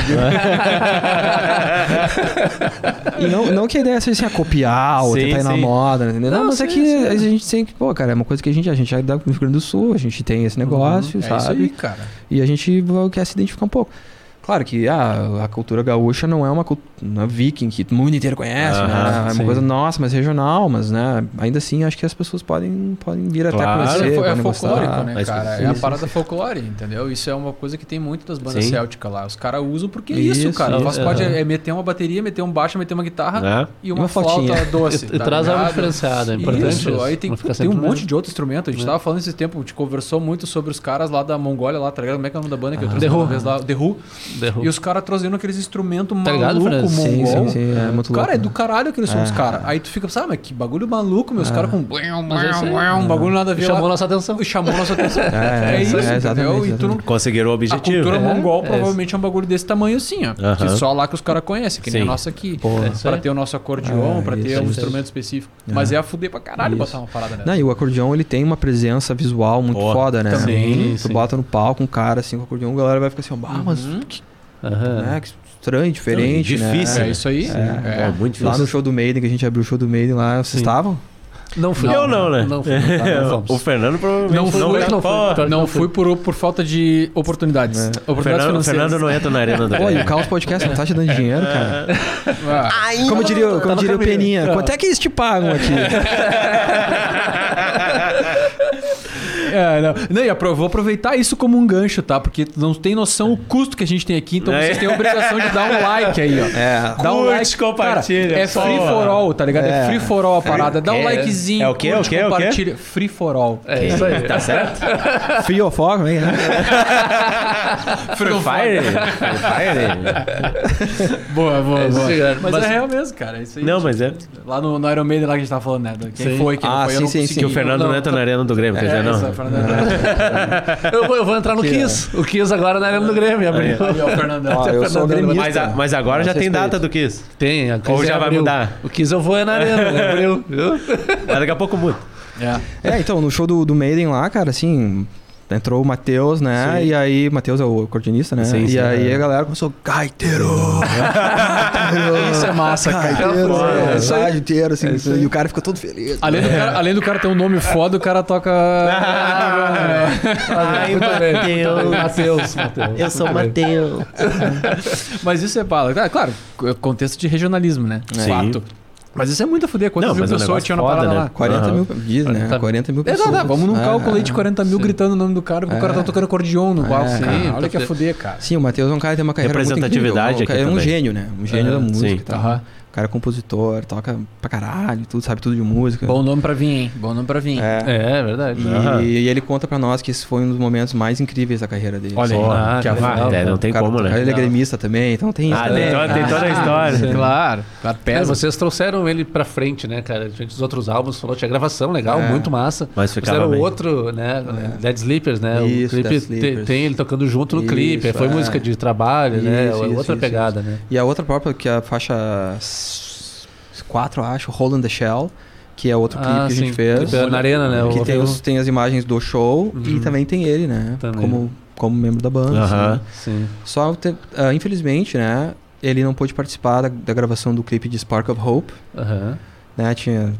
E não, não que a ideia seja assim, a copiar ou
Sim,
tentar ir na
sim.
moda, entendeu? Não,
Não,
mas é
sim,
que
sim.
a gente tem que. Pô, cara, é uma coisa que a gente, a gente é do Rio Grande do Sul, a gente tem esse negócio,
É isso
sabe?
aí, cara.
E a gente quer se identificar um pouco. Claro que ah, a cultura gaúcha não é uma cultura viking que o mundo inteiro conhece, né?
Aham,
É uma
sim.
coisa nossa, mas regional, mas né? ainda assim acho que as pessoas podem, podem vir
Claro,
até
é,
conhecer,
fo- é
podem
folclórico,
gostar. Ah,
né,
Mas-
cara?
sim,
é a
sim,
parada folclore, entendeu? Isso é uma coisa que tem muito das bandas
Sim.
célticas lá. Os caras usam porque é isso,
Isso,
cara.
isso,
Você pode
aham.
é, meter uma bateria, meter um baixo, meter uma guitarra
Né?
e uma,
Uma
flauta
flautinha.
doce. tá
E- e traz algo
ligado?
diferenciado, é importante
Isso,
isso.
aí tem,
Não ficar
tem um
sempre no
monte
mesmo.
de outro instrumento. A gente tava falando esse tempo, a gente conversou muito sobre os caras lá da Mongólia, lá, tá ligado? Como é que é o nome da banda que eu
Ah.
trouxe
The Who.
uma vez lá? The Who.
Derruba.
E os caras trazendo aqueles instrumentos
Tá ligado,
maluco,
Fran?
mongol.
Sim, sim, sim, é muito louco.
Cara, é do caralho aquele som
É.
dos caras. Aí tu fica, sabe, mas que bagulho maluco, meus caras com.
é isso aí.
Um bagulho nada a ver.
Chamou
lá.
nossa atenção.
Chamou nossa atenção.
É,
É,
é,
isso,
é,
entendeu?
exatamente,
E tu não.
Conseguiram o
A
objetivo.
cultura
É,
mongol
é.
provavelmente é um bagulho desse tamanho assim, ó.
Aham.
Que só lá que os caras conhecem, que nem
Sim.
a nossa aqui.
Porra.
pra ter o nosso acordeon,
É,
pra ter
isso,
um
isso.
instrumento específico. Mas é a fuder pra caralho
Isso.
botar uma parada
Não,
nessa.
e o acordeão ele tem uma presença visual muito
Ó,
foda, né?
também,
tu
sim.
bota no palco um cara assim com o acordeão, a galera vai ficar assim, ah, mas
Uhum.
que, né,
Aham.
que estranho, diferente,
Não, e difícil,
né?
É isso aí.
É,
É.
muito
Lá
difícil.
no show do Maiden, que a gente abriu o show do Maiden lá, vocês
Sim.
estavam?
Não fui.
Eu não, né?
Não fui. não, tá, não fomos.
o Fernando provavelmente
Não fui,
vai.
não fui.
Pô,
Pior que
Não
não
fui por, por falta de oportunidades.
o
Oportunidades
Fernando, o
financeiras.
Fernando não entra na arena do
Pô, e o
Grêmio.
Caos Podcast não tá te dando dinheiro, cara.
Ah,
Como diria, como diria o Peninha, quanto é que eles te pagam aqui?
é, não. Não, e apro- vou aproveitar isso como um gancho, tá? Porque tu não tem noção o custo que a gente tem aqui, então
É.
vocês têm a obrigação de dar um like aí, ó.
É.
Dá um
Curte,
like,
compartilha,
Cara, é
pô.
free for all, tá ligado? É,
É.
free for all a parada. Dá um
É.
likezinho.
É o quê? É o
curte,
quê? É o quê?
Compartilha. Free for all.
É isso aí.
Tá certo?
Free of Fog, né?
Free Fire? Free Fire?
Boa, boa,
É isso
boa.
aí, galera.
Mas,
Mas-
é real mesmo, cara. é Isso aí.
Não, mas é.
Lá no, no Iron Maiden lá que a gente tava falando, né? Do- Quem
Sim.
foi, quem não
Ah,
foi, eu
sim,
não
sim,
consegui.
Que o Fernando não, entra na arena do Grêmio, quer dizer,
É,
não.
isso, o Fernando não.
Eu vou, eu vou entrar no Kiss. O Kiss agora na Arena do Grêmio. abriu.
Aí, ó, o é Fernando.
Ó, Ah, eu sou um gremista.
Mas, a- mas agora
Nossa,
já tem
respeito.
data do Kiss.
Tem, a Kiss
Ou já
é
vai
abril.
mudar?
O Kiss eu vou é na Arena, né? abril, viu?
Mas daqui a pouco muda.
É.
É, então, no show do, do Maiden lá, cara, assim. Entrou o Matheus, né? E aí, Matheus é o cordinista, né?
Sim, é.
e
sim,
aí a galera começou, Gaiteiro!
Isso é massa, cara.
Gaiteiro!
foda,
é,
é isso aí.
estádio inteiro, assim, e o cara ficou todo feliz.
Além do, cara, além do cara ter um nome foda, o cara toca.
Ai, Matheus. Matheus, Matheus. Eu sou Matheus.
Mas isso é bala. Ah, claro, c- contexto de regionalismo, né?
Sim.
Fato. Mas isso é muito a fuder. Quantas
Não,
mil
mas é um
pessoas
negócio
tinham na
foda,
parada
né?
lá?
40
Aham.
mil, diz, né? 40 mil
É,
pessoas.
não, não, vamos num
É,
cálculo aí de 40 mil gritando o nome do cara, o cara tá tocando acordeon no palco.
É,
Sim,
cara,
olha que é fuder, cara.
Sim, o Matheus é um cara que tem uma carreira muito incrível.
Representatividade
É um cara-
aqui
é um
também.
gênio, né? Um gênio da música.
sim.
e tal. O cara é compositor, toca pra caralho, tudo, sabe tudo de música.
Bom nome pra vir, hein? Bom nome pra vir.
é.
É, é verdade.
E,
Aham.
e ele conta pra nós que esse foi um dos momentos mais incríveis da carreira dele.
Olha aí,
Pô,
ah, que
legal.
avanço.
É, não tem
O cara-
como,
o cara,
né?
Ele é gremista também, então tem isso.
Ah,
também.
tem toda, tem toda a história.
Claro, claro,
É,
pesa.
vocês trouxeram ele pra frente, né, cara? Diante dos outros álbuns, falou, tinha gravação legal,
É.
muito massa.
Mas ficava
Fizeram
bem.
outro, né? Dead Sleepers, né?
Isso,
o clipe
Dead
te-
Sleepers.
tem ele tocando junto no
Isso,
clipe. Foi
é.
música de trabalho, né?
Isso, isso,
Outra
isso,
pegada, né?
E a outra própria, que é a faixa 4, acho, Roll in the Shell, que é outro clipe que a gente fez.
Clipe Na Ah, arena, né?
Que
O-
tem, os- tem as imagens do show e também tem ele, né?
Uhum. Também.
Como, como membro da banda.
Aham.
assim.
Sim.
Só, te- ah, infelizmente, né? Ele não pôde participar da, da gravação do clipe de Spark of Hope,
Aham.
né? Tinha,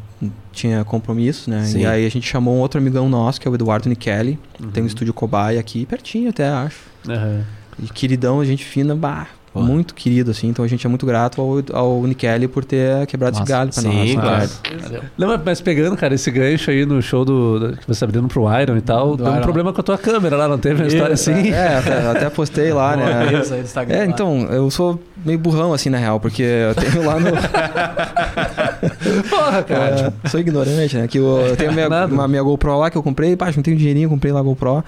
tinha compromisso, né?
Sim.
E aí a gente chamou um outro amigão nosso, que é o Eduardo Nichelli. Tem um estúdio cobaia aqui, pertinho até, acho.
Uhum. Aham.
E queridão, gente fina, bah,
Pô.
muito querido, assim. Então a gente é muito grato ao, ao Nickelli por ter quebrado
Nossa,
esse galho pra nós.
Sim,
né?
claro.
Não, mas- mas pegando, cara, esse gancho aí no show do, do- que você abrindo pro Iron e tal, deu um
Iron.
problema com a tua câmera lá, não teve uma história assim?
É, até, até postei lá, né?
Pesa aí no Instagram
É,
lá.
então, eu sou meio burrão, assim, na real, porque eu tenho lá no.
Porra, cara.
É, sou ignorante, né? Que eu, eu tenho a minha,
Nada.
uma minha GoPro lá que eu comprei, pá, juntei um dinheirinho, comprei lá a GoPro.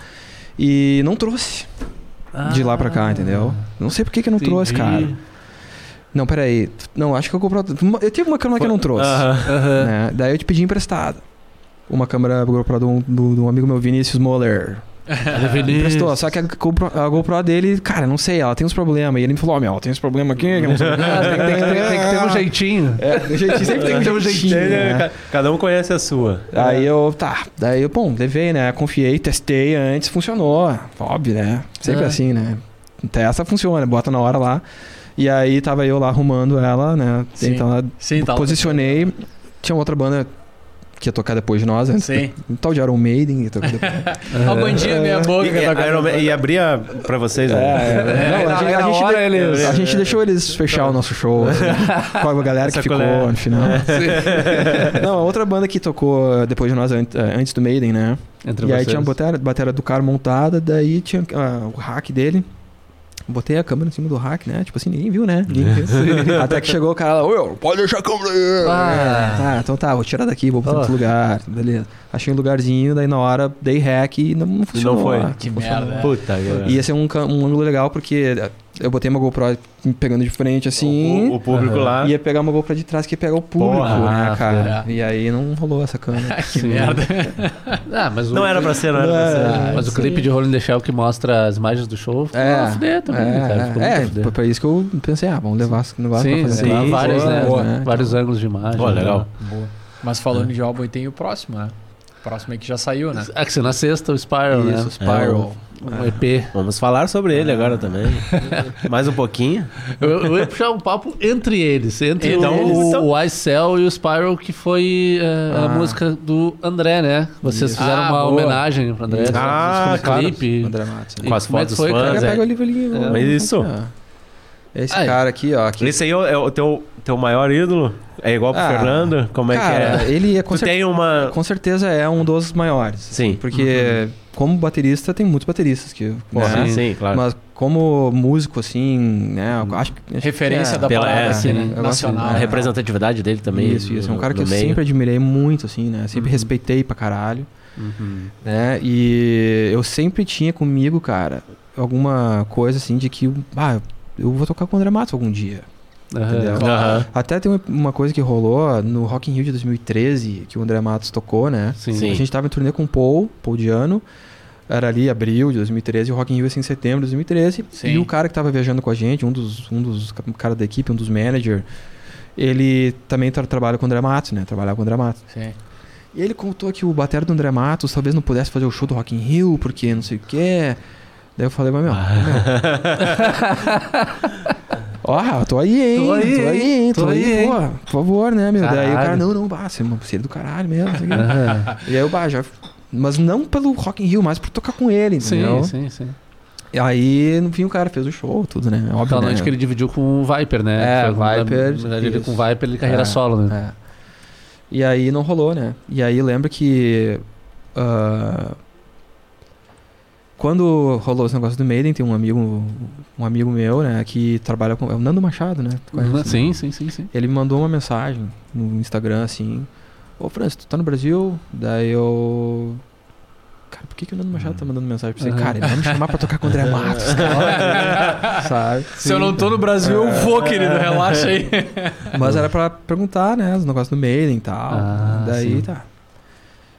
E não trouxe
Ah.
de lá pra
Ah.
cá, entendeu? Não sei por que, que eu não
Entendi.
trouxe, cara. Não, peraí. Não, acho que a GoPro. Eu tive uma câmera que eu não trouxe.
Aham.
Aham.
né? Daí eu te pedi emprestada. Uma câmera GoPro de um, do- de um amigo meu, Vinícius Moller. Ele emprestou, só que a GoPro, a GoPro dele, cara, não sei, ela tem uns problemas. E ele me falou, ó, meu, tem uns problemas aqui, que não sei o que.
Ah, tem, que- tem que ter- tem que ter um jeitinho.
É, tem jeitinho, sempre tem que ter um jeitinho, né?
Ca- Cada um conhece a sua.
Aí eu, tá, daí eu, bom, levei, né? Confiei, testei antes, funcionou. Óbvio, né? Sempre
É.
assim, né? Testa, funciona, bota na hora lá. E aí tava eu lá arrumando ela, né?
Sim.
Então ela
Sim, tá.
posicionei. Tinha outra banda que ia tocar depois de nós, antes.
Sim.
Um tal de Iron Maiden ia tocar depois.
Ó, o bandinha meia boca.
É. E,
tá com a-
Iron Man- e abria pra vocês, né?
É,
Não, a
na-
gente-
na
a gente
hora
de-
eles-
a gente deixou eles fechar o nosso show assim, com a galera que
Essa
ficou
colher.
no final.
É.
Não, a outra banda que tocou depois de nós, an- eh, antes do Maiden, né?
Entre
e aí
vocês.
tinha a batera, batera do cara montada, daí tinha ah, o hack dele. Botei a câmera em cima do hack, né? Tipo assim, ninguém viu, né? Ninguém viu. Até que chegou o cara lá, Will, pode deixar a câmera aí.
Ah.
Tá, então tá, vou tirar daqui, vou botar em outro lugar. Beleza. Achei um lugarzinho, daí na hora dei hack e não, não funcionou.
foi.
Que
funcionou.
merda.
Puta,
E Ia ser um, ca- um ângulo legal, porque eu botei uma GoPro pegando de frente assim.
o, o público lá.
Ia pegar uma GoPro de trás que ia pegar o público,
Porra,
né, cara?
cara.
E aí não rolou essa câmera.
Que merda.
Ah, mas o,
Não era pra ser, não era pra ser.
É,
Mas o clipe de Rolling the Shell que mostra as imagens do show ficou
É,
lá fuder também,
é,
cara. Ficou muito
é,
a fuder.
foi pra isso que eu pensei, ah, vamos levar esse negócio
Sim,
pra fazer.
sim,
lá,
vários,
boa,
né?
boa, né?
Vários ângulos de imagem.
Pô, legal.
Boa. Mas falando de álbum, aí tem o próximo, né? Próximo aí que já saiu, né?
Ah, que se na sexta, o Spiral, né?
Isso, Spiral.
Um EP.
Vamos falar sobre ele agora também. Mais um pouquinho.
Eu, eu ia puxar um papo entre eles. Entre
Então,
o,
eles são-
o Icel e o Spiral, que foi eh,
Ah.
a música do André, né? Vocês fizeram
Ah,
uma
boa.
homenagem pro André. fizeram
Ah,
um
claro.
clipe.
André Matos.
E
Com as
como é
fotos
que
dos
foi,
fãs.
cara?
Cara,
é.
pega o livro ali. vamos
mas isso-
acompanhar. É esse
Aí.
cara aqui, ó. que-
Esse aí é o- é o teu, teu maior ídolo? É igual pro
Ah,
Fernando? Como é
cara,
que é?
ele é
Tu
com, cer-
tem uma.
com certeza é um dos maiores.
Sim.
Porque como baterista, tem muitos bateristas que... né?
Uhum. Sim, sim, claro. Uhum.
Mas como músico, assim, né? eu acho que... acho
Referência
que é-
da
Pela-
parada,
é,
assim, né?
sim, eu gosto de-
Nacional.
A representatividade dele É, também.
Isso, isso. É um
no-
cara que eu
no meio. Uhum.
sempre admirei muito, assim, né? Sempre respeitei pra caralho.
Uhum.
Né? E eu sempre tinha comigo, cara, alguma coisa assim de que, ah, eu vou tocar com o André Matos algum dia.
Aham.
Entendeu?
Aham.
Até tem uma- uma coisa que rolou no Rock in Rio de 2013, que o André Matos tocou, né?
Sim.
Sim.
A gente tava em turnê com o Paul, Paul Diano. Era ali abril de 2013, e o Rock in Rio ia ser em setembro de 2013.
Sim.
E o cara que tava viajando com a gente, um dos, um dos ca- cara da equipe, um dos manager, ele também tra trabalha com o André Matos, né? Trabalhava com o André Matos.
Sim.
E ele contou que o batera do André Matos talvez não pudesse fazer o show do Rock in Rio, porque não sei o quê. Daí eu falei, mas meu... meu. Ó, eu tô aí, hein?
Tô aí,
hein? Tô,
tô
aí,
aí, hein?
pô. Por favor, né, meu? Daí o cara,
Caralho.
não, não, bah, você é uma parceiro do caralho mesmo. não sei o quê. E aí eu, bah, já... Mas não pelo Rock in Rio, mas por tocar com ele, entendeu?
Sim, sim, sim.
E aí, no fim, o cara fez o show, tudo, né? Óbvio,
Aquela
né?
noite que ele dividiu com o Viper, né?
É,
Que foi a-
Viper,
Na verdade, ele com o
isso.
Viper, ele carreira
É,
solo, né?
É. E aí não rolou, né? E aí lembro que... ah, quando rolou esse negócio do Maiden, tem um amigo, um amigo meu, né? Que trabalha com... É o Nando Machado, né? Tu
Uhum.
conhece, né?
Sim, sim, sim, sim.
Ele me mandou uma mensagem no Instagram, assim... Ô, Francis, tu tá no Brasil? Daí eu... Cara, por que, que o Nando
Uhum.
Machado tá mandando mensagem pra você?
Aham.
Cara, ele vai me chamar pra tocar com o André Matos, cara. Sabe?
Se eu não tô no Brasil, eu vou,
É.
querido. Relaxa aí.
Mas era pra perguntar, né? Os negócios do Maiden e tal.
Ah,
Daí
sim.
tá.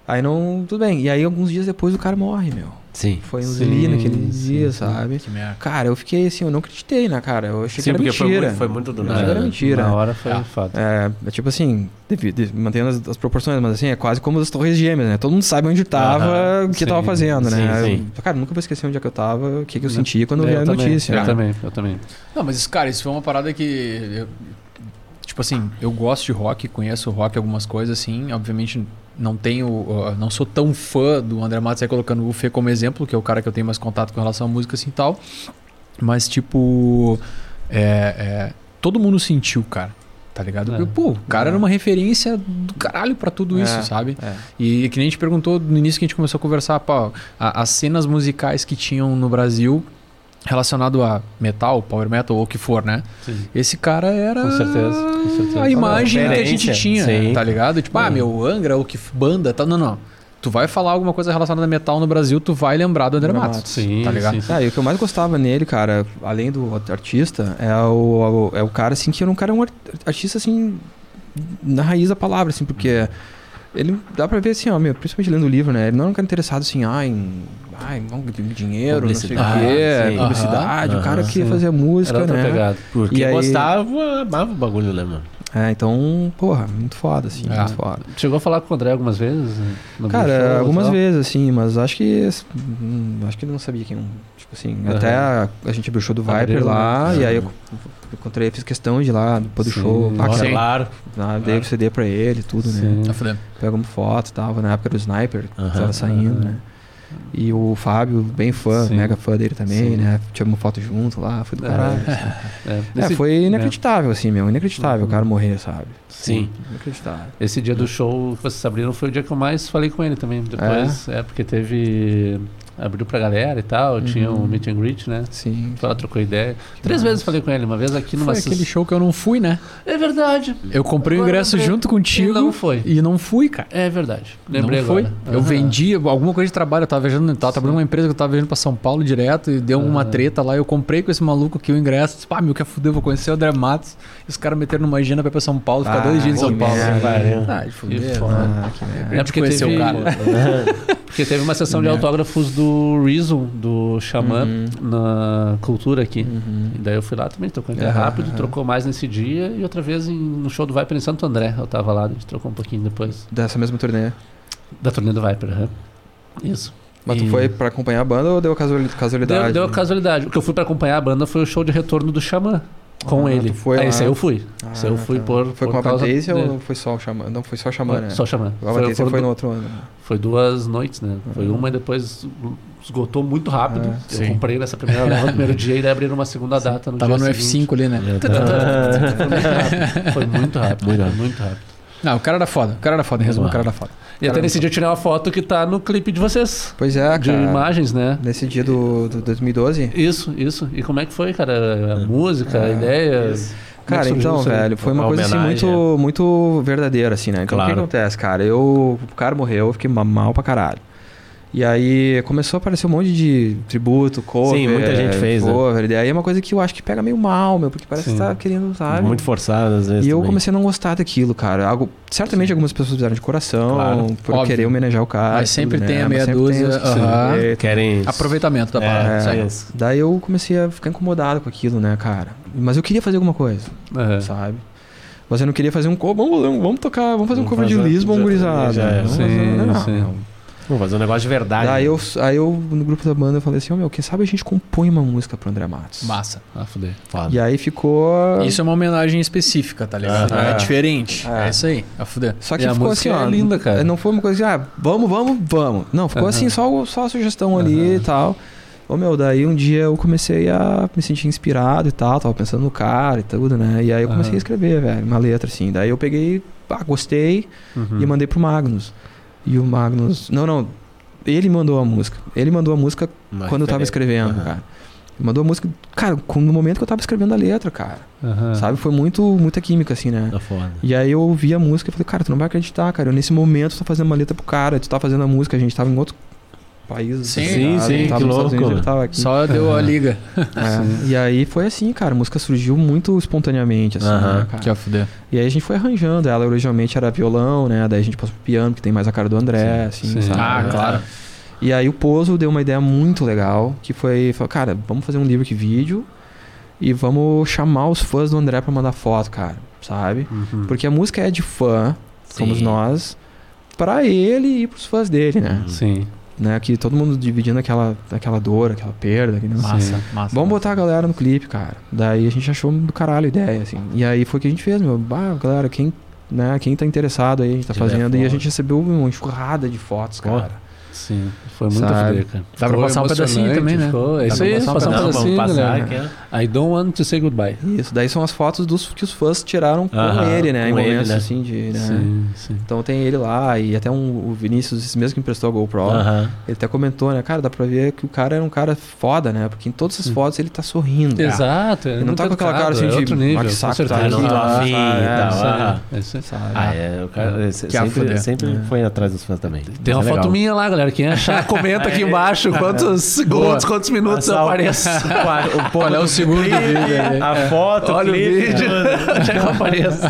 Aí não. Tudo bem. E aí, alguns dias depois, o cara morre, meu.
Sim.
Foi
Sim,
uns ali naquele
sim,
dia,
sim.
sabe?
Que merda.
Cara, eu fiquei assim, eu não acreditei, né, cara? Eu achei
Sim,
que
porque
era
foi
mentira.
muito, foi muito do
Não,
nada.
era
né?
mentira.
Na hora foi
Ah.
fato.
É, é tipo assim, devido- de- mantendo as, as proporções, mas assim, é quase como as Torres Gêmeas, né? Todo mundo sabe onde tava, o que
sim,
tava fazendo, né?
sim,
Cara, nunca vou esquecer onde é que eu tava, o que, que eu
Né?
sentia quando eu vi a
também,
notícia.
Eu
né?
também, eu também.
Não, mas, cara, isso foi uma parada que. eu- tipo assim, eu gosto de rock, conheço rock, algumas coisas assim. Obviamente, não tenho. uh, não sou tão fã do André Matos aí colocando o Fê como exemplo, que é o cara que eu tenho mais contato com relação à música assim e tal. Mas, tipo. é- é, todo mundo sentiu, cara. Tá ligado?
É.
Porque, Pô, o cara era uma referência do caralho pra tudo
É,
isso, sabe?
é.
E que nem a gente perguntou no início que a gente começou a conversar, pá, a- as cenas musicais que tinham no Brasil relacionado a metal, power metal ou o que for, né?
Sim.
Esse cara era
Com certeza, com certeza. É.
a imagem que a gente
Referência,
tinha,
sim.
tá ligado? Tipo, ah, meu, Angra, ou que f- banda, tá? Não, não. Tu vai falar alguma coisa relacionada a metal no Brasil, tu vai lembrar do André
André
Matos.
Matos,
Sim,
Tá ligado?
sim, sim.
Ah, e o que eu mais gostava nele, cara, além do art- artista, é o, é o cara, assim, que era um cara, um ar- artista, assim, na raiz da palavra, assim, porque ele, dá pra ver, assim, ó, meu, principalmente lendo o livro, né, ele não era um cara interessado, assim, ah, em, ah, em vamos, em dinheiro, não sei o
Publicidade,
quê,
sim.
publicidade, o
Aham,
cara queria
sim.
fazer música,
Era outra
né.
pegada.
Porque
E aí-
gostava, amava o bagulho, né, mano?
É, então, porra, muito foda, assim,
É.
muito foda.
Chegou a falar com o André algumas vezes? né? No
Cara,
show,
algumas
tal?
vezes, assim, mas acho que. hum, acho que ele não sabia quem. Tipo assim,
Aham.
até a, a gente abriu o show do Viper
Abriu,
lá,
né?
e aí eu encontrei, fiz questão de ir lá, depois do
Sim. Ah.
show. Ah,
Sim.
cara,
Claro.
lá, dei o CD pra ele, tudo, né?
Sim.
Tá fudendo.
Pegamos foto e tal, na época do Sniper, que
Aham.
tava saindo,
Aham.
né? E o Fábio, bem fã,
Sim.
mega fã dele também,
Sim.
né? Tiramos foto junto lá, foi do
É.
caralho. assim.
É,
É,
nesse-
foi inacreditável, assim, meu. Inacreditável o
Uhum.
cara morrer, sabe?
Sim.
Inacreditável.
Esse
Hum.
dia do show que vocês abriram foi o dia que eu mais falei com ele também. Depois, é, porque teve. Abriu pra galera e tal,
Uhum.
tinha um meet and greet, né?
Sim. Então,
Ela trocou ideia. Três vezes falei com ele, uma vez aqui numa.
Foi aquele show que eu não fui, né?
É verdade.
Eu comprei o
Agora
ingresso
eu lembrei.
junto contigo
E não foi.
e não fui, cara.
É verdade. Lembrei
não foi.
agora.
Eu
Aham.
vendi alguma coisa de trabalho, eu tava viajando, eu tava trabalhando numa empresa que eu tava viajando pra São Paulo direto e deu uma treta lá. Eu comprei com esse maluco aqui o ingresso, disse, pá, meu, que fudeu, vou conhecer o André Matos. E os caras meteram numa agenda pra ir pra São Paulo, ficar
Ah,
dois dias em
que
São Paulo.
merda.
Ah, de
Que
fuder,
foda.
né?
Ah, que merda.
É porque teve,
Conhecer o cara.
porque teve uma sessão de autógrafos do Reason, do Xamã,
Uhum.
na cultura aqui. E
Uhum.
daí eu fui lá também, trocou ideia
Aham,
rápido,
aham.
trocou mais nesse dia. E outra vez em- no show do Viper em Santo André, eu tava lá, a gente trocou um pouquinho depois.
Dessa mesma turnê.
Da turnê do Viper, aham. Isso.
Mas tu
E-
foi pra acompanhar a banda ou deu casuali-
Deu,
casualidade? né?
deu a casualidade. O que eu fui pra acompanhar a banda foi o show de retorno do Xamã. Com
Ah,
ele.
tu foi
Ah,
lá.
Esse aí eu fui.
Ah,
Esse eu fui
tá.
por.
Foi
por
com a
causa
Patrícia
dele.
ou foi só o Xamã? Não, foi só o Xamã, né?
Só Xamã.
A Patrícia foi,
foram
no
du-
outro ano. né?
foi duas noites, né? Foi uma e depois esgotou muito rápido.
Ah,
eu comprei nessa primeira leva no primeiro dia e daí abriram uma segunda data no
Tava no
dia seguinte.
F5 ali, né?
Foi muito rápido. Foi muito rápido. foi muito rápido.
Não, o cara era foda. O cara era foda, em resumo, o
Vamos lá.
cara era foda.
E até nesse dia eu tirei uma foto que tá no clipe de vocês.
Pois é,
De
cara.
imagens, né?
Nesse dia do, do 2012?
Isso, isso. E como é que foi, cara? A música, a ideia. Como é que
Cara,
surgiu
então,
isso aí?
velho, foi uma
Uma
coisa assim
homenagem, é.
muito, muito verdadeira, assim, né? Então o que
Claro.
acontece, cara? Eu, o cara morreu, eu fiquei ma- mal pra caralho. E aí começou a aparecer um monte de tributo, cover.
Sim, muita gente fez, né?
cover. E aí é uma coisa que eu acho que pega meio mal, meu, porque parece
Sim.
que tá querendo, sabe?
Muito forçado, às vezes.
E eu
também.
comecei a não gostar daquilo, cara. Algo, certamente algumas pessoas fizeram de coração,
Claro,
por
óbvio.
querer homenagejar o cara.
Mas sempre
tudo,
tem
né?
a
Mas
meia
sempre tem
dúzia,
os que se
aham.
rejeitam.
Querem.
Aproveitamento da parada. isso aí.
É, isso.
Daí eu comecei a ficar incomodado com aquilo, né, cara? Mas eu queria fazer alguma coisa,
Aham.
sabe? Mas eu não queria fazer um cover. Vamos, vamos- vamos tocar, vamos fazer um
Vamos
cover de
fazer-
Lisbon,
já-
gurizada.
já é.
Vamos
Sim,
fazer- um- não,
sim.
não.
Vamos fazer um negócio de verdade.
Daí
né?
eu, aí eu, no grupo da banda, eu falei assim: Ô meu, quem sabe a gente compõe uma música pro André Matos?
Massa.
Ah, fudeu.
Foda.
E aí ficou.
Isso é uma homenagem específica, tá ligado?
Aham.
É diferente.
É.
É. isso aí. A fuder.
Só que
E a
ficou assim,
música
ó.
é linda, cara.
Não foi uma coisa assim, ah, vamos, vamos, vamos. Não, ficou assim, só, só a sugestão ali e tal. Ô meu, daí um dia eu comecei a me sentir inspirado e tal, tava pensando no cara e tudo, né? E aí eu comecei
Aham.
a escrever, velho, uma letra assim. Daí eu peguei, ah, gostei
Uhum.
e mandei pro Magnus. E o Magnus. Não, não. Ele mandou a música. Ele mandou a música
Uma
quando eu tava
referência.
escrevendo,
Aham.
cara. Ele mandou a música, cara, com- no momento que eu tava escrevendo a letra, cara.
Aham.
Sabe? Foi muito, muita química, assim, né?
Tá foda.
E aí eu ouvi a música e falei, cara, tu não vai acreditar, cara. Eu, nesse momento tu tá fazendo uma letra pro cara, tu tá fazendo a música, a gente tava em outro país.
Sim,
tá ligado?
sim,
Eu tava
que
nos Estados
louco,
Unidos,
mano.
ele tava aqui.
Só deu a liga.
É, E aí foi assim, cara, a música surgiu muito espontaneamente, assim,
Aham. é
né, cara?
Que a fuder.
E aí a gente foi arranjando. Ela originalmente era violão, né? Daí a gente passou pro piano, que tem mais a cara do André, assim,
sim.
sabe?
Ah, claro.
E aí o Pozo deu uma ideia muito legal, que foi, falou, cara, vamos fazer um livro que vídeo e vamos chamar os fãs do André pra mandar foto, cara, sabe?
Uhum.
Porque a música é de fã, somos
Sim.
nós, pra ele e pros fãs dele,
Uhum.
né?
Sim.
né? Que todo mundo dividindo aquela, aquela dor, aquela perda. Aquele...
Massa, massa.
Vamos botar a galera no clipe, cara. Daí a gente achou do caralho a ideia, assim. E aí foi o que a gente fez, meu. Bah, galera, quem, né, quem tá interessado aí, a gente tá
Tiver
fazendo. E a
foto.
gente recebeu uma enxurrada de fotos,
Porra.
cara.
Sim, foi muito a
Sabe?
fuder, cara.
Dá pra
Ficou
passar um pedacinho
emocionante,
também, né?
Ficou... É
Dá
isso
pra
aí,
passar um
passar um
Não, vamos
pedacinho,
passar
galera.
aqui. ó.
I don't want to say goodbye.
Isso, daí são as fotos dos que os fãs tiraram com
Aham,
ele, né? em
com ele,
momentos
né?
assim de. né?
Sim, sim.
Então tem ele lá e até um, o Vinícius, esse mesmo que emprestou a GoPro.
Aham.
Ele até comentou, né? Cara, dá pra ver que o cara era um cara foda, né? Porque em todas
Hum.
as fotos ele tá sorrindo.
Exato. é
Ele não
muito
tá com aquela cara
educado,
assim
é
de
outro nível,
"Ah, que
com
saco,
certeza.
tá
Eu não
aqui,
tô
lá,
afim",
sabe? É,
tá,
sabe?
ah.
É isso aí.
Sabe?
Ah, é. O cara se-
Que a
sempre,
fuder.
sempre foi atrás dos fãs também.
Tem uma
Isso é
foto
legal.
minha lá, galera. Quem achar, comenta aqui embaixo quantos segundos, quantos minutos eu
Passar o-
apareço.
O né? pô,
é
Olha o segundo vídeo aí.
a foto,
Olha o
clipe,
vídeo.
tudo.
Já que eu apareço.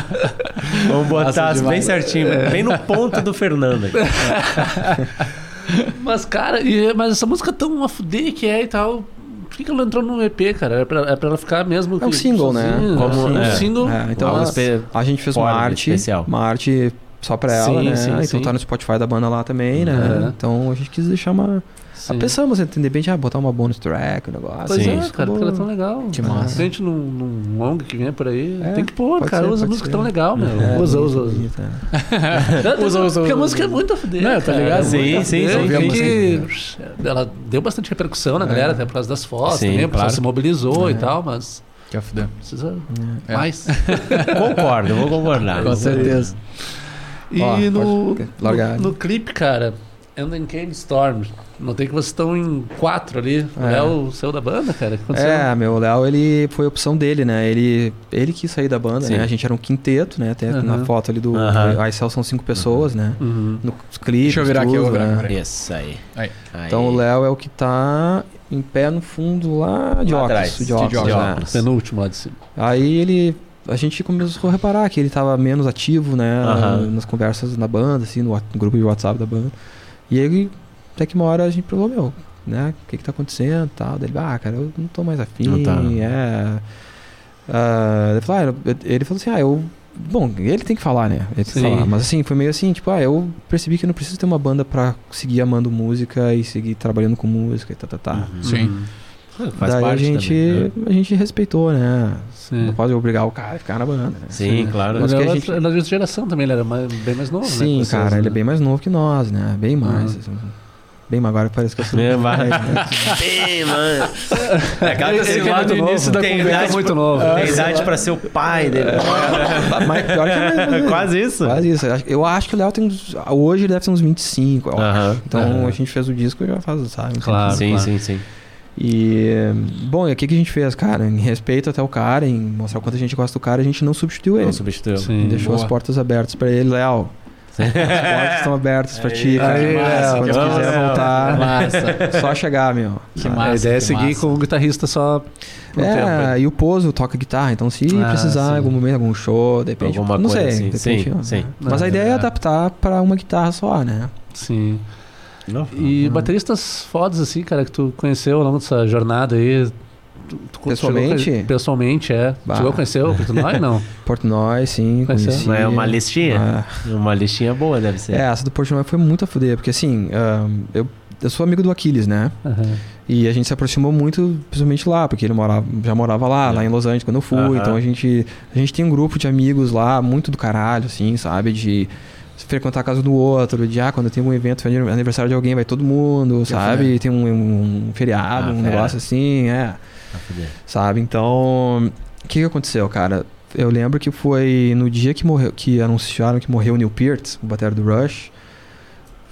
Vamos botar
Massa
bem
demais.
certinho, bem no ponto do Fernando. aqui.
Mas, cara, e- é, mas essa música tão a fuder que é e tal. Por que, que ela entrou num EP, cara? Era pra, era pra ela ficar mesmo.
É um
que-
single, né?
sozinha,
Como-
um
é.
single.
É, então
Algo
a-
espe-
a gente fez uma
fora,
arte,
especial.
uma arte só pra ela,
Sim,
né?
sim,
então
sim.
tá no Spotify da banda lá também, né?
Uhum.
Então a gente quis deixar uma.
Sim.
Pensamos, de repente, ah, botar uma bonus track, um negócio.
Pois
Sim.
é,
isso
cara,
acabou-
porque ela é tão legal.
Que massa.
Se a gente num, num long que vem por aí,
É,
tem que pôr,
pode
cara.
ser,
usa a
pode
música
ser.
tão legal, meu.
É,
usa,
bonito,
usa, usa.
bonito, é.
usa, usa, Porque a música é muito a fuder.
Não, tá
cara.
ligado?
É muito
Sim,
a
sim,
fuder,
sim,
tem
sim,
que- Ela deu bastante repercussão na galera, até por causa das fotos
Sim,
também. O pessoal
claro.
se mobilizou
É.
e tal, mas
Que a fuder.
precisa
né?
É.
mais.
Concordo, vou concordar.
Com certeza.
E
Ó,
no,
pode largar.
no, no clipe, cara, Enden Came Storm. Notei que vocês estão em quatro ali. O
É.
Léo saiu da banda, cara. O que aconteceu?
É, meu, o Léo, ele foi opção dele, né? Ele, ele quis sair da banda,
Sim.
né? A gente era um quinteto, né? Até na
Aham.
foto ali do.
Aham.
A Cell são cinco pessoas, né?
Uhum.
No clipe.
Deixa eu virar aqui, eu vou virar,
né?
peraí.
Isso aí.
Aí.
Então o Léo é o que tá em pé no fundo lá de
Lá
óculos.
atrás,
De
de
óculos,
óculos.
né?
Penúltimo lá de cima.
Aí ele. A gente começou a reparar que ele tava menos ativo, né?
Aham.
Nas conversas na banda, assim, no, wa- no grupo de WhatsApp da banda. E ele, até que uma hora a gente falou, meu, né? O que que tá acontecendo e tal? Daí Ele, ah, cara, eu não tô mais afim,
Não tá.
é. Ah, ele, falou, ah, eu- eu- ele falou assim, ah, eu Bom, ele tem que falar, né? Ele tem que
Sim.
falar. Mas assim, foi meio assim, tipo, ah, eu percebi que eu não preciso ter uma banda pra seguir amando música e seguir trabalhando com música e tá, tá, tá.
Uhum.
Uhum.
Sim.
Faz
Daí a
parte
gente,
também, né?
a gente respeitou, né?
Sim.
Não pode obrigar o cara a ficar na banda, né?
Sim, claro.
Mas
que a
era,
gente-
era da geração também, ele era mais- bem mais novo, né?
Sim,
que vocês,
cara,
né?
ele é bem mais novo que nós, né? Bem mais. assim. Bem mais agora parece que eu sou.
Bem mais.
né?
Sim, mano. É, cara,
Ele-
assim,
ele
lá
era
do
do início da
Tem
conversa é
idade
muito
pra-
novo.
Tem idade pra ser o pai dele.
Mas pior que é mais novo.
Quase isso.
Quase isso. Eu acho- Eu acho que o Léo tem uns. Hoje ele deve ter uns 25. eu acho.
Aham.
Então
Aham.
a gente fez o disco já faz, sabe? um
Claro,
Sim,
claro.
sim, sim.
E, bom, e o que, que a gente fez, cara? Em respeito até o cara, em mostrar o quanto a gente gosta do cara, a gente não substituiu ele.
Não substituiu.
Sim.
Deixou
boa.
as portas abertas pra ele, Léo. As portas estão abertas pra ti, cara.
aí, Léo.
Quando
Vamos,
quiser
Léo.
voltar,
Massa.
só chegar, meu.
Que
Ah,
A
massa,
ideia é
que
seguir
massa.
com o guitarrista só.
no tempo,
É, e o Pozo toca guitarra, então se
Ah,
precisar
sim.
em algum momento, algum show, depende.
Alguma
não
coisa
sei,
assim.
depende,
Sim,
né?
sim.
Mas
É,
a ideia é
é.
adaptar pra uma guitarra só, né?
Sim.
Não.
E
Uhum.
bateristas fodas, assim, cara, que tu conheceu ao longo dessa jornada aí. Tu- tu
Pessoalmente?
chegou a- pessoalmente, é.
Bah.
Chegou a conhecer o Portnoy, não?
Portnoy, sim,
Vai ser.
conheci.
Mas é uma listinha?
Ah,
Uma listinha boa, deve
é,
ser.
essa do Portnoy foi muito a fuder, porque assim, ahn, eu, eu sou amigo do Aquiles, né?
Aham.
E a gente se aproximou muito, principalmente lá, porque ele morava, já morava lá, lá em Los Angeles, quando eu fui.
É. Aham.
Então a gente, a gente tem um grupo de amigos lá, muito do caralho, assim, sabe? De frequentar a casa do outro, de ah, quando tem um evento, aniversário de alguém, vai todo mundo, sabe? Tem um, um feriado,
Ah,
um
fera.
negócio assim, é. Sabe? Então, o que, que aconteceu, cara? Eu lembro que foi no dia que morreu, que anunciaram que morreu o Neil Peart, o batera do Rush.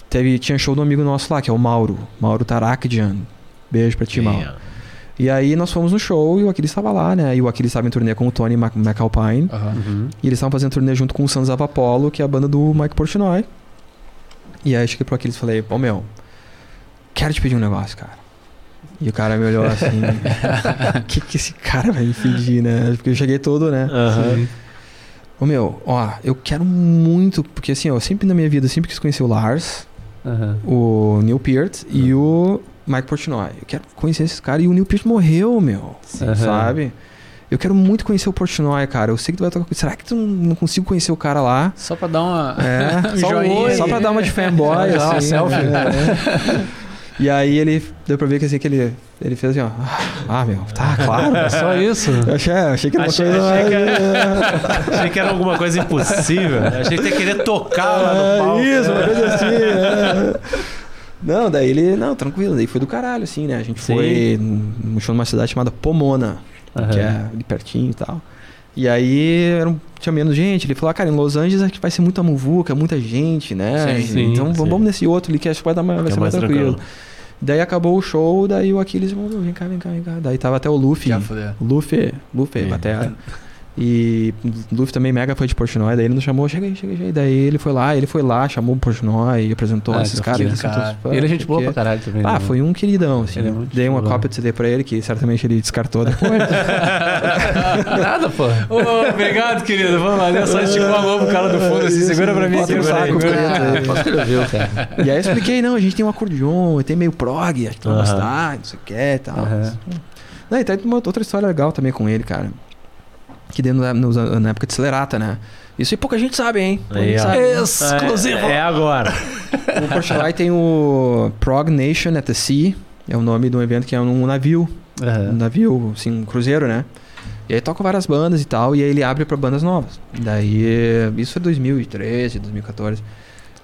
Teve, tinha show de um amigo nosso lá, que é o Mauro, Mauro Tarakijan. Beijo pra ti, Mauro. E aí nós fomos no show e o Aquiles estava lá, né? E o Aquiles estava em turnê com o Tony Mac- McAlpine.
Aham.
Uhum.
E eles estavam fazendo turnê junto com o Sons of Apollo, que é a banda do Mike Portnoy. E aí eu cheguei pro Aquiles e falei, pô, meu, quero te pedir um negócio, cara. E o cara me olhou assim, o que que esse cara vai me pedir, né? Porque eu cheguei todo, né?
Aham.
Ô, meu, ó, eu quero muito, porque assim, ó, eu sempre na minha vida, eu sempre quis conhecer o Lars,
Aham.
o Neil Peart e o Mike Portnoy. Eu quero conhecer esses caras. E o Neil Peart morreu, meu.
Aham.
Sabe? Eu quero muito conhecer o Portnoy, cara. Eu sei que tu vai tocar. com- Será que tu não- não consigo conhecer o cara lá?
Só pra dar uma.
É,
Um
só, um
joinha.
oi, só pra dar uma de
Só
fanboy,
pra dar uma
assim,
selfie.
né? E aí ele deu pra ver que assim que ele, ele fez assim, ó. Ah, meu, tá claro.
Só isso?
Eu achei, eu achei que era uma
Achei-
coisa.
achei que Achei que era alguma coisa impossível. Achei que ia querer tocar lá no
É,
palco. né?
Isso, uma coisa assim. é. Não, daí ele, não, tranquilo, daí foi do caralho, assim, né? A gente
Sim.
foi num show numa cidade chamada Pomona, que é ali pertinho e tal. E aí era um- tinha menos gente. Ele falou, ah, cara, em Los Angeles acho que vai ser muita muvuca, muita gente, né?
Sim, sim,
então vamos-
sim.
vamos nesse outro ali que acho que vai, dar, mais- vai
É
ser mais
mais
tranquilo.
tranquilo.
Daí acabou o show, daí o Aquiles mandou, vem cá, vem cá, vem cá. Daí tava até o Luffy.
Já fudeu.
Luffy, Luffy,
É.
batera. E Luffy também mega fã de Portnoy, daí ele nos chamou, chega aí, chega aí, chega aí. Daí ele foi lá, ele foi lá, chamou o Portnoy, apresentou
Ah,
esses
que
caras.
foda,
eles são todos
cara.
fãs,
Ele é
não
gente
sei o
boa
quê.
pra caralho também.
Ah,
né?
foi um queridão, assim.
Ele é muito
Dei uma
gente boa.
cópia de CD pra ele, que certamente ele descartou depois.
Nada, pô.
Ô, obrigado, querido. Vamos lá. Eu só esticou a mão pro cara do fundo assim. Segura pra mim.
Bota no
É. Segura pra
é saco,
mim.
preto.
Posso que ele ouviu, cara.
e aí eu expliquei, não, a gente tem um acordeon, tem meio prog, acho que tu vai
Aham.
gostar, não sei o que e tal.
Aham.
Não, e tá tem uma outra história legal também com ele, cara. Que deu na, nos- na época de Celerata, né? Isso aí pouca gente sabe, hein? Pouca
Aí,
gente
ó.
sabe.
Exclusivo.
É, é agora.
O Portnoy tem o Prog Nation at the Sea, é o nome de um evento que é um navio, um
Aham.
navio, assim, um cruzeiro, né? E aí toca várias bandas e tal, e aí ele abre pra bandas novas. Daí, eh, isso é 2013, 2014.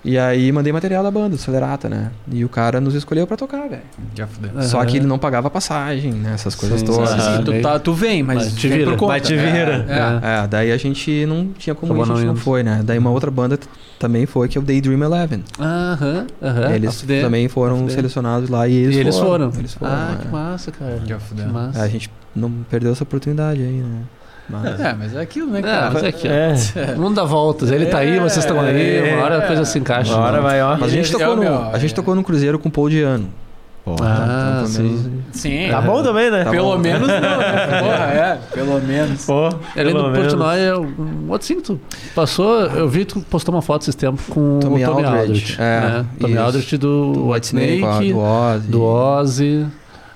E aí mandei material da banda, Acelerata, né? E o cara nos escolheu pra tocar, velho.
Já fudeu.
Só
Aham.
que ele não pagava passagem, né? Essas coisas
Sim,
todas.
sim, sim.
Assim,
Ah,
tu, tá, tu vem, mas,
Mas te
vem
vira,
por conta.
mas te vira.
É, é.
É, daí a gente não tinha como ir,
Acabou não
a gente não,
indo. Uhum.
foi, né? Daí uma outra banda t- também foi, que é o Daydream Eleven.
Aham. Aham.
eles
Afudê.
também foram
Afudê.
selecionados lá e eles,
E eles foram.
Eles foram.
Ah,
é.
que massa, cara.
Já
Que
fudeu.
massa.
É, A gente não perdeu essa oportunidade aí, né? Mas...
É, mas é aquilo, né,
Ah,
cara?
mas é aqui, ó.
É.
O mundo dá voltas. Ele tá
É.
aí, vocês estão aí. Uma hora a coisa se encaixa.
Uma hora vai, ó.
Mas a gente,
É,
tocou no,
meu,
a gente
é.
tocou num cruzeiro com o Paul Diano.
Ah,
Então, pelo
sim.
menos-
Sim.
Tá bom também,
É,
né?
Tá
Pelo
bom.
menos não, né? Porra, é. Pelo menos.
Pô,
Além
pelo
do
menos.
Portnoy, é um outro sim, tu passou. Eu vi tu postou uma foto esses tempos com
Tommy
o Tommy
Aldridge.
Aldrich.
É,
né? Tommy
isso.
Aldrich do, White Snake,
ó, do Ozzy.
do Ozzy.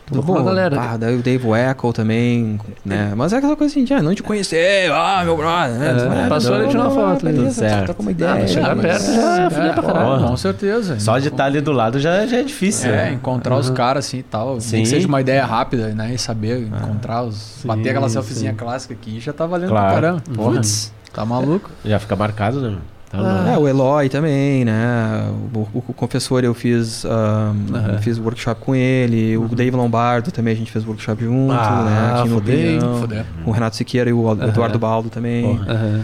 Tudo bom, galera. Ah, daí o Dave Weckl também, né? Mas é aquela coisa assim, ah, não te conhecer, ah, meu brother. né?
É,
Ah,
passou
não,
ali, tirou
não,
uma foto,
beleza,
tudo
tá-
certo.
Tá com uma ideia.
mas chegar
mas- né?"
perto já é filha pra caralho.
Com certeza.
né? Só de estar ali do lado já, já é difícil.
É,
né?
encontrar os caras assim e tal.
Sim.
Nem que seja uma ideia rápida, né? E saber encontrar os. bater aquela
sim.
selfiezinha clássica aqui já tá valendo
Claro. Uhum.
pra caramba.
Porra.
Putz, tá maluco?
Já fica marcado, né? Tá louco.
É, o Eloy também, né? O, o- o confessor eu fiz, ah, fiz workshop com ele.
Uhum.
O Dave Lombardo também a gente fez workshop junto,
Ah,
né? Aqui no
fudeu, hein?
Opinião.
Fudeu.
Com o Renato Siqueira e o Eduardo Baldo também. Ah,
Aham.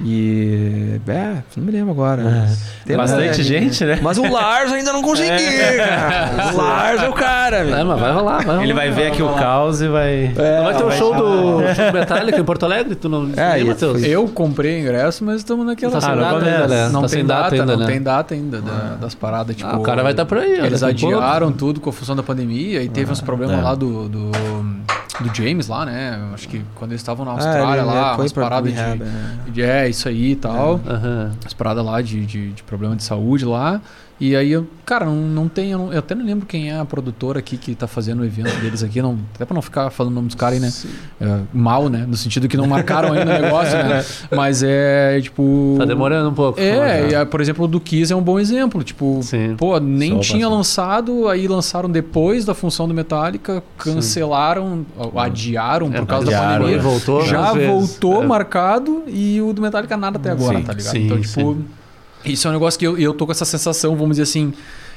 E. É, não me lembro agora. mas tem É.
Bastante
uma-
gente, né?
É. Mas o Lars ainda não consegui,
É.
cara. O Lars é o cara,
É,
velho.
mas vai rolar, vai rolar.
Ele vai ver aqui o caos e É, vai.
Não vai ter o show do, show do Metallica em Porto Alegre? Tu não
É,
lembra,
isso.
Teus?
Eu comprei ingresso, mas estamos naquela.
Tá sem
Ah, não
data
começa.
ainda, né?
Não
Tá
tem
sem
data,
data ainda,
não
né?
tem data ainda da- das paradas, tipo...
Ah, o cara vai estar por aí, olha, tá
Eles
daqui a pouco.
adiaram tudo com a função da pandemia e
É,
teve uns problemas lá do, do, do James lá, né? Acho que quando eles
É,
estavam na Austrália lá, umas paradas de... de- É, isso aí e tal.
Aham.
As paradas lá de, de, de problema de saúde lá. E aí, eu, cara, não, não tem... Eu, não- eu até não lembro quem é a produtora aqui que tá fazendo o evento deles aqui. Não, até pra não ficar falando o nome dos caras aí, né? É, mal, né? No sentido que não marcaram ainda o negócio, né? Mas é, tipo...
Tá demorando um pouco.
É, e, ah, por exemplo, o do Kiss é um bom exemplo. Tipo,
Sim.
pô, nem
Só
tinha
bastante.
lançado, aí lançaram depois da função do Metallica, cancelaram, ou adiaram
É,
por causa da
adiaram,
pandemia.
né?
voltou.
Já
às vezes.
voltou
É.
marcado e o do Metallica nada até agora,
Sim,
tá ligado?
sim,
então, tipo, isso é um negócio que eu, eu tô com essa sensação, vamos dizer assim,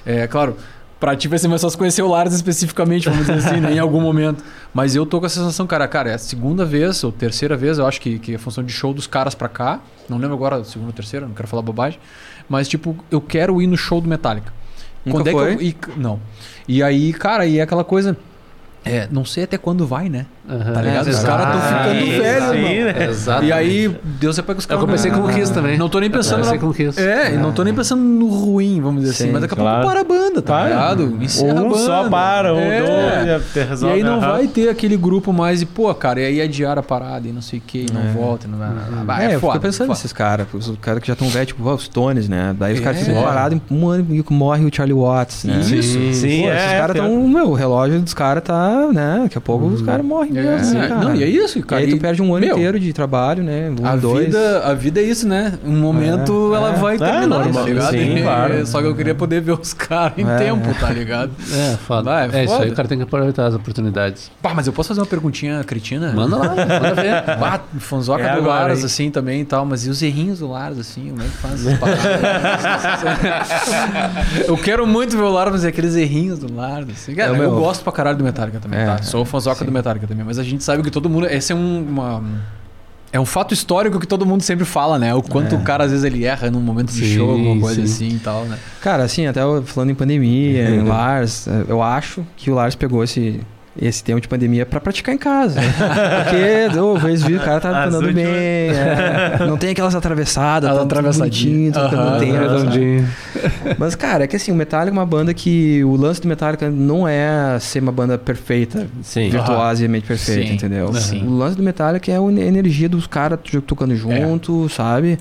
é claro. Pra ti vai ser mais fácil conhecer o Lars especificamente, vamos dizer assim, né, em algum momento. Mas eu tô com a sensação, cara, cara, é a segunda vez ou terceira vez, eu acho que, que é a função de show dos caras pra cá. Não lembro agora, segunda ou terceira, não quero falar bobagem. Mas, tipo, eu quero ir no show do Metallica.
Nunca
quando é que
foi?
eu. e- não. E aí, cara, e é aquela coisa. É, não sei até quando vai, né?
Aham.
Tá ligado? Os caras tão
Exato.
ficando
Sim,
velhos,
sim,
mano.
né? Exato.
E aí, Deus é pega os
Eu
caras.
comecei com o Kiss também.
Não tô nem
Eu
pensando
comecei
na...
com o Kiss.
É, e não tô nem pensando no ruim, vamos dizer assim.
Sim,
Mas daqui a
claro.
É
pouco para a banda, tá
Para.
ligado? Encerra a
um
banda.
só para, um,
É.
dois, e
E
resolve.
aí não
Aham.
vai ter aquele grupo mais e, pô, cara, e aí adiar a parada e não sei o que, e não volta, e não vai. vai,
É,
é,
eu
foda.
fico pensando
foda.
nesses caras, os caras que já estão velhos, tipo, ó, os Stones, né? Daí os caras
É.
ficam parados em um ano e morre o Charlie Watts, né?
Isso.
Sim, sim
Pô,
é,
esses caras
tem-
estão. Meu, o relógio dos caras tá, né? Daqui a pouco os caras morrem
É,
mesmo, né,
é.
cara?
Não, e é isso,
E
cara.
aí tu perde um ano
meu,
inteiro de trabalho, né? Um,
a
dois.
vida, a vida é isso, né? Um momento
É,
ela
é.
vai
É,
terminar,
normal,
tá ligado?
sim,
E-
claro.
Só que eu queria poder ver os caras em
É,
tempo, tá ligado?
É, foda.
Vai,
é isso
foda.
aí, o cara tem que aproveitar as oportunidades.
Pá, mas eu posso fazer uma perguntinha cretina?
Manda lá, manda ver.
Bah, fanzoca
É
do
agora,
Laras,
hein?
assim, também e tal, mas e os errinhos do Laras, assim, como é que faz essas paradas? Eu quero muito ver o Laras fazer aqueles errinhos do Laras, assim. Cara,
É,
eu
meu-
gosto pra caralho do Metallica também,
É,
tá? Sou fanzoca do Metallica também, mas a gente sabe que todo mundo... Esse é um... uma- é um fato histórico que todo mundo sempre fala, né? O quanto o cara, às vezes, ele erra num momento de
Sim,
show, alguma coisa
sim.
assim e tal, né?
Cara, assim, até eu- falando em pandemia, em Lars, eh, eu acho que o Lars pegou esse. Esse tempo de pandemia pra praticar em casa. Porque, ô, vez vi, o cara tá
As
andando
últimas-
bem. é. Não tem aquelas atravessadas,
As
tá tudo
atravessadinhas.
bonitinho, tudo
Aham,
tem, sabe?
Redondinho.
Mas, cara, é que assim, o Metallica é uma banda que. O lance do Metallica não é ser uma banda perfeita,
Sim.
virtuosamente perfeita,
Sim,
entendeu?
sim. É.
O lance do Metallica é a energia dos caras to- tocando junto, sabe?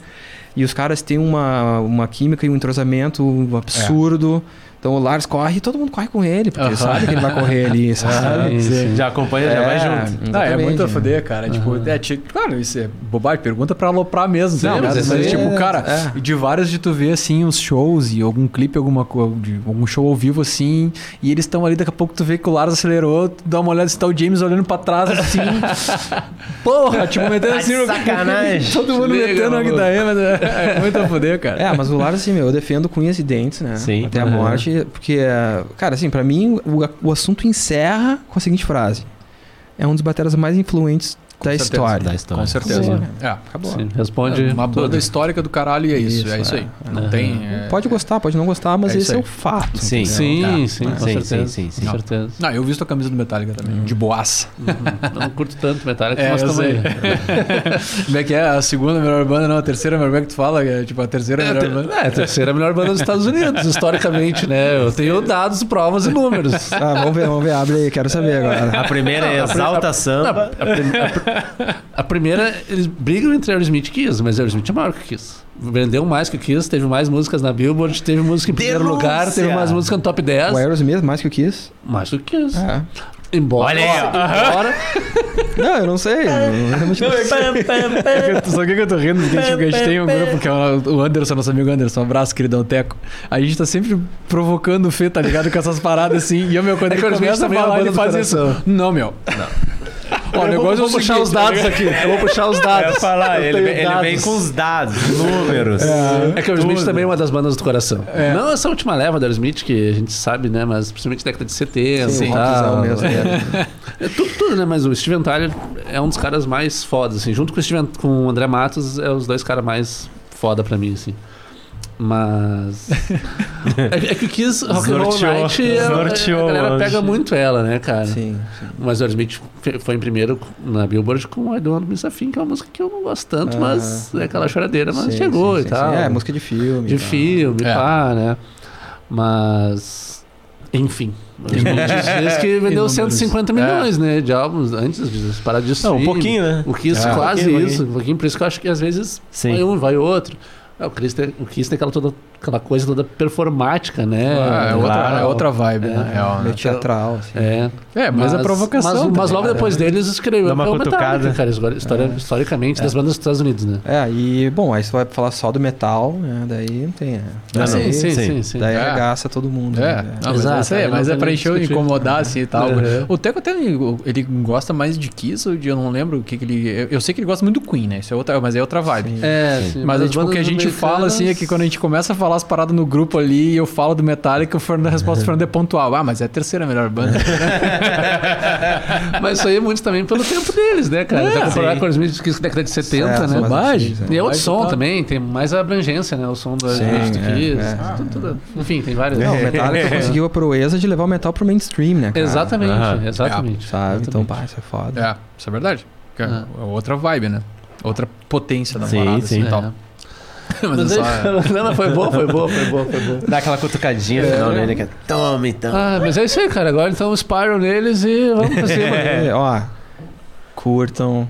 E os caras têm uma, uma química e um entrosamento absurdo. Então o Lars corre e todo mundo corre com ele, porque
É. Aham.
ele sabe que ele vai correr ali, sabe?
Sim, sim.
Já acompanha, já vai junto.
Não, é
exatamente,
muito a
né?
fuder, cara. Tipo, é, ti- claro, isso é bobagem. Pergunta pra aloprar mesmo, tá
Não,
ligado?
mas
Mas,
isso aí
tipo,
é-
cara, de várias de tu ver, assim, os shows e algum clipe, alguma co- de algum show ao vivo, assim, e eles estão ali, daqui a pouco tu vê que o Lars acelerou, tu dá uma olhada se tá o James olhando pra trás, assim. Porra, tipo, metendo assim no...
Sacanagem.
Todo mundo
Liga,
metendo a
maluco.
guitarra, mas é, é muito a fuder, cara.
É, mas o Lars, assim, meu, eu defendo com unhas e dentes, né?
Sim.
Até a
Uhum.
morte. Porque, cara, assim, pra mim, o, o assunto encerra com a seguinte frase. É um dos bateras mais influentes da
certeza.
história.
Da história.
Com certeza.
Sim.
É.
Acabou.
Sim, responde.
uma
tudo.
banda histórica do caralho e é isso,
Isso,
é isso
é.
aí. Não tem... é-
Pode gostar, pode não gostar, mas
É isso
esse é
aí.
o fato.
Sim.
Sim,
Ah,
Tá. sim,
ah,
com
sim,
certeza.
sim, sim,
Com
sim.
certeza.
Não, eu visto a camisa do Metallica também, de boaça.
Eu não curto tanto Metallica,
É,
mas
eu sei.
também.
Como é que é? A segunda melhor banda, não, a terceira melhor banda que tu fala, é tipo a terceira melhor banda.
É, a terceira melhor banda dos Estados Unidos, historicamente, né? Eu tenho dados, provas e números.
Ah, vamos ver, vamos ver, abre aí, quero saber agora.
A primeira é Exalta Samba.
A, prim- a pr- a primeira, eles brigam entre Aerosmith e Kiss, mas Aerosmith é maior que Kiss. Vendeu mais que o Kiss, teve mais músicas na Billboard, teve música em primeiro
Denúncia!
lugar, teve mais música no top
O
10,
Aerosmith, mais que o Kiss.
mais do que Kiss.
É.
Embora.
Olha aí, ó.
embora.
Não, eu não sei.
Só que eu tô rindo, porque tipo, a gente tem um grupo que é o o Anderson, nosso amigo Anderson. Um abraço, queridão Teco. A gente tá sempre provocando o Fê, tá ligado? Com essas paradas assim. E eu, meu, quando
É que
ele
o Luiz
começa a
também é uma
falar, ele
banda do
faz
coração.
isso. Não, meu. Não. Ó, o
Eu
negócio é o
vou, tá vou puxar
seguinte,
os dados aqui. Eu vou puxar os
Eu ia
dados.
falar,
Eu
ele,
tenho
vem- ele vem
dados.
com os dados, números.
É que o Smith
Tudo.
também é uma das bandas do coração. Não essa última leva do Smith, que a gente sabe, né? Mas principalmente década de 70
Sim,
e
o
tal.
rockzão mesmo, né?
É tudo, tudo, né? Mas o Steven Tyler é um dos caras mais fodas, assim. Junto com o, Steven, com o André Matos, é os dois caras mais foda pra mim, assim. Mas. é, é que o Kiss Rock and Roll
Desnorteou.
Night, é-
Desnorteou
a galera
hoje.
pega muito ela, né, cara?
Sim, sim.
Mas o Aerosmith fe- foi em primeiro na Billboard com I Don't Want to Miss a Thing, que é uma música que eu não gosto tanto,
Aham.
mas é aquela choradeira, mas
Ah. Sim,
chegou
sim,
e
sim,
tal.
sim. É, música de filme.
de
e tal.
filme,
É.
pá, né? Mas. Enfim. o Aerosmith Diz que vendeu
Inúmeros.
150 milhões,
É.
né? De álbuns antes de parar de
Não, um
streaming.
pouquinho, né?
O Kiss
É.
quase
Um pouquinho,
isso. Um pouquinho, por isso que eu acho que às vezes
Sim.
vai um, vai outro. Ah, O, Chris tem- o Kiss tem aquela, toda, aquela coisa toda performática, né?
Ah, é, outra,
Claro.
é outra vibe,
É.
na real, né?
Meio teatral, assim.
É.
É, mas, a provocação.
Mas,
também,
mas logo
né?
depois deles escreveu
Dá uma
pelo Metallica,
cutucada.
cara,
É.
histori- histori- historicamente, das bandas dos Estados Unidos, né?
É, e bom, aí você vai falar só do metal, né? Daí não tem. né?
Ah,
Daí-
sim, sim,
sim.
sim, sim.
Daí
É.
arregaça todo mundo.
É,
né?
não, mas
Exato,
é isso aí,
aí não
mas é
tem
pra
nem
encher,
discutir.
incomodar assim e tal.
É.
O Teco até ele gosta mais de Kiss ou de eu não lembro o que, que ele. eu- Eu sei que ele gosta muito do Queen, né? Isso é outra, mas é outra vibe.
Sim.
É, sim,
Mas, é,
as
tipo, o que a
bandas
gente fala assim é que quando a
americanas-
gente começa a falar as paradas no grupo ali e eu falo do Metallica, o Fernando, a resposta do Fernando é pontual. Ah, mas é a terceira melhor banda.
Mas isso aí é muito também pelo tempo deles, né, cara?
É,
Tá comparado
sim.
com os Smith que década de 70,
É,
né?
são mais
Bobagem.
antigos,
E
é.
é outro
Mas
som
tá.
também, tem mais abrangência, né? O som do
Sim,
Smith do
é,
Kiss.
é.
tudo- tudo- Enfim, tem várias.
Não, o Metallica conseguiu a proeza de levar o metal pro mainstream, né? cara?
Exatamente,
Aham.
exatamente.
Sabe? Então,
Exatamente.
pá, isso é foda.
é, isso é verdade. Que É. é outra vibe, né? Outra potência da
Sim,
parada
sim.
assim, e
É.
então.
tal. Mas é
Mas
só-
aí- Não, não, foi boa, foi boa, foi boa, foi boa.
Dá aquela cutucadinha no final nele que é toma então.
Ah, mas é isso aí, cara. Agora então Spiral neles e vamos pra cima.
É, Ó, curtam.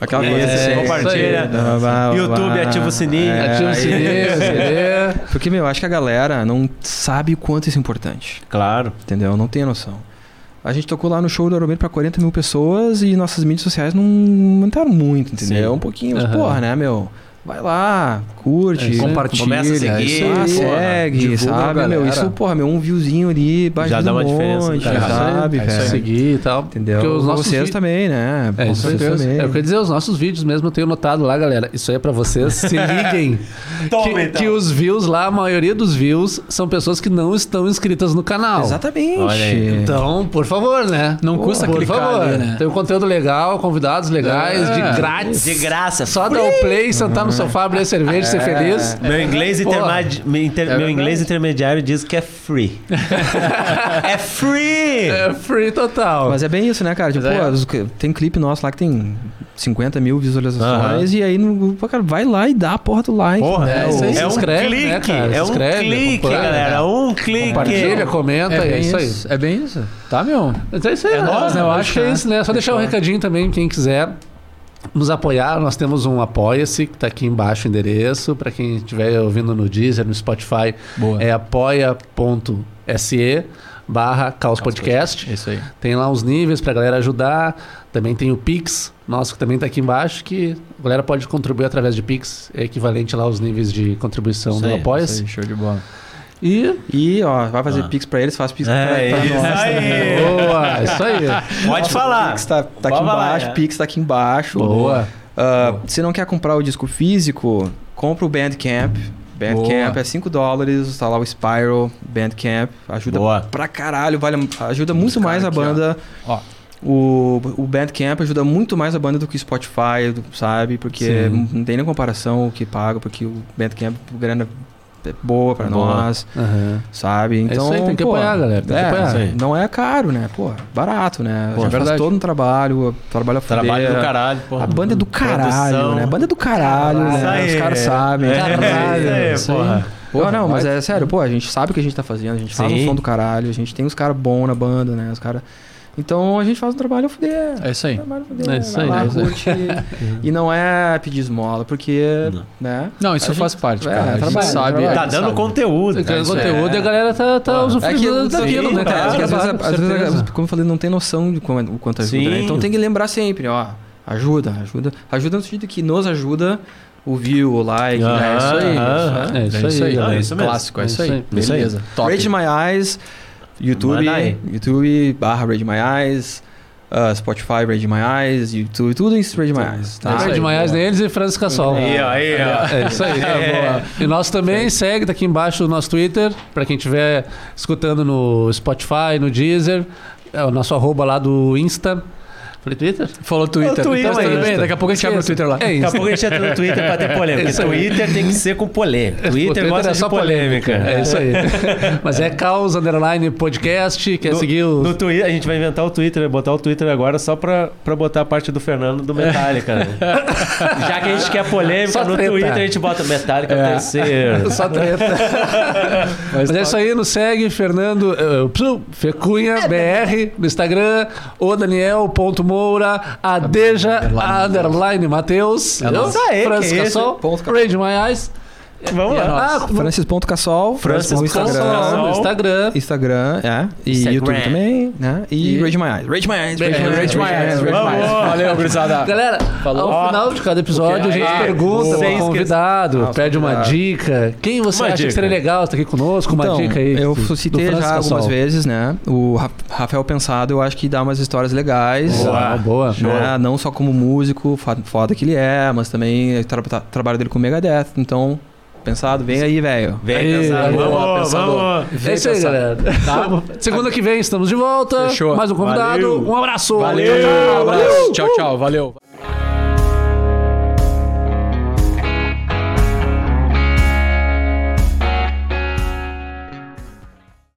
Aquela coisa
Isso,
assim.
compartilha.
Blá, blá, blá,
YouTube,
blá.
ativa o sininho.
É,
Ativa o
aí-
sininho, CD.
Porque, meu, acho que a galera não sabe o quanto isso é importante.
Claro.
Entendeu? Não tem noção. A gente tocou lá no show do Aeromir pra 40 mil pessoas e nossas mídias sociais não aumentaram muito, entendeu?
Sim.
Um pouquinho, mas
Aham.
porra, né, meu? Vai lá,
É
curte,
isso aí.
Compartilha,
Começa a
é
seguir.
Ah,
porra,
segue,
divulga a
sabe, meu?
galera.
Isso, porra, meu, um viewzinho ali, baixa
Já dá uma
um
diferença,
monte,
né?
cara.
sabe,
É isso aí.
velho?
Seguir e tal.
Entendeu?
Porque os
Pra
nossos
vocês
vi-
também, né? Pra
É, isso
vocês
mesmo.
também.
É, eu queria dizer, os nossos vídeos mesmo eu tenho notado lá, galera. Isso aí é pra vocês. Se liguem.
Toma,
que,
então.
que os views lá, a maioria dos views são pessoas que não estão inscritas no canal.
Exatamente.
Olha aí.
Então, por favor, né?
Não custa
por
clicar
favor.
ali, né?
Tem um conteúdo legal, convidados legais,
É.
Ah.
de grátis.
De graça.
Só dar o play, sentar no sofá, abrir a cerveja, ser feliz.
Meu inglês,
Pô.
intermedi- me- inter-
É
meu
verdade.
inglês intermediário diz que é free. é free!
É free total.
Mas é bem isso, né, cara? Tipo,
Mas é.
pô, os- tem um clipe nosso lá que tem 50 mil visualizações e aí, no, pô, cara, vai lá e dá a porra do like. né?
Porra,
É,
é,
isso aí,
um,
se
é um
inscreve,
clique,
né, cara? Se
é um
inscreve,
clique,
acompanha,
galera,
né?
um clique.
Compartilha, comenta, é,
bem
isso aí.
É bem isso. Tá, meu?
Mas é isso aí,
É
né?
nóis, né?
Eu
Eu
acho
acho,
que é
né?
isso, né? Só deixar um recadinho também, quem quiser nos apoiar, nós temos um Apoia-se, que tá aqui embaixo o endereço. Para quem estiver ouvindo no Deezer, no Spotify,
Boa.
é apoia.se barra Caos Podcast.
É Isso aí.
Tem lá uns níveis pra galera ajudar. Também tem o Pix, nosso que também tá aqui embaixo, que a galera pode contribuir através de Pix, é equivalente lá aos níveis de contribuição
Isso
do
aí,
Apoia-se.
Isso aí, show de bola.
E.
E, ó, vai
Ah.
fazer pix pra eles, faz pix pra,
É,
pra
isso
nós.
aí.
Boa! Isso aí!
Pode falar.
Pix tá, tá
Vai
aqui
lá,
embaixo,
é.
Pix tá aqui embaixo.
Boa!
Ah, se não quer comprar o disco físico, compra o Bandcamp. Bandcamp
Boa.
é 5 dólares, tá lá o Spiral, Bandcamp. Ajuda
Boa.
pra caralho, vale, ajuda muito
cara
mais a
aqui,
banda.
ó. Ó.
O, o Bandcamp ajuda muito mais a banda do que o Spotify, do- sabe? Porque
Sim.
não tem nem comparação o que paga, porque o Bandcamp, grana é boa pra
Boa.
nós,
Aham.
sabe?
É
Então,
isso aí, tem que
pô,
apoiar, galera. Tem que
é,
apoiar.
isso aí.
não é caro, né? Pô, barato, né?
Pô,
a gente faz
verdade.
todo um trabalho, trabalho a fuder.
Trabalho do caralho, porra.
A banda é do caralho,
Produção.
né? A banda é do caralho,
Isso
né?
aí.
Os caras sabem.
É,
Caralho. né?
isso aí, porra.
Pô, não, mas é sério, pô, a gente sabe o que a gente tá fazendo, a gente faz
Sim.
um som do caralho, a gente tem uns caras bons na banda, né? Os caras Então a gente faz um trabalho a fuder.
É isso aí.
Trabalho a fuder.
É isso
vai
aí,
lá,
é isso aí.
curte. e não é pedir esmola, porque.
Não.
Né?
Não, isso
A
faz parte, cara. a gente
trabalho,
sabe.
trabalho.
Tá dando conteúdo.
Tá
cara.
criando conteúdo e a galera tá, tá usufruindo
É que-
daquilo,
sim,
né,
É,
cara?
porque às vezes,
Claro,
às
com
vezes,
certeza.
como eu falei, não tem noção de como- o quanto ajuda.
Sim.
né? Então tem que lembrar sempre, ó, ajuda, ajuda. Ajuda no sentido que nos ajuda o view, o like,
Ah,
né? Isso aí.
ah,
isso, né?
É
É isso aí,
galera.
é
isso mesmo.
clássico, é isso
É isso
aí.
aí.
Beleza, top.
Rage My Eyes, YouTube,
Manda aí.
YouTube barra Rage My Eyes, ah, Spotify Rage My Eyes, YouTube, tudo em Rage My Eyes, tá?
Tá, de Maiás neles e Francis Cassol.
Aí, ó, aí, ó.
É isso aí.
É.
E nós também segue, tá aqui embaixo o nosso Twitter, pra quem estiver escutando no Spotify, no Deezer, é o nosso arroba lá do Insta. Falei Twitter? tá
Falou Twitter.
É o Twitter,
Então, tudo
Insta.
bem, daqui a pouco a gente abre o
Esqueça.
Twitter lá.
É
Daqui a
isso.
pouco a gente entra no Twitter pra ter polêmica.
Isso aí. É,
Twitter tem que ser com polêmica.
O
Twitter gosta de polêmica.
É isso aí. Mas é Caos Underline Podcast, quer
No-
seguir os...
No Twitter, a gente vai inventar o Twitter, vai botar o Twitter agora só pra, pra botar a parte do Fernando do Metallica. né? Já que a gente quer polêmica,
Só
no
treta. É.
Twitter a gente bota Metallica terceiro.
Só treta. Mas, é isso aí, nos segue, Fernando eh, psu, Fecunha BR no Instagram, o Daniel.moura, a Deja a underline Matheus, entendeu?
nossa. Aí, que
Francis
isso?
Cassol,
Ponto Cassol.
Rage My Eyes,
Vamos lá.
ah,
Francis.cassol,
Francis
no
Cassol
Instagram.
no Instagram.
Instagram, é. E
Instagram.
YouTube também, né? E, Rage My Eyes. Rage My Eyes,
Bem,
Rage My Eyes.
Rage My Eyes,
Rage My Eyes.
Vamos.
Valeu, gurizada.
Galera, ao
Ó.
final de cada episódio a gente
Ah,
pergunta
boa.
pro
Sem
convidado,
esquecer.
pede uma
Ah.
dica. Quem você
Uma
acha que
dica.
seria legal estar aqui conosco? Uma
então,
dica aí.
Eu
do
citei
Francis
já algumas
Cassol.
vezes, né? O Ra- Rafael Pensado, eu acho que dá umas histórias legais.
Boa, boa.
Né? Não só como músico, fa- foda que ele é, mas também o tra- tra- trabalho dele com o Megadeth. Então, pensado, vem aí, velho.
Vem
Aí,
pensar.
boa,
Vamos,
pensador.
vamos.
É isso aí, galera. Segunda que vem estamos de volta.
Fechou.
Mais um convidado.
Tá? Valeu.
Um abraço.
Valeu, um abraço. Tchau, tchau. Valeu.